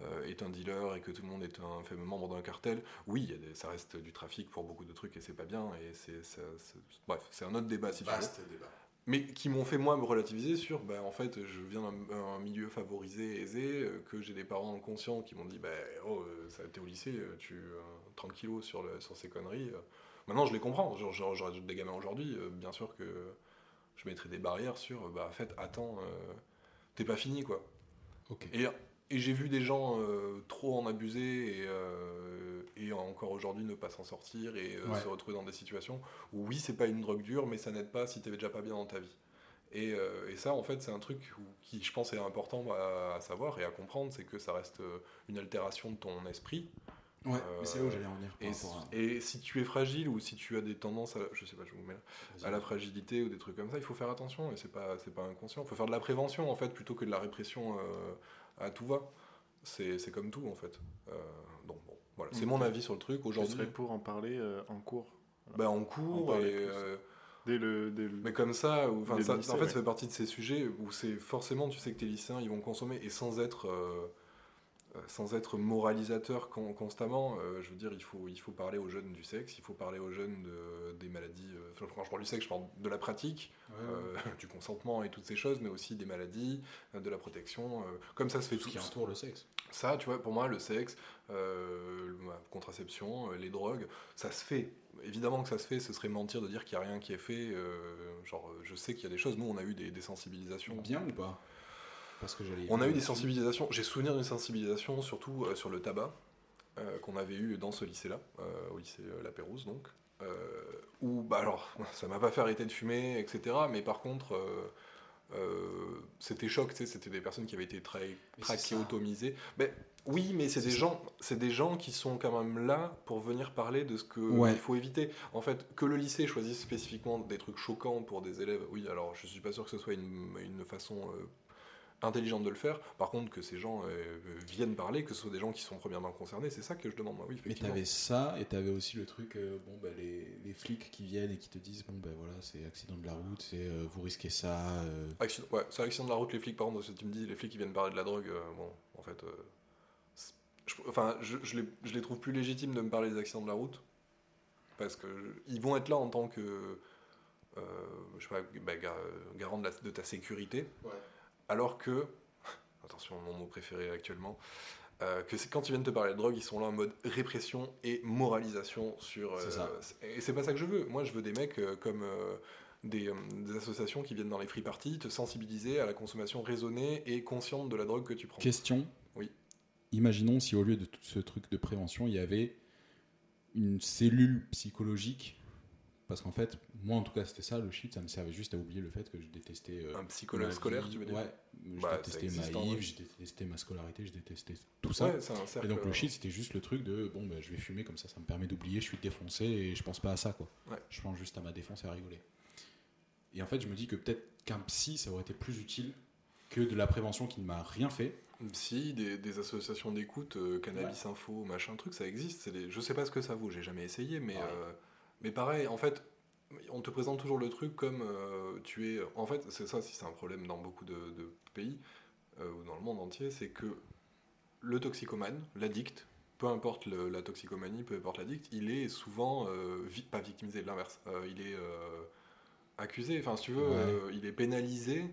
Speaker 5: euh, est un dealer et que tout le monde est un fait membre d'un cartel. Oui, il y a des- ça reste du trafic pour beaucoup de trucs et c'est pas bien. Et c'est ça- c'est- bref, c'est un autre débat
Speaker 4: Bah,
Speaker 5: si tu veux
Speaker 4: débat.
Speaker 5: mais qui m'ont fait moi me relativiser sur bah, en fait je viens d'un un milieu favorisé aisé euh, que j'ai des parents conscients qui m'ont dit bah oh euh, ça t'es au lycée euh, tu euh, 30 kilos sur le- sur ces conneries euh. maintenant je les comprends genre genre- j'aurais des gamins aujourd'hui euh, bien sûr que je mettrais des barrières sur euh, bah en fait attends euh, t'es pas fini quoi
Speaker 4: Ok.
Speaker 5: et, et j'ai vu des gens euh, trop en abuser et, euh, et encore aujourd'hui ne pas s'en sortir et euh,
Speaker 4: Ouais.
Speaker 5: se retrouver dans des situations où oui, c'est pas une drogue dure, mais ça n'aide pas si t'es déjà pas bien dans ta vie. Et, euh, et ça, en fait, c'est un truc où- qui, je pense, est important à, à savoir et à comprendre, c'est que ça reste euh, une altération de ton esprit.
Speaker 4: Ouais,
Speaker 5: Euh,
Speaker 4: mais c'est là où j'allais en venir par
Speaker 5: Et,
Speaker 4: rapport à.
Speaker 5: et si tu es fragile ou si tu as des tendances à, je sais pas, je vous mets là,
Speaker 4: Vas-y.
Speaker 5: à la fragilité ou des trucs comme ça, il faut faire attention et c'est pas c'est pas inconscient. Il faut faire de la prévention en fait plutôt que de la répression euh, à tout va. C'est c'est comme tout en fait. Euh, donc bon, voilà, c'est
Speaker 6: Ok.
Speaker 5: mon avis sur le truc
Speaker 6: Mm. Je
Speaker 5: aujourd'hui. hein.
Speaker 6: serais pour en parler euh, en cours.
Speaker 5: Bah on
Speaker 6: On
Speaker 5: court
Speaker 6: parlait
Speaker 5: et
Speaker 6: plus.
Speaker 5: euh,
Speaker 6: Dès le. Dès le... Ah,
Speaker 5: mais comme ça, ou- enfin,
Speaker 6: Dès le
Speaker 5: ça-
Speaker 6: lycée,
Speaker 5: en fait,
Speaker 6: ouais.
Speaker 5: ça fait partie de ces sujets où c'est forcément, tu sais que tes lycéens, ils vont consommer et sans être, euh, euh, sans être moralisateur con- constamment, euh, je veux dire, il faut, il faut parler aux jeunes du sexe, il faut parler aux jeunes de- des maladies. euh, enfin, quand je parle du sexe, je parle de la pratique,
Speaker 4: Ouais, ouais.
Speaker 5: euh, du consentement et toutes ces choses, mais aussi des maladies, euh, de la protection. euh, comme ça se fait
Speaker 4: Tout ce qui
Speaker 5: tout-
Speaker 4: entoure le sexe.
Speaker 5: ça, tu vois, pour moi, le sexe, euh, la contraception, euh, les drogues, ça se fait. Évidemment que ça se fait, ce serait mentir de dire qu'il n'y a rien qui est fait. euh, genre, euh, je sais qu'il y a des choses. Nous, on a eu des, des sensibilisations.
Speaker 4: Bien ou pas Parce que j'allais.
Speaker 5: On a eu des sensibilisations. J'ai souvenir d'une sensibilisation, surtout euh, sur le tabac, euh, qu'on avait eu dans ce lycée-là, euh, au lycée euh, La Pérouse, donc. euh, où, bah alors, ça m'a pas fait arrêter de fumer, etc. Mais par contre, euh, euh, c'était choc, tu sais, c'était des personnes qui avaient été tra
Speaker 4: c'est ça.
Speaker 5: trachéotomisées. Mais oui, mais c'est
Speaker 4: C'est
Speaker 5: des
Speaker 4: ça.
Speaker 5: gens, c'est des gens qui sont quand même là pour venir parler de ce que
Speaker 4: Ouais.
Speaker 5: il faut éviter. En fait, que le lycée choisisse spécifiquement des trucs choquants pour des élèves, oui, alors je suis pas sûr que ce soit une, une façon euh, intelligente de le faire. Par contre, que ces gens euh, viennent parler, que ce soit des gens qui sont premièrement concernés, c'est ça que je demande, moi, oui,
Speaker 4: Mais
Speaker 5: effectivement.
Speaker 4: t'avais ça, et t'avais aussi le truc, euh, bon, bah, les, les flics qui viennent et qui te disent, bon, bah, voilà, c'est accident de la route, c'est euh, vous risquez ça. euh.
Speaker 5: Accident, Ah, ouais, c'est un accident de la route, les flics, par contre, si tu me dis, les flics qui viennent parler de la drogue, euh, bon, en fait. euh, c'est- je, enfin, je, je les, je les trouve plus légitimes de me parler des accidents de la route. Parce que je- ils vont être là en tant que. euh, je sais pas, bah, gar- garant de, la- de ta sécurité. Alors que. Attention, mon mot préféré actuellement. euh, que c'est quand ils viennent te parler de drogue, ils sont là en mode répression et moralisation sur. euh,
Speaker 4: C'est ça.
Speaker 5: c'est- Et c'est pas ça que je veux. Moi, je veux des mecs euh, comme. euh, des, euh, des associations qui viennent dans les free parties te sensibiliser à la consommation raisonnée et consciente de la drogue que tu prends.
Speaker 4: Question.
Speaker 5: Oui.
Speaker 4: Imaginons si au lieu de tout ce truc de prévention, il y avait une cellule psychologique. Parce qu'en fait, moi en tout cas, c'était ça, le shit, ça me servait juste à oublier le fait que je détestais. euh,
Speaker 5: Un psychologue
Speaker 4: ma
Speaker 5: scolaire,
Speaker 4: vie.
Speaker 5: tu veux dire
Speaker 4: Ouais, je
Speaker 5: Bah, ça
Speaker 4: détestais ma
Speaker 5: existe en
Speaker 4: vie,
Speaker 5: vrai.
Speaker 4: je détestais ma scolarité, je détestais tout ça.
Speaker 5: Ouais, c'est un cercle.
Speaker 4: et donc
Speaker 5: euh,
Speaker 4: le shit, c'était juste le truc de bon, bah, je vais fumer comme ça, ça me permet d'oublier, je suis défoncé et je pense pas à ça, quoi.
Speaker 5: Ouais.
Speaker 4: Je pense juste à ma défense et à rigoler. Et en fait, je me dis que peut-être qu'un psy, ça aurait été plus utile que de la prévention qui ne m'a rien fait.
Speaker 5: Si, des, des associations d'écoute, euh, Cannabis Info, machin truc, ça existe. c'est Des... Je sais pas ce que ça vaut, j'ai jamais essayé, mais,
Speaker 4: Ah Ouais.
Speaker 5: euh, mais pareil, en fait, on te présente toujours le truc comme euh, tu es. En fait, c'est ça, si c'est un problème dans beaucoup de, de pays, euh, ou dans le monde entier, c'est que le toxicomane, l'addict, peu importe le- la toxicomanie, peu importe l'addict, il est souvent, euh, vi- pas victimisé, l'inverse, euh, il est euh, accusé, enfin si tu veux,
Speaker 4: Ouais.
Speaker 5: euh, il est pénalisé.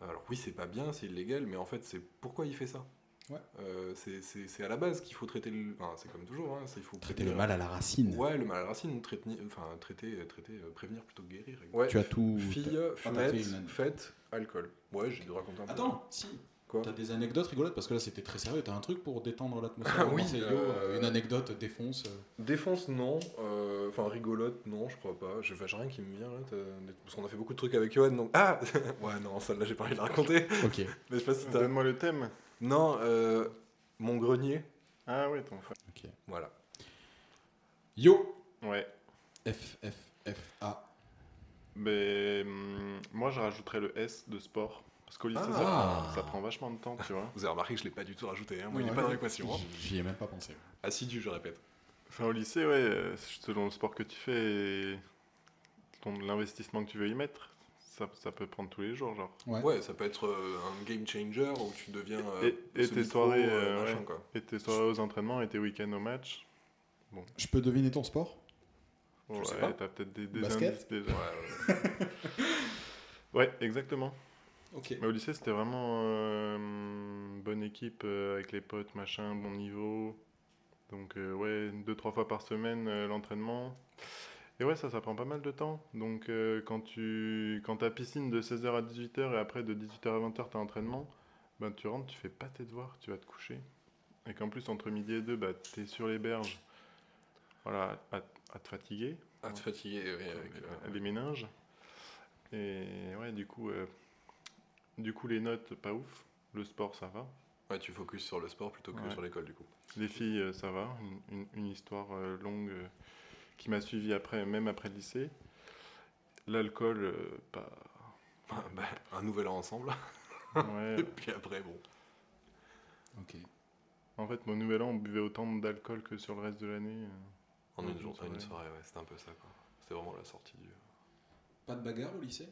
Speaker 5: Alors oui, c'est pas bien, c'est illégal, mais en fait, c'est pourquoi il fait ça
Speaker 4: Ouais.
Speaker 5: Euh, c'est- c'est c'est à la base qu'il faut traiter le... Enfin, c'est comme toujours, hein, c'est- il faut...
Speaker 4: Traiter le
Speaker 5: prévenir.
Speaker 4: mal à la racine.
Speaker 5: Ouais, le mal à la racine, traiteni- enfin, traiter, traiter, euh, prévenir plutôt que guérir.
Speaker 4: Tu as tout.
Speaker 5: Fille, euh,
Speaker 4: t'as- ah, t'as fait
Speaker 5: fumette,
Speaker 4: une-
Speaker 5: fête, alcool. Ouais, j'ai dû raconter un peu.
Speaker 4: Attends, si.
Speaker 5: Quoi
Speaker 4: T'as des anecdotes rigolotes parce que là c'était très sérieux. T'as un truc pour détendre l'atmosphère.
Speaker 5: Ah oui,
Speaker 4: Pensez, yo,
Speaker 5: euh,
Speaker 4: Une anecdote défonce.
Speaker 5: Défense, non. Euh, Enfin, rigolote, non, je crois pas. J'ai enfin, j'ai rien qui me vient là. t'as- Parce qu'on a fait beaucoup de trucs avec Johan, donc. Ah Ouais, non, celle-là, j'ai pas envie de la raconter.
Speaker 4: Ok.
Speaker 5: Mais je sais pas si t'as.
Speaker 6: Donne-moi le thème.
Speaker 5: Non, euh, mon grenier.
Speaker 6: Ah oui, ton frère.
Speaker 5: Voilà.
Speaker 4: Yo
Speaker 6: Ouais.
Speaker 4: F, F, F,
Speaker 5: Ah,
Speaker 4: A.
Speaker 6: Mais, hum, moi, je rajouterais le S de sport. Parce qu'au lycée, ça,
Speaker 4: Ah.
Speaker 6: prend, ça prend vachement de temps, tu vois.
Speaker 5: Vous avez remarqué que je l'ai pas du tout rajouté, hein. Moi, il
Speaker 4: Ouais,
Speaker 5: est pas dans
Speaker 4: ouais.
Speaker 5: l'équation. hein.
Speaker 4: J- J'y ai même pas pensé.
Speaker 5: Assidu, je répète.
Speaker 6: Enfin, au lycée, ouais, euh, selon le sport que tu fais et ton- l'investissement que tu veux y mettre, ça, ça peut prendre tous les jours, genre.
Speaker 4: Ouais.
Speaker 5: Ouais, ça peut être euh, un game changer où tu deviens. euh,
Speaker 6: Et- et
Speaker 5: ce
Speaker 6: tes
Speaker 5: micro,
Speaker 6: soirées,
Speaker 5: euh,
Speaker 6: euh,
Speaker 5: machin,
Speaker 6: ouais.
Speaker 5: quoi.
Speaker 6: Et tes soirées aux entraînements et tes week-ends au match.
Speaker 4: Je peux deviner ton sport
Speaker 5: Je
Speaker 6: ouais,
Speaker 5: sais pas.
Speaker 6: t'as peut-être des, des
Speaker 4: Basket
Speaker 6: indices déjà.
Speaker 5: Ouais, ouais.
Speaker 6: Ouais, exactement.
Speaker 4: Ok.
Speaker 6: Mais au lycée, c'était vraiment euh, bonne équipe euh, avec les potes, machin, bon niveau. Donc, euh, ouais, deux, trois fois par semaine euh, l'entraînement. Et ouais, ça, ça prend pas mal de temps. Donc, euh, quand tu quand t'as piscine de 16h à 18h et après de 18h à 20h, t'as entraînement, ben tu rentres, tu fais pas tes devoirs, tu vas te coucher. Et qu'en plus, entre midi et deux, bah, t'es sur les berges. Voilà, à, à te fatiguer
Speaker 5: Ah, t'es fatigué, oui, avec, euh,
Speaker 6: les méninges. Et ouais, du coup, euh, du coup, les notes, pas ouf. Le sport, ça va.
Speaker 5: Ouais, tu focuses sur le sport plutôt que
Speaker 6: Ouais.
Speaker 5: sur l'école, du coup.
Speaker 6: Les filles, euh, ça va. Une, une- une histoire euh, longue euh, qui m'a suivi après, même après le lycée. L'alcool, euh, pas.
Speaker 5: Ah, bah, un nouvel an ensemble. Et
Speaker 6: Ouais.
Speaker 5: puis après, bon.
Speaker 4: Ok.
Speaker 6: en fait, mon nouvel an, on buvait autant d'alcool que sur le reste de l'année. Euh,
Speaker 5: En
Speaker 6: Ouais,
Speaker 5: une, journée,
Speaker 6: c'est
Speaker 5: une
Speaker 6: vrai.
Speaker 5: soirée, ouais, c'était un peu ça, quoi. C'était vraiment la sortie du.
Speaker 4: Pas de bagarre au lycée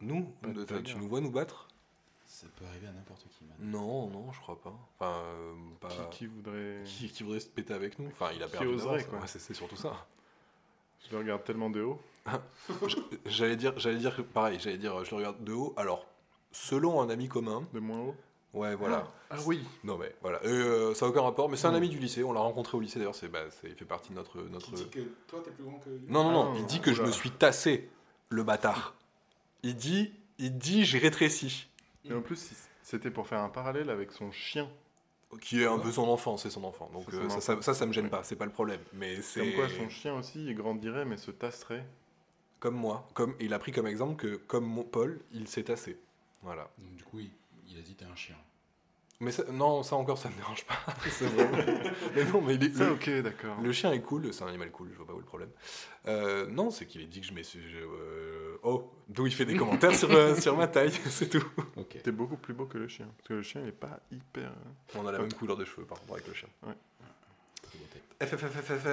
Speaker 5: Nous
Speaker 6: Pas de
Speaker 5: t'as- Tu
Speaker 6: bagarre.
Speaker 5: nous vois nous battre
Speaker 4: Ça peut arriver à n'importe qui, man.
Speaker 5: Non, non, je crois pas. Enfin, euh, pas.
Speaker 6: Qui, qui voudrait.
Speaker 5: Qui, qui voudrait se péter avec nous Enfin, il a
Speaker 6: Qui
Speaker 5: perdu
Speaker 6: oserait,
Speaker 5: d'avance,
Speaker 6: quoi.
Speaker 5: ouais, c'est, c'est surtout ça.
Speaker 6: Je le regarde tellement de haut.
Speaker 5: Je- j'allais dire, j'allais dire que- pareil. J'allais dire, euh, je le regarde de haut. Alors, selon un ami commun,
Speaker 6: De moins haut.
Speaker 5: ouais, voilà.
Speaker 6: Ah oui
Speaker 5: Non mais voilà, Et, euh, ça n'a aucun rapport. Mais c'est un ami du lycée. On l'a rencontré au lycée d'ailleurs. C'est, bah, c'est, il fait partie de notre, notre.
Speaker 4: que toi t'es plus grand que.
Speaker 5: Non, non, non,
Speaker 6: Ah,
Speaker 5: il dit que je me
Speaker 6: oula.
Speaker 5: suis tassé, le bâtard. Il dit, il dit, j'ai rétréci.
Speaker 6: Et en plus, c'était pour faire un parallèle avec son chien.
Speaker 5: Qui est un
Speaker 4: Ouais.
Speaker 5: peu son enfant, c'est son enfant. Donc
Speaker 6: C'est son
Speaker 5: euh, ça,
Speaker 6: enfant.
Speaker 5: ça, ça, ça me gêne
Speaker 6: Ouais.
Speaker 5: pas, c'est pas le problème. Mais c'est
Speaker 6: Comme quoi, son chien aussi, il grandirait mais se tasserait.
Speaker 5: comme moi. Comme il a pris comme exemple que comme mon Paul, il s'est tassé. Voilà.
Speaker 4: Donc du coup, il, il a dit t'es un chien.
Speaker 5: Mais ça- non, ça encore, ça me dérange pas. C'est vraiment- mais non, mais il est-
Speaker 6: Ça, ok, d'accord.
Speaker 5: Le chien est cool, c'est un animal cool, je vois pas où est le problème. Euh, non, c'est qu'il est dit que je mets. je- euh, oh, d'où il fait des commentaires sur, euh, sur ma taille, c'est tout.
Speaker 4: Ok.
Speaker 6: T'es beaucoup plus beau que le chien. Parce que le chien, il est pas hyper. hein.
Speaker 5: On a la même couleur de cheveux par rapport avec le chien.
Speaker 4: Très beau texte.
Speaker 5: FFFFF.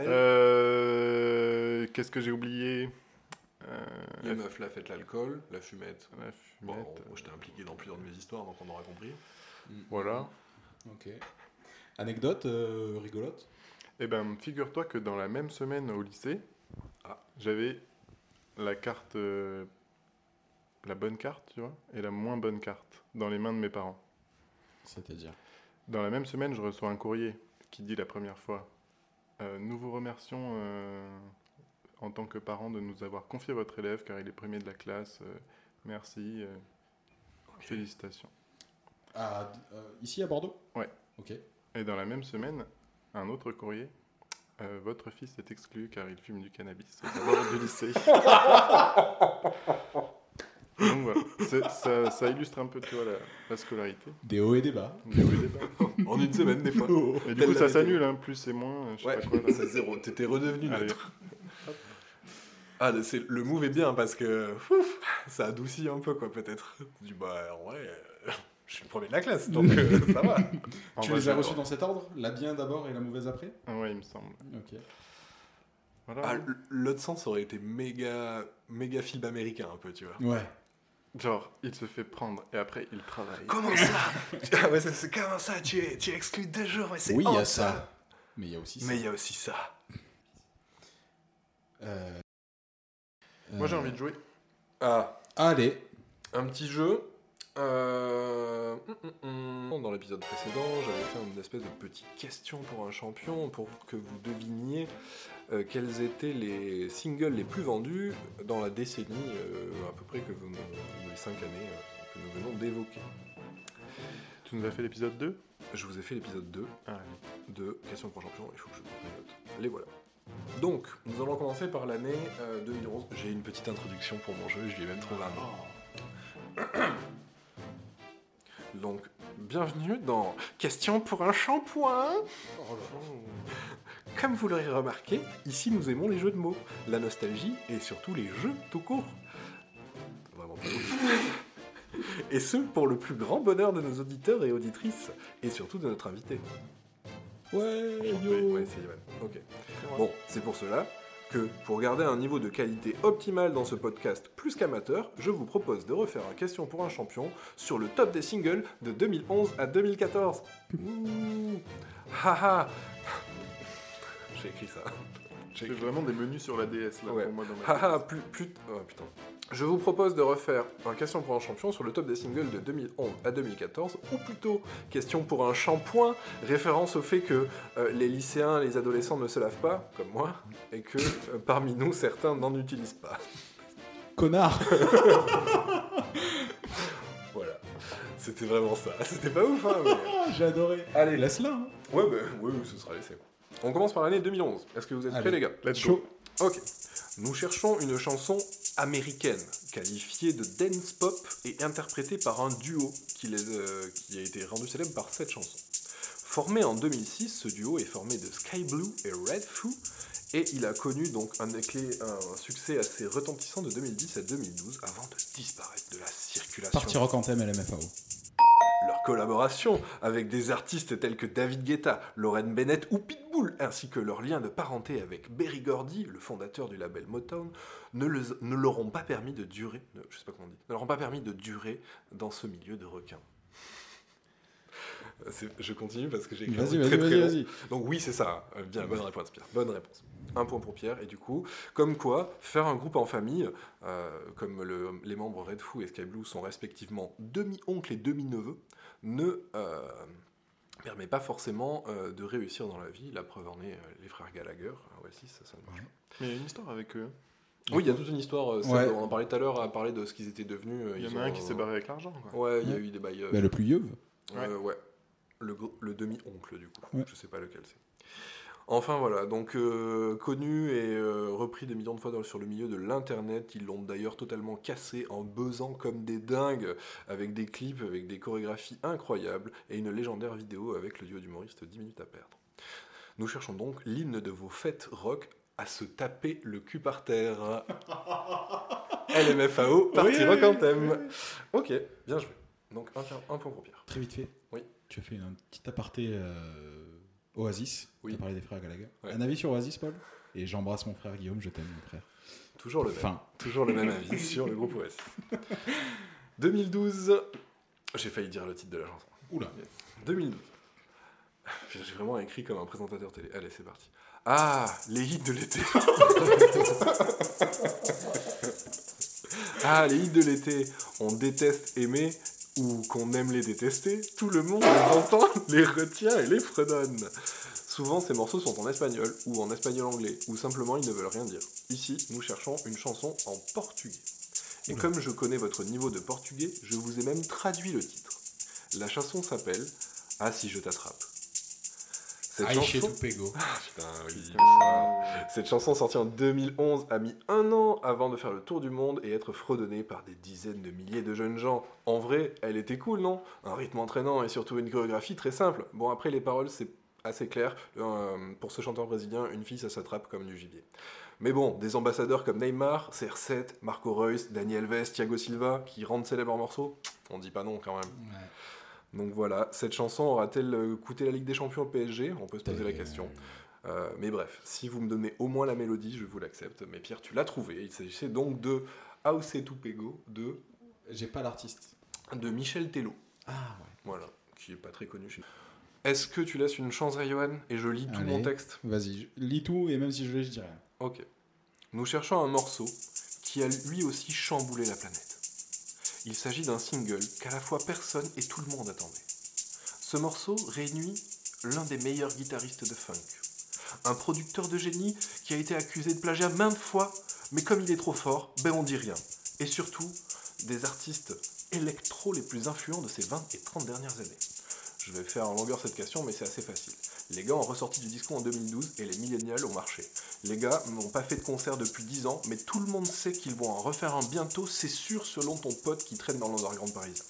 Speaker 5: Eh.
Speaker 6: Euh, Qu'est-ce que j'ai oublié Euh,
Speaker 5: Les meufs, la fête, l'alcool, la fumette.
Speaker 6: la, la
Speaker 5: Bon,
Speaker 6: fumette.
Speaker 5: on- j'étais impliqué dans plusieurs de mes histoires, donc on aura compris.
Speaker 6: Voilà.
Speaker 4: Ok. Anecdote euh, rigolote
Speaker 6: Eh ben, figure-toi que dans la même semaine au lycée,
Speaker 5: Ah.
Speaker 6: j'avais la carte, euh, la bonne carte, tu vois, et la moins bonne carte dans les mains de mes parents.
Speaker 4: C'est-à-dire
Speaker 6: Dans la même semaine, je reçois un courrier qui dit la première fois euh, Nous vous remercions euh, en tant que parents de nous avoir confié votre élève car il est premier de la classe. euh, merci, euh, félicitations.
Speaker 4: Ah, euh, Ici à Bordeaux
Speaker 6: Ouais.
Speaker 4: Ok.
Speaker 6: Et dans la même semaine, un autre courrier euh, Votre fils est exclu car il fume du cannabis au bord du lycée. Donc voilà, C'est- ça, ça illustre un peu tu vois, la, la scolarité.
Speaker 4: Des hauts et des bas.
Speaker 6: Des hauts et des bas.
Speaker 5: En une semaine, des fois.
Speaker 6: Et du
Speaker 5: Telle
Speaker 6: coup,
Speaker 5: la
Speaker 6: ça
Speaker 5: vérité.
Speaker 6: s'annule, hein, plus et moins. euh, Je sais
Speaker 5: Ouais,
Speaker 6: pas quoi, là.
Speaker 5: c'est zéro. T'étais redevenu
Speaker 6: Allez.
Speaker 5: neutre. Ah, le- c'est, le move est bien parce que ouf, ça adoucit un peu, quoi, peut-être. Tu dis, bah, en vrai, euh, je suis le premier de la classe, donc euh, ça va.
Speaker 6: En
Speaker 4: tu
Speaker 6: vrai,
Speaker 4: les as
Speaker 6: je-
Speaker 4: reçus dans cet ordre La bien d'abord et la mauvaise après
Speaker 6: Ah Ouais, il me semble.
Speaker 4: Ok.
Speaker 6: Voilà.
Speaker 5: Ah, l- l'autre sens aurait été méga, méga film américain, un peu, tu vois.
Speaker 4: Ouais.
Speaker 6: Genre, il se fait prendre et après, il travaille.
Speaker 5: Comment ça Ah ouais, c'est, c'est comment ça tu es, tu es exclu deux jours, mais c'est
Speaker 4: Oui, il y a
Speaker 5: honteux.
Speaker 4: ça. Mais il y a aussi ça.
Speaker 5: Mais il y a aussi ça.
Speaker 4: Euh,
Speaker 6: Moi, j'ai
Speaker 4: euh,
Speaker 6: envie de jouer.
Speaker 5: Ah,
Speaker 4: Allez,
Speaker 5: un petit jeu. Euh, hum, hum, hum. Dans l'épisode précédent, j'avais fait une espèce de petite question pour un champion pour que vous deviniez euh, quels étaient les singles les plus vendus dans la décennie euh, à peu près que vous ou les cinq années euh, que nous venons d'évoquer.
Speaker 6: Tu nous as fait l'épisode 2
Speaker 5: Je vous ai fait l'épisode 2
Speaker 6: Ah,
Speaker 5: de Question pour un champion, il faut que je prenne mes notes. Les voilà. Donc, nous allons commencer par l'année euh, 2011. J'ai une petite introduction pour mon jeu, je lui ai même trouvé un nom. Donc, bienvenue dans Question pour un shampoing. Comme vous l'aurez remarqué, ici nous aimons les jeux de mots, la nostalgie et surtout les jeux tout court. Vraiment pas ouf. Et ce, pour le plus grand bonheur de nos auditeurs et auditrices, et surtout de notre invité.
Speaker 4: Ouais,
Speaker 6: J'en
Speaker 4: yo.
Speaker 5: Ouais, c'est Ivan. Ok. Bon, c'est pour cela que, pour garder un niveau de qualité optimal dans ce podcast plus qu'amateur, je vous propose de refaire un question pour un champion sur le top des singles de 2011 à 2014. Ouh. Haha J'ai écrit ça. J'ai
Speaker 6: J'ai
Speaker 5: écrit
Speaker 6: vraiment des menus sur la DS là
Speaker 5: Ouais.
Speaker 6: pour moi dans ma
Speaker 5: Haha,
Speaker 6: tête.
Speaker 5: Ah, plus, plus- oh, putain. Je vous propose de refaire un question pour un champion sur le top des singles de 2011 à 2014, ou plutôt question pour un shampoing, référence au fait que euh, les lycéens et les adolescents ne se lavent pas, comme moi, et que euh, parmi nous, certains n'en utilisent pas.
Speaker 4: Connard
Speaker 5: Voilà. C'était vraiment ça. C'était pas ouf, hein, mais-
Speaker 4: Ah, J'ai adoré.
Speaker 5: Allez,
Speaker 4: Laisse-la. hein.
Speaker 5: Ouais, bah, oui, oui, ce sera laissé. On commence par l'année 2011. Est-ce que vous êtes prêts,
Speaker 4: Allez.
Speaker 5: les gars
Speaker 6: Let's go.
Speaker 4: Chaud.
Speaker 5: Ok. Nous cherchons une chanson américaine, qualifiée de dance pop et interprétée par un duo qui, les- euh, qui a été rendu célèbre par cette chanson. Formé en 2006, ce duo est formé de Sky Blue et Red Foo et il a connu donc un, éclat- un succès assez retentissant de 2010 à 2012 avant de disparaître de la circulation.
Speaker 4: Partie rock anthem LMFAO.
Speaker 5: Leur collaboration avec des artistes tels que David Guetta, Lorraine Bennett ou Pitbull, ainsi que leur lien de parenté avec Berry Gordy, le fondateur du label Motown, ne, les- ne leur ont pas permis de durer. ne- je sais pas comment on dit. Ne leur ont pas permis de durer dans ce milieu de requins. Euh, c'est- Je continue parce que j'ai écrit un
Speaker 4: Vas-y,
Speaker 5: truc
Speaker 4: vas-y,
Speaker 5: très,
Speaker 4: vas-y,
Speaker 5: très long.
Speaker 4: vas-y.
Speaker 5: Donc oui, c'est ça. Euh, Bien, bonne réponse, Pierre. Bonne réponse. Un point pour Pierre. Et du coup, comme quoi, faire un groupe en famille, euh, comme le- les membres Red Foo et Sky Blue sont respectivement demi-oncles et demi-neveux, ne euh, permet pas forcément euh, de réussir dans la vie. La preuve en est euh, les frères Gallagher. Ah ouais, si, ça, ça ne marche
Speaker 4: Ouais.
Speaker 5: pas.
Speaker 6: Mais il y a une histoire avec eux.
Speaker 5: Oui, il y a toute une histoire. euh, celle
Speaker 4: Ouais.
Speaker 5: dont On en parlait tout à l'heure, à parler de ce qu'ils étaient devenus. euh,
Speaker 6: Il y
Speaker 5: ils
Speaker 6: en a un
Speaker 5: ont,
Speaker 6: qui
Speaker 5: euh,
Speaker 6: s'est barré avec l'argent. quoi.
Speaker 5: Ouais, il y a
Speaker 4: Ouais.
Speaker 5: eu des bails. euh,
Speaker 4: Bah, le plus vieux.
Speaker 5: euh, ouais. Le, gr- le demi-oncle, du coup.
Speaker 4: Ouais.
Speaker 5: Je sais pas lequel c'est. Enfin voilà, donc euh, connu et euh, repris des millions de fois dans- sur le milieu de l'internet, ils l'ont d'ailleurs totalement cassé en buzzant comme des dingues, avec des clips, avec des chorégraphies incroyables et une légendaire vidéo avec le duo d'humoristes 10 minutes à perdre. Nous cherchons donc l'hymne de vos fêtes rock à se taper le cul par terre. LMFAO, partie
Speaker 6: Oui.
Speaker 5: rock anthem. Ok, bien joué. Donc un, un point pour Pierre.
Speaker 4: Très vite fait.
Speaker 5: Oui.
Speaker 4: Tu as fait un petit aparté euh, Oasis.
Speaker 5: Oui.
Speaker 4: Tu as parlé des frères Gallagher.
Speaker 5: Ouais.
Speaker 4: Un avis sur Oasis, Paul Et j'embrasse mon frère Guillaume, je t'aime, mon frère.
Speaker 5: Toujours le même.
Speaker 4: Fin.
Speaker 5: Toujours le même avis sur le groupe OS. 2012. J'ai failli dire le titre de la chanson.
Speaker 4: Oula.
Speaker 5: 2012. J'ai vraiment écrit comme un présentateur télé. Allez, c'est parti. Ah, les hits de l'été. ah, les hits de l'été. On déteste aimer ou qu'on aime les détester. Tout le monde les entend, les retient et les fredonne. Souvent, ces morceaux sont en espagnol ou en espagnol anglais, ou simplement ils ne veulent rien dire. Ici, nous cherchons une chanson en portugais. Et
Speaker 4: Oula.
Speaker 5: comme je connais votre niveau de portugais, je vous ai même traduit le titre. La chanson s'appelle Ah si je t'attrape. Cette
Speaker 4: Aïché
Speaker 5: chanson-
Speaker 4: Tupego.
Speaker 5: Ah, Putain, oui, ça. Cette chanson sortie en 2011 a mis un an avant de faire le tour du monde et être fredonnée par des dizaines de milliers de jeunes gens. En vrai, elle était cool, non Un rythme entraînant et surtout une chorégraphie très simple. Bon, après, les paroles, c'est assez clair. Euh, pour ce chanteur brésilien, une fille, ça s'attrape comme du gibier. Mais bon, des ambassadeurs comme Neymar, CR7, Marco Reus, Daniel Vest, Thiago Silva, qui rendent célèbres en morceaux, on dit pas non quand même. Donc voilà, cette chanson aura-t-elle euh, coûté la Ligue des Champions au PSG On peut se poser la question. Euh, mais bref, si vous me donnez au moins la mélodie, je vous l'accepte. Mais Pierre, tu l'as trouvé. Il s'agissait donc de Aouse Tupego de,
Speaker 4: J'ai pas l'artiste.
Speaker 5: de Michel Tello.
Speaker 4: Ah ouais.
Speaker 5: Voilà, qui est pas très connu chez nous. Est-ce que tu laisses une chance à Johan Et je lis tout
Speaker 4: Allez.
Speaker 5: mon texte.
Speaker 4: Vas-y, je- lis tout et même si je l'ai, je dirai rien.
Speaker 5: Ok. Nous cherchons un morceau qui a lui aussi chamboulé la planète. Il s'agit d'un single qu'à la fois personne et tout le monde attendait. Ce morceau réunit l'un des meilleurs guitaristes de funk. Un producteur de génie qui a été accusé de plagiat maintes fois, mais comme il est trop fort, ben on dit rien. Et surtout, des artistes électro les plus influents de ces 20 et 30 dernières années. Je vais faire en longueur cette question, mais c'est assez facile. Les gars ont ressorti du disco en 2012 et les millénials ont marché. Les gars n'ont pas fait de concert depuis 10 ans, mais tout le monde sait qu'ils vont en refaire un bientôt, c'est sûr, selon ton pote qui traîne dans l'underground parisien.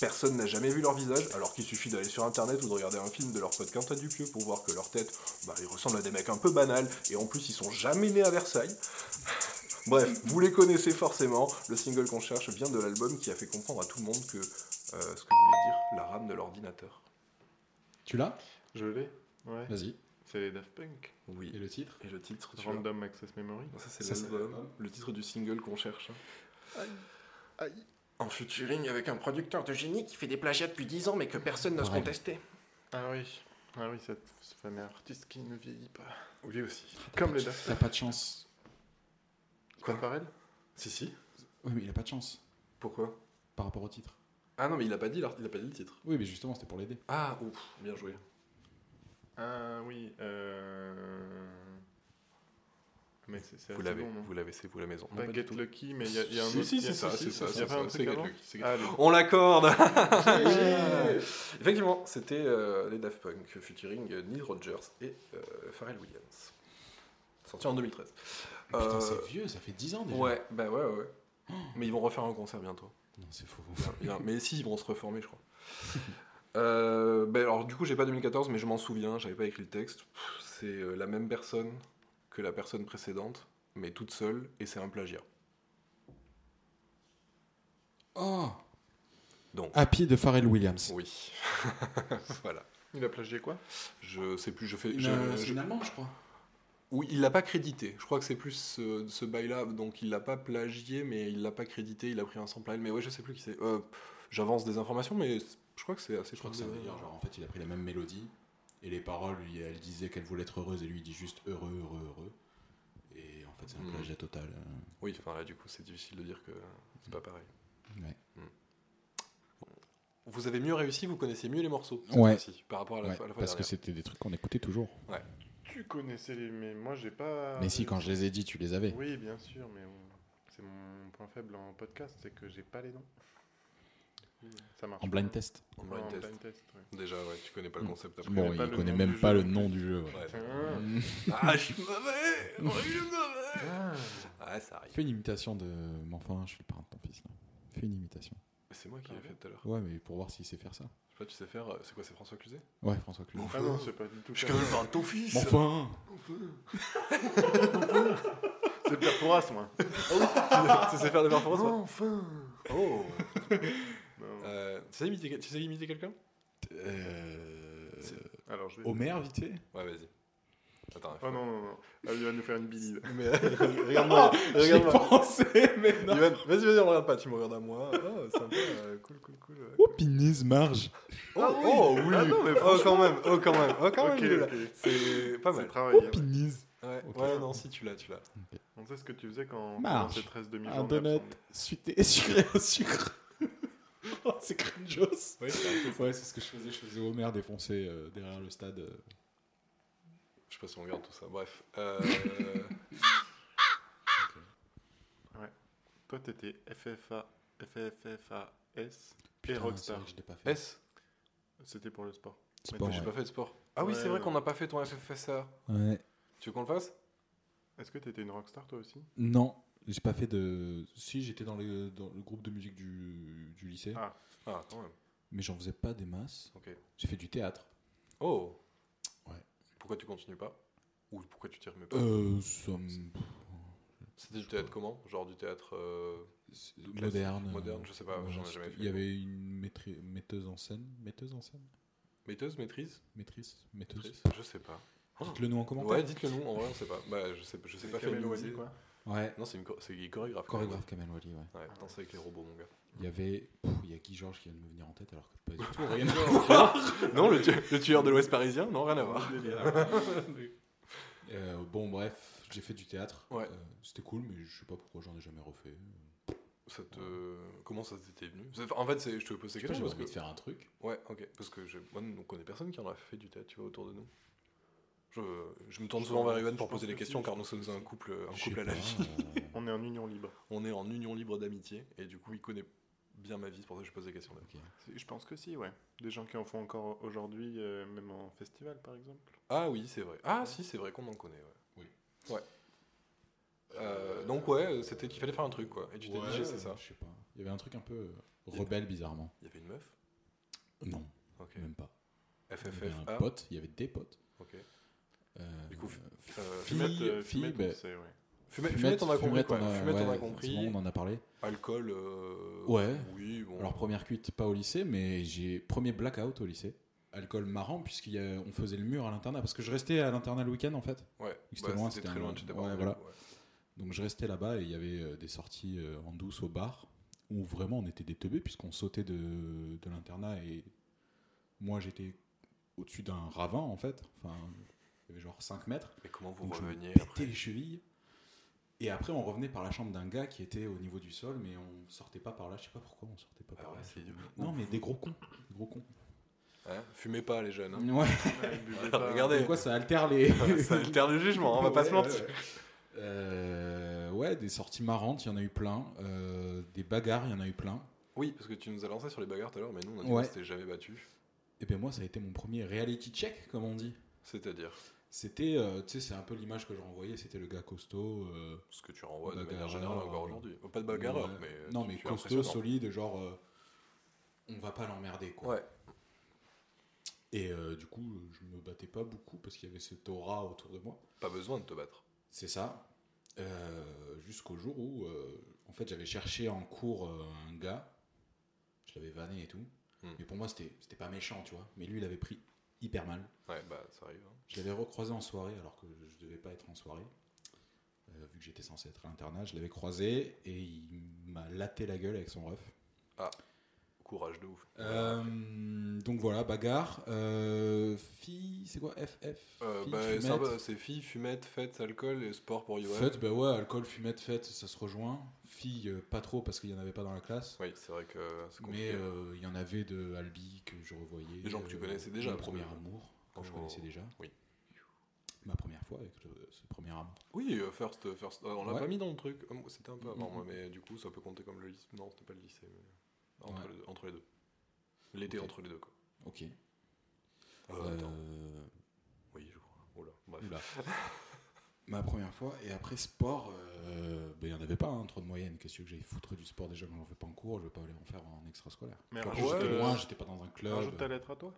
Speaker 5: Personne n'a jamais vu leur visage, alors qu'il suffit d'aller sur internet ou de regarder un film de leur pote Quentin Dupieux pour voir que leur tête, bah, ils ressemblent à des mecs un peu banals, et en plus ils sont jamais nés à Versailles. Bref, vous les connaissez forcément, le single qu'on cherche vient de l'album qui a fait comprendre à tout le monde que, euh, ce que voulait dire, la rame de l'ordinateur.
Speaker 4: Tu l'as
Speaker 6: Je l'ai. Ouais.
Speaker 4: Vas-y.
Speaker 6: C'est les Daft Punk.
Speaker 4: Et
Speaker 5: Oui.
Speaker 4: le titre
Speaker 5: Et le titre, tu vois.
Speaker 6: Random Access Memory.
Speaker 5: Ça, c'est
Speaker 4: Ça, c'est
Speaker 5: l'album,
Speaker 4: l'album.
Speaker 5: le titre du single qu'on cherche. hein.
Speaker 6: Aïe.
Speaker 5: En featuring avec un producteur de génie qui fait des plagiats depuis 10 ans mais que personne n'ose
Speaker 4: Ouais.
Speaker 5: contester.
Speaker 6: Ah oui. Ah oui, cette, ce fameux artiste qui ne vieillit pas.
Speaker 5: Oui aussi.
Speaker 6: Comme les Daft
Speaker 4: T'as pas de chance.
Speaker 5: Quoi
Speaker 6: Punk. Pareil
Speaker 5: Si si.
Speaker 4: Oui, mais il a pas de chance
Speaker 5: Pourquoi
Speaker 4: par rapport au titre.
Speaker 5: Ah non mais il a pas dit l'art- il a pas dit le titre.
Speaker 4: Oui, mais justement, c'était pour l'aider.
Speaker 5: Ah ouf, bien joué.
Speaker 6: Ah oui. Euh... Mais c'est c'est
Speaker 5: Vous
Speaker 6: assez
Speaker 5: l'avez,
Speaker 6: bon, non
Speaker 5: vous l'avez, c'est vous la maison. Non,
Speaker 6: Pas
Speaker 5: pas du
Speaker 6: Bah, Get
Speaker 5: tout.
Speaker 6: Lucky, mais il y, a- il y a un
Speaker 5: Si,
Speaker 6: autre.
Speaker 5: si,
Speaker 6: il y a-
Speaker 5: si, ça, c'est ça,
Speaker 6: Il y
Speaker 5: c'est
Speaker 6: a pas un
Speaker 5: ça,
Speaker 6: truc
Speaker 5: c'est
Speaker 6: avant
Speaker 5: Get Lucky, c'est Get
Speaker 6: Ah, le-
Speaker 5: On l'accorde. Effectivement, c'était euh, les Daft Punk featuring euh, Neil Rogers et euh, Pharrell Williams. Sorti en 2013.
Speaker 4: Mais Putain,
Speaker 5: Euh,
Speaker 4: c'est vieux, ça fait 10 ans déjà.
Speaker 5: Ouais, bah ouais, ouais. Mais ils vont refaire un concert bientôt.
Speaker 4: Non, c'est faux.
Speaker 5: Bien, Mais si, ils vont se reformer, je crois. Euh, ben alors, du coup, j'ai pas 2014, mais je m'en souviens, j'avais pas écrit le texte. Pff, C'est euh, la même personne que la personne précédente, mais toute seule, et c'est un plagiat.
Speaker 4: Oh
Speaker 5: Donc,
Speaker 4: Happy de Pharrell Williams.
Speaker 5: oui. voilà.
Speaker 6: Il a plagié quoi
Speaker 5: Je sais plus, je fais.
Speaker 4: Une,
Speaker 5: je-
Speaker 4: euh,
Speaker 5: je-
Speaker 4: C'est une Allemande, je crois.
Speaker 5: Oui, il l'a pas crédité. Je crois que c'est plus ce, ce bail-là. Donc il l'a pas plagié, mais il l'a pas crédité. Il a pris un sample à elle. Mais ouais, je sais plus qui c'est. Euh, J'avance des informations, mais c- je crois que c'est assez.
Speaker 4: Je crois que c'est un délire. Genre, en fait, il a pris la même mélodie et les paroles, lui, elle disait qu'elle voulait être heureuse et lui, il dit juste heureux, heureux, heureux. Et en fait, c'est un
Speaker 5: Mm.
Speaker 4: plagiat total. euh.
Speaker 5: Oui, enfin là, du coup, c'est difficile de dire que c'est pas pareil.
Speaker 4: Ouais.
Speaker 5: Mm. Vous avez mieux réussi, vous connaissez mieux les morceaux.
Speaker 4: Ouais.
Speaker 5: Aussi, par rapport à la,
Speaker 4: Ouais,
Speaker 5: fois- à la fois
Speaker 4: parce que
Speaker 5: dernière.
Speaker 4: c'était des trucs qu'on écoutait toujours.
Speaker 6: Tu connaissais les. Mais moi, j'ai
Speaker 5: Ah,
Speaker 6: pas.
Speaker 4: mais si, quand je les ai dit, tu les avais.
Speaker 6: Oui, bien sûr, mais on- c'est mon point faible en podcast, c'est que j'ai pas les noms. Ça marche.
Speaker 4: En blind test.
Speaker 5: En
Speaker 6: Ouais,
Speaker 5: blind
Speaker 6: en
Speaker 5: test.
Speaker 6: blind test, ouais.
Speaker 5: Déjà, ouais, tu connais pas le concept après.
Speaker 4: Mm. Bon,
Speaker 6: connais pas
Speaker 4: il
Speaker 6: le
Speaker 4: connaît
Speaker 6: nom
Speaker 4: même
Speaker 6: du
Speaker 4: pas
Speaker 6: jeu.
Speaker 4: le nom du jeu. ouais.
Speaker 5: Ouais.
Speaker 6: Tiens.
Speaker 4: Mm.
Speaker 5: Ah, je suis mauvais Oh, il est mauvais
Speaker 6: Ah.
Speaker 5: Ah, ça arrive.
Speaker 4: Fais une imitation de. Mais enfin, je suis le parent de ton fils là. Fais une imitation.
Speaker 5: C'est moi qui l'ai fait tout à l'heure.
Speaker 4: Ouais, mais pour voir s'il sait faire ça.
Speaker 5: Je sais pas, tu sais faire. euh, C'est quoi, c'est François Cluzet
Speaker 4: Ouais, François Cluzet.
Speaker 6: Ah non, c'est pas du tout.
Speaker 5: Je suis
Speaker 6: ça.
Speaker 5: quand même parent de ton fils
Speaker 4: Mais enfin
Speaker 6: C'est Perforas, moi.
Speaker 5: Tu sais faire des performances
Speaker 6: Enfin
Speaker 5: Oh
Speaker 6: Non.
Speaker 5: Euh, Tu sais imiter, tu sais imiter quelqu'un
Speaker 4: euh...
Speaker 6: Alors, je vais.
Speaker 4: Homer, vite fait
Speaker 5: Ouais, vas-y. Attends,
Speaker 6: Oh non, non, non. Ah, il va nous faire une bille.
Speaker 5: Mais euh, regarde-moi,
Speaker 4: J'y ai
Speaker 5: regarde-moi.
Speaker 4: pensé, mais non
Speaker 5: Yoann, Vas-y, vas-y, on regarde pas, tu me regardes à moi. Oh, sympa, euh, cool, cool, cool. euh.
Speaker 4: Oh, Pinise Marge
Speaker 5: Oh,
Speaker 6: Ah oui.
Speaker 5: oh, oui.
Speaker 6: Ah non, mais
Speaker 5: Oh, quand
Speaker 6: franchement.
Speaker 5: même, oh, quand même, oh, quand
Speaker 6: Ok,
Speaker 5: même, il est là.
Speaker 6: ok.
Speaker 5: C'est pas
Speaker 6: C'est
Speaker 5: mal.
Speaker 4: Oh,
Speaker 6: travaillé. ouais.
Speaker 4: Pinise
Speaker 5: Ouais,
Speaker 4: Ok.
Speaker 5: ouais, non, si tu l'as, tu l'as.
Speaker 6: hein. On sait ce que tu faisais quand
Speaker 4: Marche.
Speaker 6: c'est 13 demi
Speaker 4: Un donut suité et sucré au sucre Oh, c'est cringeos
Speaker 5: Oui, c'est un peu-
Speaker 4: Ouais, c'est ce que je faisais. Je faisais Homer défoncer euh, derrière le stade. euh.
Speaker 5: Je sais pas si on regarde tout ça. Bref. Euh...
Speaker 6: Toi, t'étais FFA, FFFAS et
Speaker 4: Putain, c'est
Speaker 6: Rockstar.
Speaker 4: vrai que je l'ai pas fait.
Speaker 5: S
Speaker 6: C'était pour le sport.
Speaker 5: Mais
Speaker 4: Sport,
Speaker 5: J'ai
Speaker 4: ouais.
Speaker 5: pas fait de sport. Ah oui,
Speaker 6: Ouais,
Speaker 5: c'est vrai
Speaker 6: ouais.
Speaker 5: qu'on n'a pas fait ton FFSA.
Speaker 4: Ouais.
Speaker 5: Tu veux qu'on le fasse
Speaker 6: Est-ce que t'étais une rockstar, toi aussi
Speaker 4: Non, j'ai pas fait de. Si, j'étais dans le, dans le groupe de musique du, du lycée,
Speaker 6: Ah.
Speaker 5: Ah, quand même.
Speaker 4: mais j'en faisais pas des masses.
Speaker 5: Ok.
Speaker 4: J'ai fait du théâtre.
Speaker 5: Oh
Speaker 4: Ouais.
Speaker 5: Pourquoi tu continues pas Ou pourquoi tu t'y remets pas
Speaker 4: Euh, ça me-
Speaker 5: C'était du théâtre comment Genre du théâtre. euh,
Speaker 4: c'est
Speaker 5: Classique,
Speaker 4: moderne. euh,
Speaker 5: moderne, je sais pas, j'en ai jamais fait.
Speaker 4: Il y avait une maîtri- metteuse en scène. Metteuse en scène
Speaker 5: Maîtrise, maîtrise
Speaker 4: Maîtrise Metteuse
Speaker 5: Maîtrise Je sais pas.
Speaker 4: Dites-le nous en commentaire.
Speaker 5: Ouais, dites-le nous, en vrai, on sait pas. Bah, je sais, je sais pas faire une musique.
Speaker 6: quoi.
Speaker 4: Ouais.
Speaker 5: Non, c'est une chor- c'est il est chorégraphe. quand même.
Speaker 4: Chorégraphe Kamel Wally, ouais.
Speaker 5: Ouais, danse avec les robots, mon gars.
Speaker 4: Il y avait. Pff, Il y a Guy Georges qui vient de me venir en tête alors que pas du tout.
Speaker 5: Rien à voir. non, le, tu- le tueur de l'Ouest parisien, non, rien à voir. Ah,
Speaker 4: Euh, bon, bref, j'ai fait du théâtre.
Speaker 5: Ouais.
Speaker 4: Euh, C'était cool, mais je sais pas pourquoi j'en ai jamais refait.
Speaker 5: Ça te- Comment ça t'était venu C'est- En fait, c'est- je te pose ces
Speaker 4: J'ai
Speaker 5: questions
Speaker 4: envie
Speaker 5: parce que.
Speaker 4: de faire un truc.
Speaker 5: Ouais, ok. Parce que je... moi, on connaît personne qui en a fait du théâtre, tu vois, autour de nous. Je, je me tourne
Speaker 6: Je
Speaker 5: souvent
Speaker 6: pense-
Speaker 5: vers Ivan pour
Speaker 6: je pense
Speaker 5: poser des
Speaker 6: que
Speaker 5: questions
Speaker 6: si, je
Speaker 5: car nous
Speaker 6: pense
Speaker 5: sommes
Speaker 6: que
Speaker 5: un
Speaker 6: si.
Speaker 5: couple, un
Speaker 4: Je
Speaker 5: couple
Speaker 4: sais
Speaker 5: à la
Speaker 4: pas,
Speaker 5: vie.
Speaker 4: euh,
Speaker 6: On est en union libre.
Speaker 5: On est en union libre d'amitié et du coup, il connaît bien ma vie, c'est pour ça que je pose des questions. là.
Speaker 4: ok.
Speaker 6: C'est- Je pense que si, ouais. Des gens qui en font encore aujourd'hui, euh, même en festival, par exemple.
Speaker 5: Ah oui, c'est vrai. Ah si, c'est vrai qu'on en connaît, ouais.
Speaker 4: Oui.
Speaker 5: Ouais. Euh, donc ouais, c'était qu'il fallait faire un truc, quoi. Et tu t'es
Speaker 4: Ouais,
Speaker 5: dit, c'est ça.
Speaker 4: Je sais pas. Il y avait un truc un peu euh, rebelle bizarrement.
Speaker 5: Il y avait une meuf
Speaker 4: Non,
Speaker 5: Ok.
Speaker 4: même pas. Il y avait un
Speaker 5: FFFA.
Speaker 4: pote, il y avait des potes.
Speaker 5: Ok.
Speaker 4: Euh,
Speaker 5: Du coup, f- euh,
Speaker 4: Fille,
Speaker 6: Fumette, euh,
Speaker 4: fille,
Speaker 6: Fumette,
Speaker 4: bah,
Speaker 6: on sait, ouais.
Speaker 5: Fumette,
Speaker 4: fumette,
Speaker 5: fumette, on a compris,
Speaker 4: fumette,
Speaker 5: quoi.
Speaker 4: on a-
Speaker 5: Fumette, on a
Speaker 4: ouais,
Speaker 5: compris.
Speaker 4: c'est bon, on en a parlé.
Speaker 5: Alcool. euh,
Speaker 4: Ouais.
Speaker 5: Oui, bon.
Speaker 4: Alors première cuite, pas au lycée, mais j'ai premier blackout au lycée. Alcool marrant puisqu'il y a- on faisait le mur à l'internat parce que je restais à l'internat le week-end en fait.
Speaker 5: ouais. Bah,
Speaker 4: c'était loin, c'était
Speaker 5: très
Speaker 4: un-
Speaker 5: loin de chez tes
Speaker 4: ouais,
Speaker 5: parents,
Speaker 4: voilà.
Speaker 5: du coup, ouais.
Speaker 4: Donc je restais là-bas et il y avait euh, des sorties euh, en douce au bar où vraiment on était des teubés puisqu'on sautait de, de l'internat et moi j'étais au-dessus d'un ravin en fait. Enfin, il y avait genre 5 mètres.
Speaker 5: Mais comment vous
Speaker 4: Donc je me
Speaker 5: reveniez
Speaker 4: pétais
Speaker 5: après
Speaker 4: euh, les chevilles. Et après on revenait par la chambre d'un gars qui était au niveau du sol mais on sortait pas par là. Je sais pas pourquoi on sortait pas
Speaker 5: Ah
Speaker 4: par
Speaker 5: ouais,
Speaker 4: là.
Speaker 5: c'est idiot.
Speaker 4: Non mais des gros cons. Des gros cons.
Speaker 5: Hein Fumez pas, les jeunes. hein.
Speaker 4: Ouais.
Speaker 6: Ouais, buvez
Speaker 5: Ouais,
Speaker 6: pas.
Speaker 5: regardez.
Speaker 4: Comme quoi, ça altère les.
Speaker 5: ça alterne le jugement, on va pas se
Speaker 4: Ouais,
Speaker 5: mentir.
Speaker 4: ouais, ouais. Euh, ouais, des sorties marrantes, il y en a eu plein. Euh, des bagarres, il y en a eu plein.
Speaker 5: Oui, parce que tu nous as lancé sur les bagarres tout à l'heure, mais nous, on a dit
Speaker 4: Ouais.
Speaker 5: qu'on s'était jamais battu.
Speaker 4: Et bien, moi, ça a été mon premier reality check, comme on dit.
Speaker 5: C'est-à-dire
Speaker 4: C'était, euh, tu sais, c'est un peu l'image que je renvoyais. C'était le gars costaud. euh,
Speaker 5: ce que tu renvoies de manière
Speaker 4: Bagarreur,
Speaker 5: générale encore
Speaker 4: euh,
Speaker 5: aujourd'hui. Pas de bagarreur,
Speaker 4: ouais.
Speaker 5: mais. euh,
Speaker 4: non,
Speaker 5: tu-
Speaker 4: mais
Speaker 5: tu es
Speaker 4: costaud,
Speaker 5: impressionnant.
Speaker 4: solide, genre. euh, on va pas l'emmerder, quoi.
Speaker 5: Ouais.
Speaker 4: Et euh, du coup, je me battais pas beaucoup parce qu'il y avait cette aura autour de moi.
Speaker 5: Pas besoin de te battre.
Speaker 4: C'est ça. Euh, Jusqu'au jour où, euh, en fait, j'avais cherché en cours euh, un gars. Je l'avais vanné et tout.
Speaker 5: Hmm.
Speaker 4: Mais pour moi, c'était c'était pas méchant, tu vois. Mais lui, il avait pris hyper mal.
Speaker 5: Ouais, bah ça arrive. hein.
Speaker 4: Je l'avais recroisé en soirée, alors que je devais pas être en soirée. Euh, vu que j'étais censé être à l'internat, je l'avais croisé et il m'a laté la gueule avec son ref.
Speaker 5: Courage de ouf.
Speaker 4: Euh, donc voilà, bagarre. Euh, fille, c'est quoi FF
Speaker 5: Euh,
Speaker 4: Fille,
Speaker 5: bah,
Speaker 4: fumette.
Speaker 5: c'est un peu- c'est filles, fumettes, fêtes, alcool et sport pour Yoann.
Speaker 4: Fête, bah ouais, alcool, fumette, fête, ça se rejoint. Fille, euh, pas trop parce qu'il y en avait pas dans la classe.
Speaker 5: Oui, c'est vrai que c'est
Speaker 4: mais
Speaker 5: compliqué.
Speaker 4: euh, il y en avait de Albi que je revoyais.
Speaker 5: Des gens que tu
Speaker 4: euh,
Speaker 5: connaissais déjà,
Speaker 4: Mon
Speaker 5: parce
Speaker 4: premier
Speaker 5: que-
Speaker 4: amour, que
Speaker 5: Oh,
Speaker 4: je connaissais déjà.
Speaker 5: oui.
Speaker 4: Ma première fois avec le- ce premier amour.
Speaker 5: Oui, euh, first, euh, first. euh, on l'a
Speaker 4: Ouais.
Speaker 5: pas mis dans le truc. Euh, C'était un peu avant,
Speaker 4: Mhm.
Speaker 5: moi, mais du coup, ça peut compter comme le lycée. Non, c'était pas le lycée. mais- Entre,
Speaker 4: Ouais.
Speaker 5: les deux, entre les deux. L'été
Speaker 4: Ok.
Speaker 5: entre les deux, quoi.
Speaker 4: Ok.
Speaker 5: Euh, attends.
Speaker 4: Euh,
Speaker 5: Oui, je crois. Oula, bref.
Speaker 4: oula. Ma première fois. Et après, sport, euh, ben, il n'y en avait pas, hein, trop de moyenne. Qu'est-ce que j'allais foutre du sport déjà quand j'en fais pas en cours Je vais pas aller en faire en extrascolaire.
Speaker 6: Mais
Speaker 4: En plus,
Speaker 5: ouais,
Speaker 4: j'étais
Speaker 5: euh,
Speaker 4: loin, j'étais pas dans un
Speaker 6: Rajoute
Speaker 4: club.
Speaker 6: ta lettre à toi.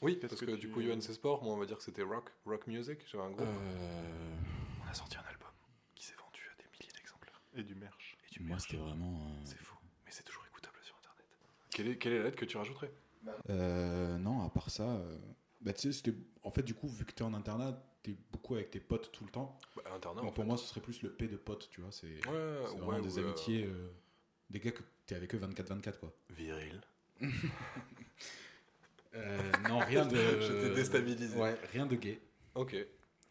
Speaker 5: Oui,
Speaker 6: Qu'est-ce
Speaker 5: parce que,
Speaker 6: que
Speaker 5: du
Speaker 6: tu-
Speaker 5: coup, Johan c'est sport. Moi, on va dire que c'était rock, rock music. J'avais un groupe.
Speaker 4: Euh,
Speaker 5: On a sorti un album qui s'est vendu à des milliers d'exemplaires.
Speaker 6: Et du merch.
Speaker 5: Et tu
Speaker 4: moi, c'était vraiment. euh,
Speaker 5: C'est fou, mais c'est toujours écoutable sur internet. Quelle est, quelle est la lettre que tu rajouterais
Speaker 4: Euh, non, à part ça, euh, bah, tu sais, c'était- en fait, du coup, vu que t'es en internat, t'es beaucoup avec tes potes tout le temps.
Speaker 5: bah, Internat.
Speaker 4: Donc
Speaker 5: en
Speaker 4: pour moi, ce serait plus le P de potes, tu vois. C'est
Speaker 5: fait.
Speaker 4: c'est
Speaker 5: ouais, ouais,
Speaker 4: vraiment
Speaker 5: ouais,
Speaker 4: des
Speaker 5: ouais.
Speaker 4: amitiés, euh, des gars que t'es avec eux 24-24, quoi.
Speaker 5: Viril.
Speaker 4: Euh, non, rien de.
Speaker 5: J'étais déstabilisé.
Speaker 4: Ouais, rien de gay.
Speaker 5: Ok.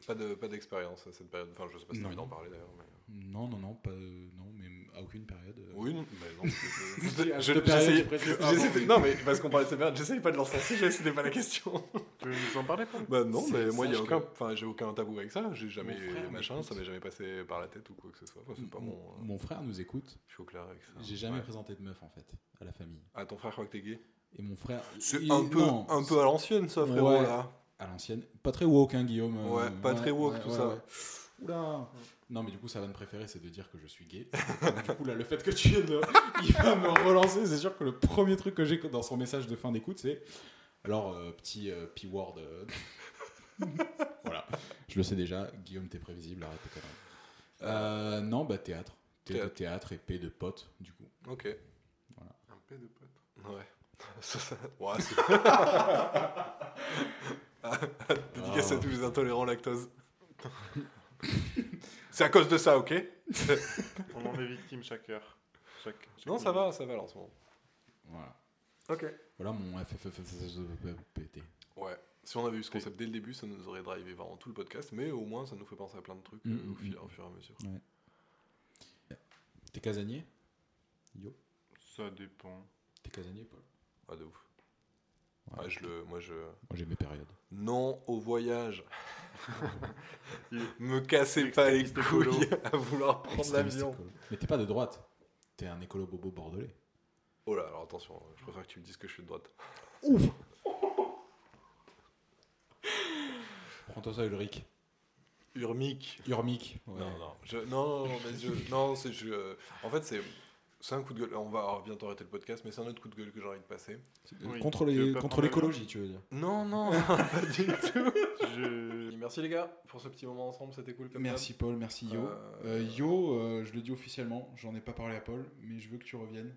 Speaker 5: Pas de pas d'expérience à cette période. Enfin, je sais pas si t'as
Speaker 4: Non.
Speaker 5: envie d'en parler d'ailleurs. Mais...
Speaker 4: Non, non, non, pas, euh, non, mais à aucune période. euh.
Speaker 5: Oui, non, mais non. c'est-
Speaker 4: dis à
Speaker 5: Je-
Speaker 4: cette période,
Speaker 5: j'essayais-
Speaker 4: tu précises pas
Speaker 5: j'essayais-
Speaker 4: avant, mais-
Speaker 5: Non, mais parce qu'on parlait de cette période, j'essayais pas de l'encenser, c'était pas la question.
Speaker 6: Tu veux nous en parler, Paul
Speaker 5: Bah non,
Speaker 4: C'est-
Speaker 5: mais moi, il y a
Speaker 4: sache
Speaker 5: aucun,
Speaker 4: que-
Speaker 5: enfin, j'ai aucun tabou avec ça. J'ai jamais
Speaker 4: Mon frère
Speaker 5: eu machin,
Speaker 4: m'écoute.
Speaker 5: ça m'est jamais passé par la tête ou quoi que ce soit. Enfin, c'est pas
Speaker 4: Mon-
Speaker 5: mon. euh,
Speaker 4: Mon frère nous écoute.
Speaker 5: Je suis au clair avec ça.
Speaker 4: J'ai jamais
Speaker 5: Ouais.
Speaker 4: présenté de meuf, en fait, à la famille.
Speaker 5: Ah, ton frère croit que t'es gay
Speaker 4: Et mon frère.
Speaker 5: C'est
Speaker 4: il-
Speaker 5: un peu,
Speaker 4: non,
Speaker 5: un peu à l'ancienne, ça, frérot,
Speaker 4: Ouais.
Speaker 5: là.
Speaker 4: à l'ancienne. Pas très woke, hein, Guillaume. euh,
Speaker 5: Ouais, pas très woke, tout ça.
Speaker 4: Oula Non, mais du coup, sa vanne préférée, c'est de dire que je suis gay. Donc, du coup, là, le fait que tu viennes, de- il va me relancer. C'est sûr que le premier truc que j'ai dans son message de fin d'écoute, c'est alors, euh, petit euh, P-word. euh. voilà, je le sais déjà. Guillaume, t'es prévisible, arrête tes conneries. Euh, non, bah, théâtre. T de
Speaker 5: Théâtre.
Speaker 4: théâtre et P de pote, du coup.
Speaker 5: Ok.
Speaker 6: Un P de pote.
Speaker 5: Ouais. Ça, ça- Ouais, c'est- Dédicace
Speaker 4: Ah.
Speaker 5: à tous les intolérants lactose. c'est à cause de ça, ok
Speaker 6: On en est victime chaque heure. Chaque, chaque
Speaker 5: Non, ça
Speaker 6: minute.
Speaker 5: va, ça va là, en ce moment.
Speaker 4: Voilà.
Speaker 5: Ok.
Speaker 4: Voilà mon FFFFPT.
Speaker 5: Ouais. Si on avait eu ce concept dès le début, ça nous aurait drivé vraiment tout le podcast, mais au moins ça nous fait penser à plein de trucs euh,
Speaker 4: Mm,
Speaker 5: au, fil-
Speaker 4: mm,
Speaker 5: au fur et à mesure.
Speaker 4: T'es casanier Yo
Speaker 6: Ça dépend.
Speaker 4: T'es casanier, Paul
Speaker 5: Ah, de ouf.
Speaker 4: Ouais.
Speaker 5: Ah, je le, moi, je.
Speaker 4: Moi, j'ai mes périodes.
Speaker 5: Non au voyage.
Speaker 6: Il-
Speaker 5: Me cassez pas les
Speaker 6: Extrémiste écolo.
Speaker 5: couilles à vouloir prendre
Speaker 4: Extrémiste
Speaker 5: l'avion.
Speaker 4: écolo. Mais t'es pas de droite. T'es un écolo bobo bordelais.
Speaker 5: Oh là, alors attention, je préfère que tu me dises que je suis de droite.
Speaker 4: Ouf Prends-toi ça, Ulrich.
Speaker 5: Urmic.
Speaker 4: Urmic. ouais.
Speaker 5: Non, non, je- non, non, mais je- non, c'est je, euh, en fait, c'est, c'est un coup de gueule. On va alors, bientôt arrêter le podcast, mais c'est un autre coup de gueule que j'ai envie de passer.
Speaker 4: Euh,
Speaker 6: Oui.
Speaker 4: Contre
Speaker 6: Tu
Speaker 4: les-
Speaker 6: veux pas
Speaker 4: contre
Speaker 6: prendre
Speaker 4: l'écologie, tu veux dire.
Speaker 5: Non, non, pas du tout.
Speaker 6: Je...
Speaker 5: Merci les gars pour ce petit moment ensemble, c'était cool. Comme
Speaker 4: Merci Paul, merci Yo.
Speaker 5: Euh,
Speaker 4: Euh, Yo, euh, je le dis officiellement, j'en ai pas parlé à Paul, mais je veux que tu reviennes.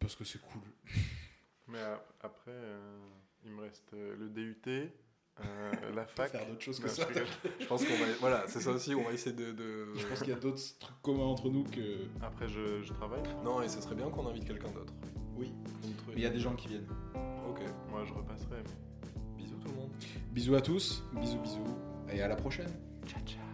Speaker 4: Parce que c'est cool.
Speaker 6: Mais ap- après, euh, il me reste euh, le DUT, euh, la
Speaker 4: Pas
Speaker 6: fac.
Speaker 4: faire d'autres choses
Speaker 6: Non,
Speaker 4: que
Speaker 6: je
Speaker 4: ça.
Speaker 6: rigole.
Speaker 5: d'hab. Je pense qu'on va, voilà, c'est ça aussi. On va essayer de, de-
Speaker 4: Je pense qu'il y a d'autres trucs communs entre nous que.
Speaker 6: Après, je, je travaille.
Speaker 5: Non, et ce serait bien qu'on invite quelqu'un d'autre.
Speaker 4: Oui.
Speaker 5: Une truc.
Speaker 4: Mais il y a des gens qui viennent.
Speaker 5: Ok.
Speaker 6: Moi, je repasserai. mais-
Speaker 5: Bisous tout le monde.
Speaker 4: Bisous à tous, bisous bisous, et à la prochaine.
Speaker 5: Ciao ciao.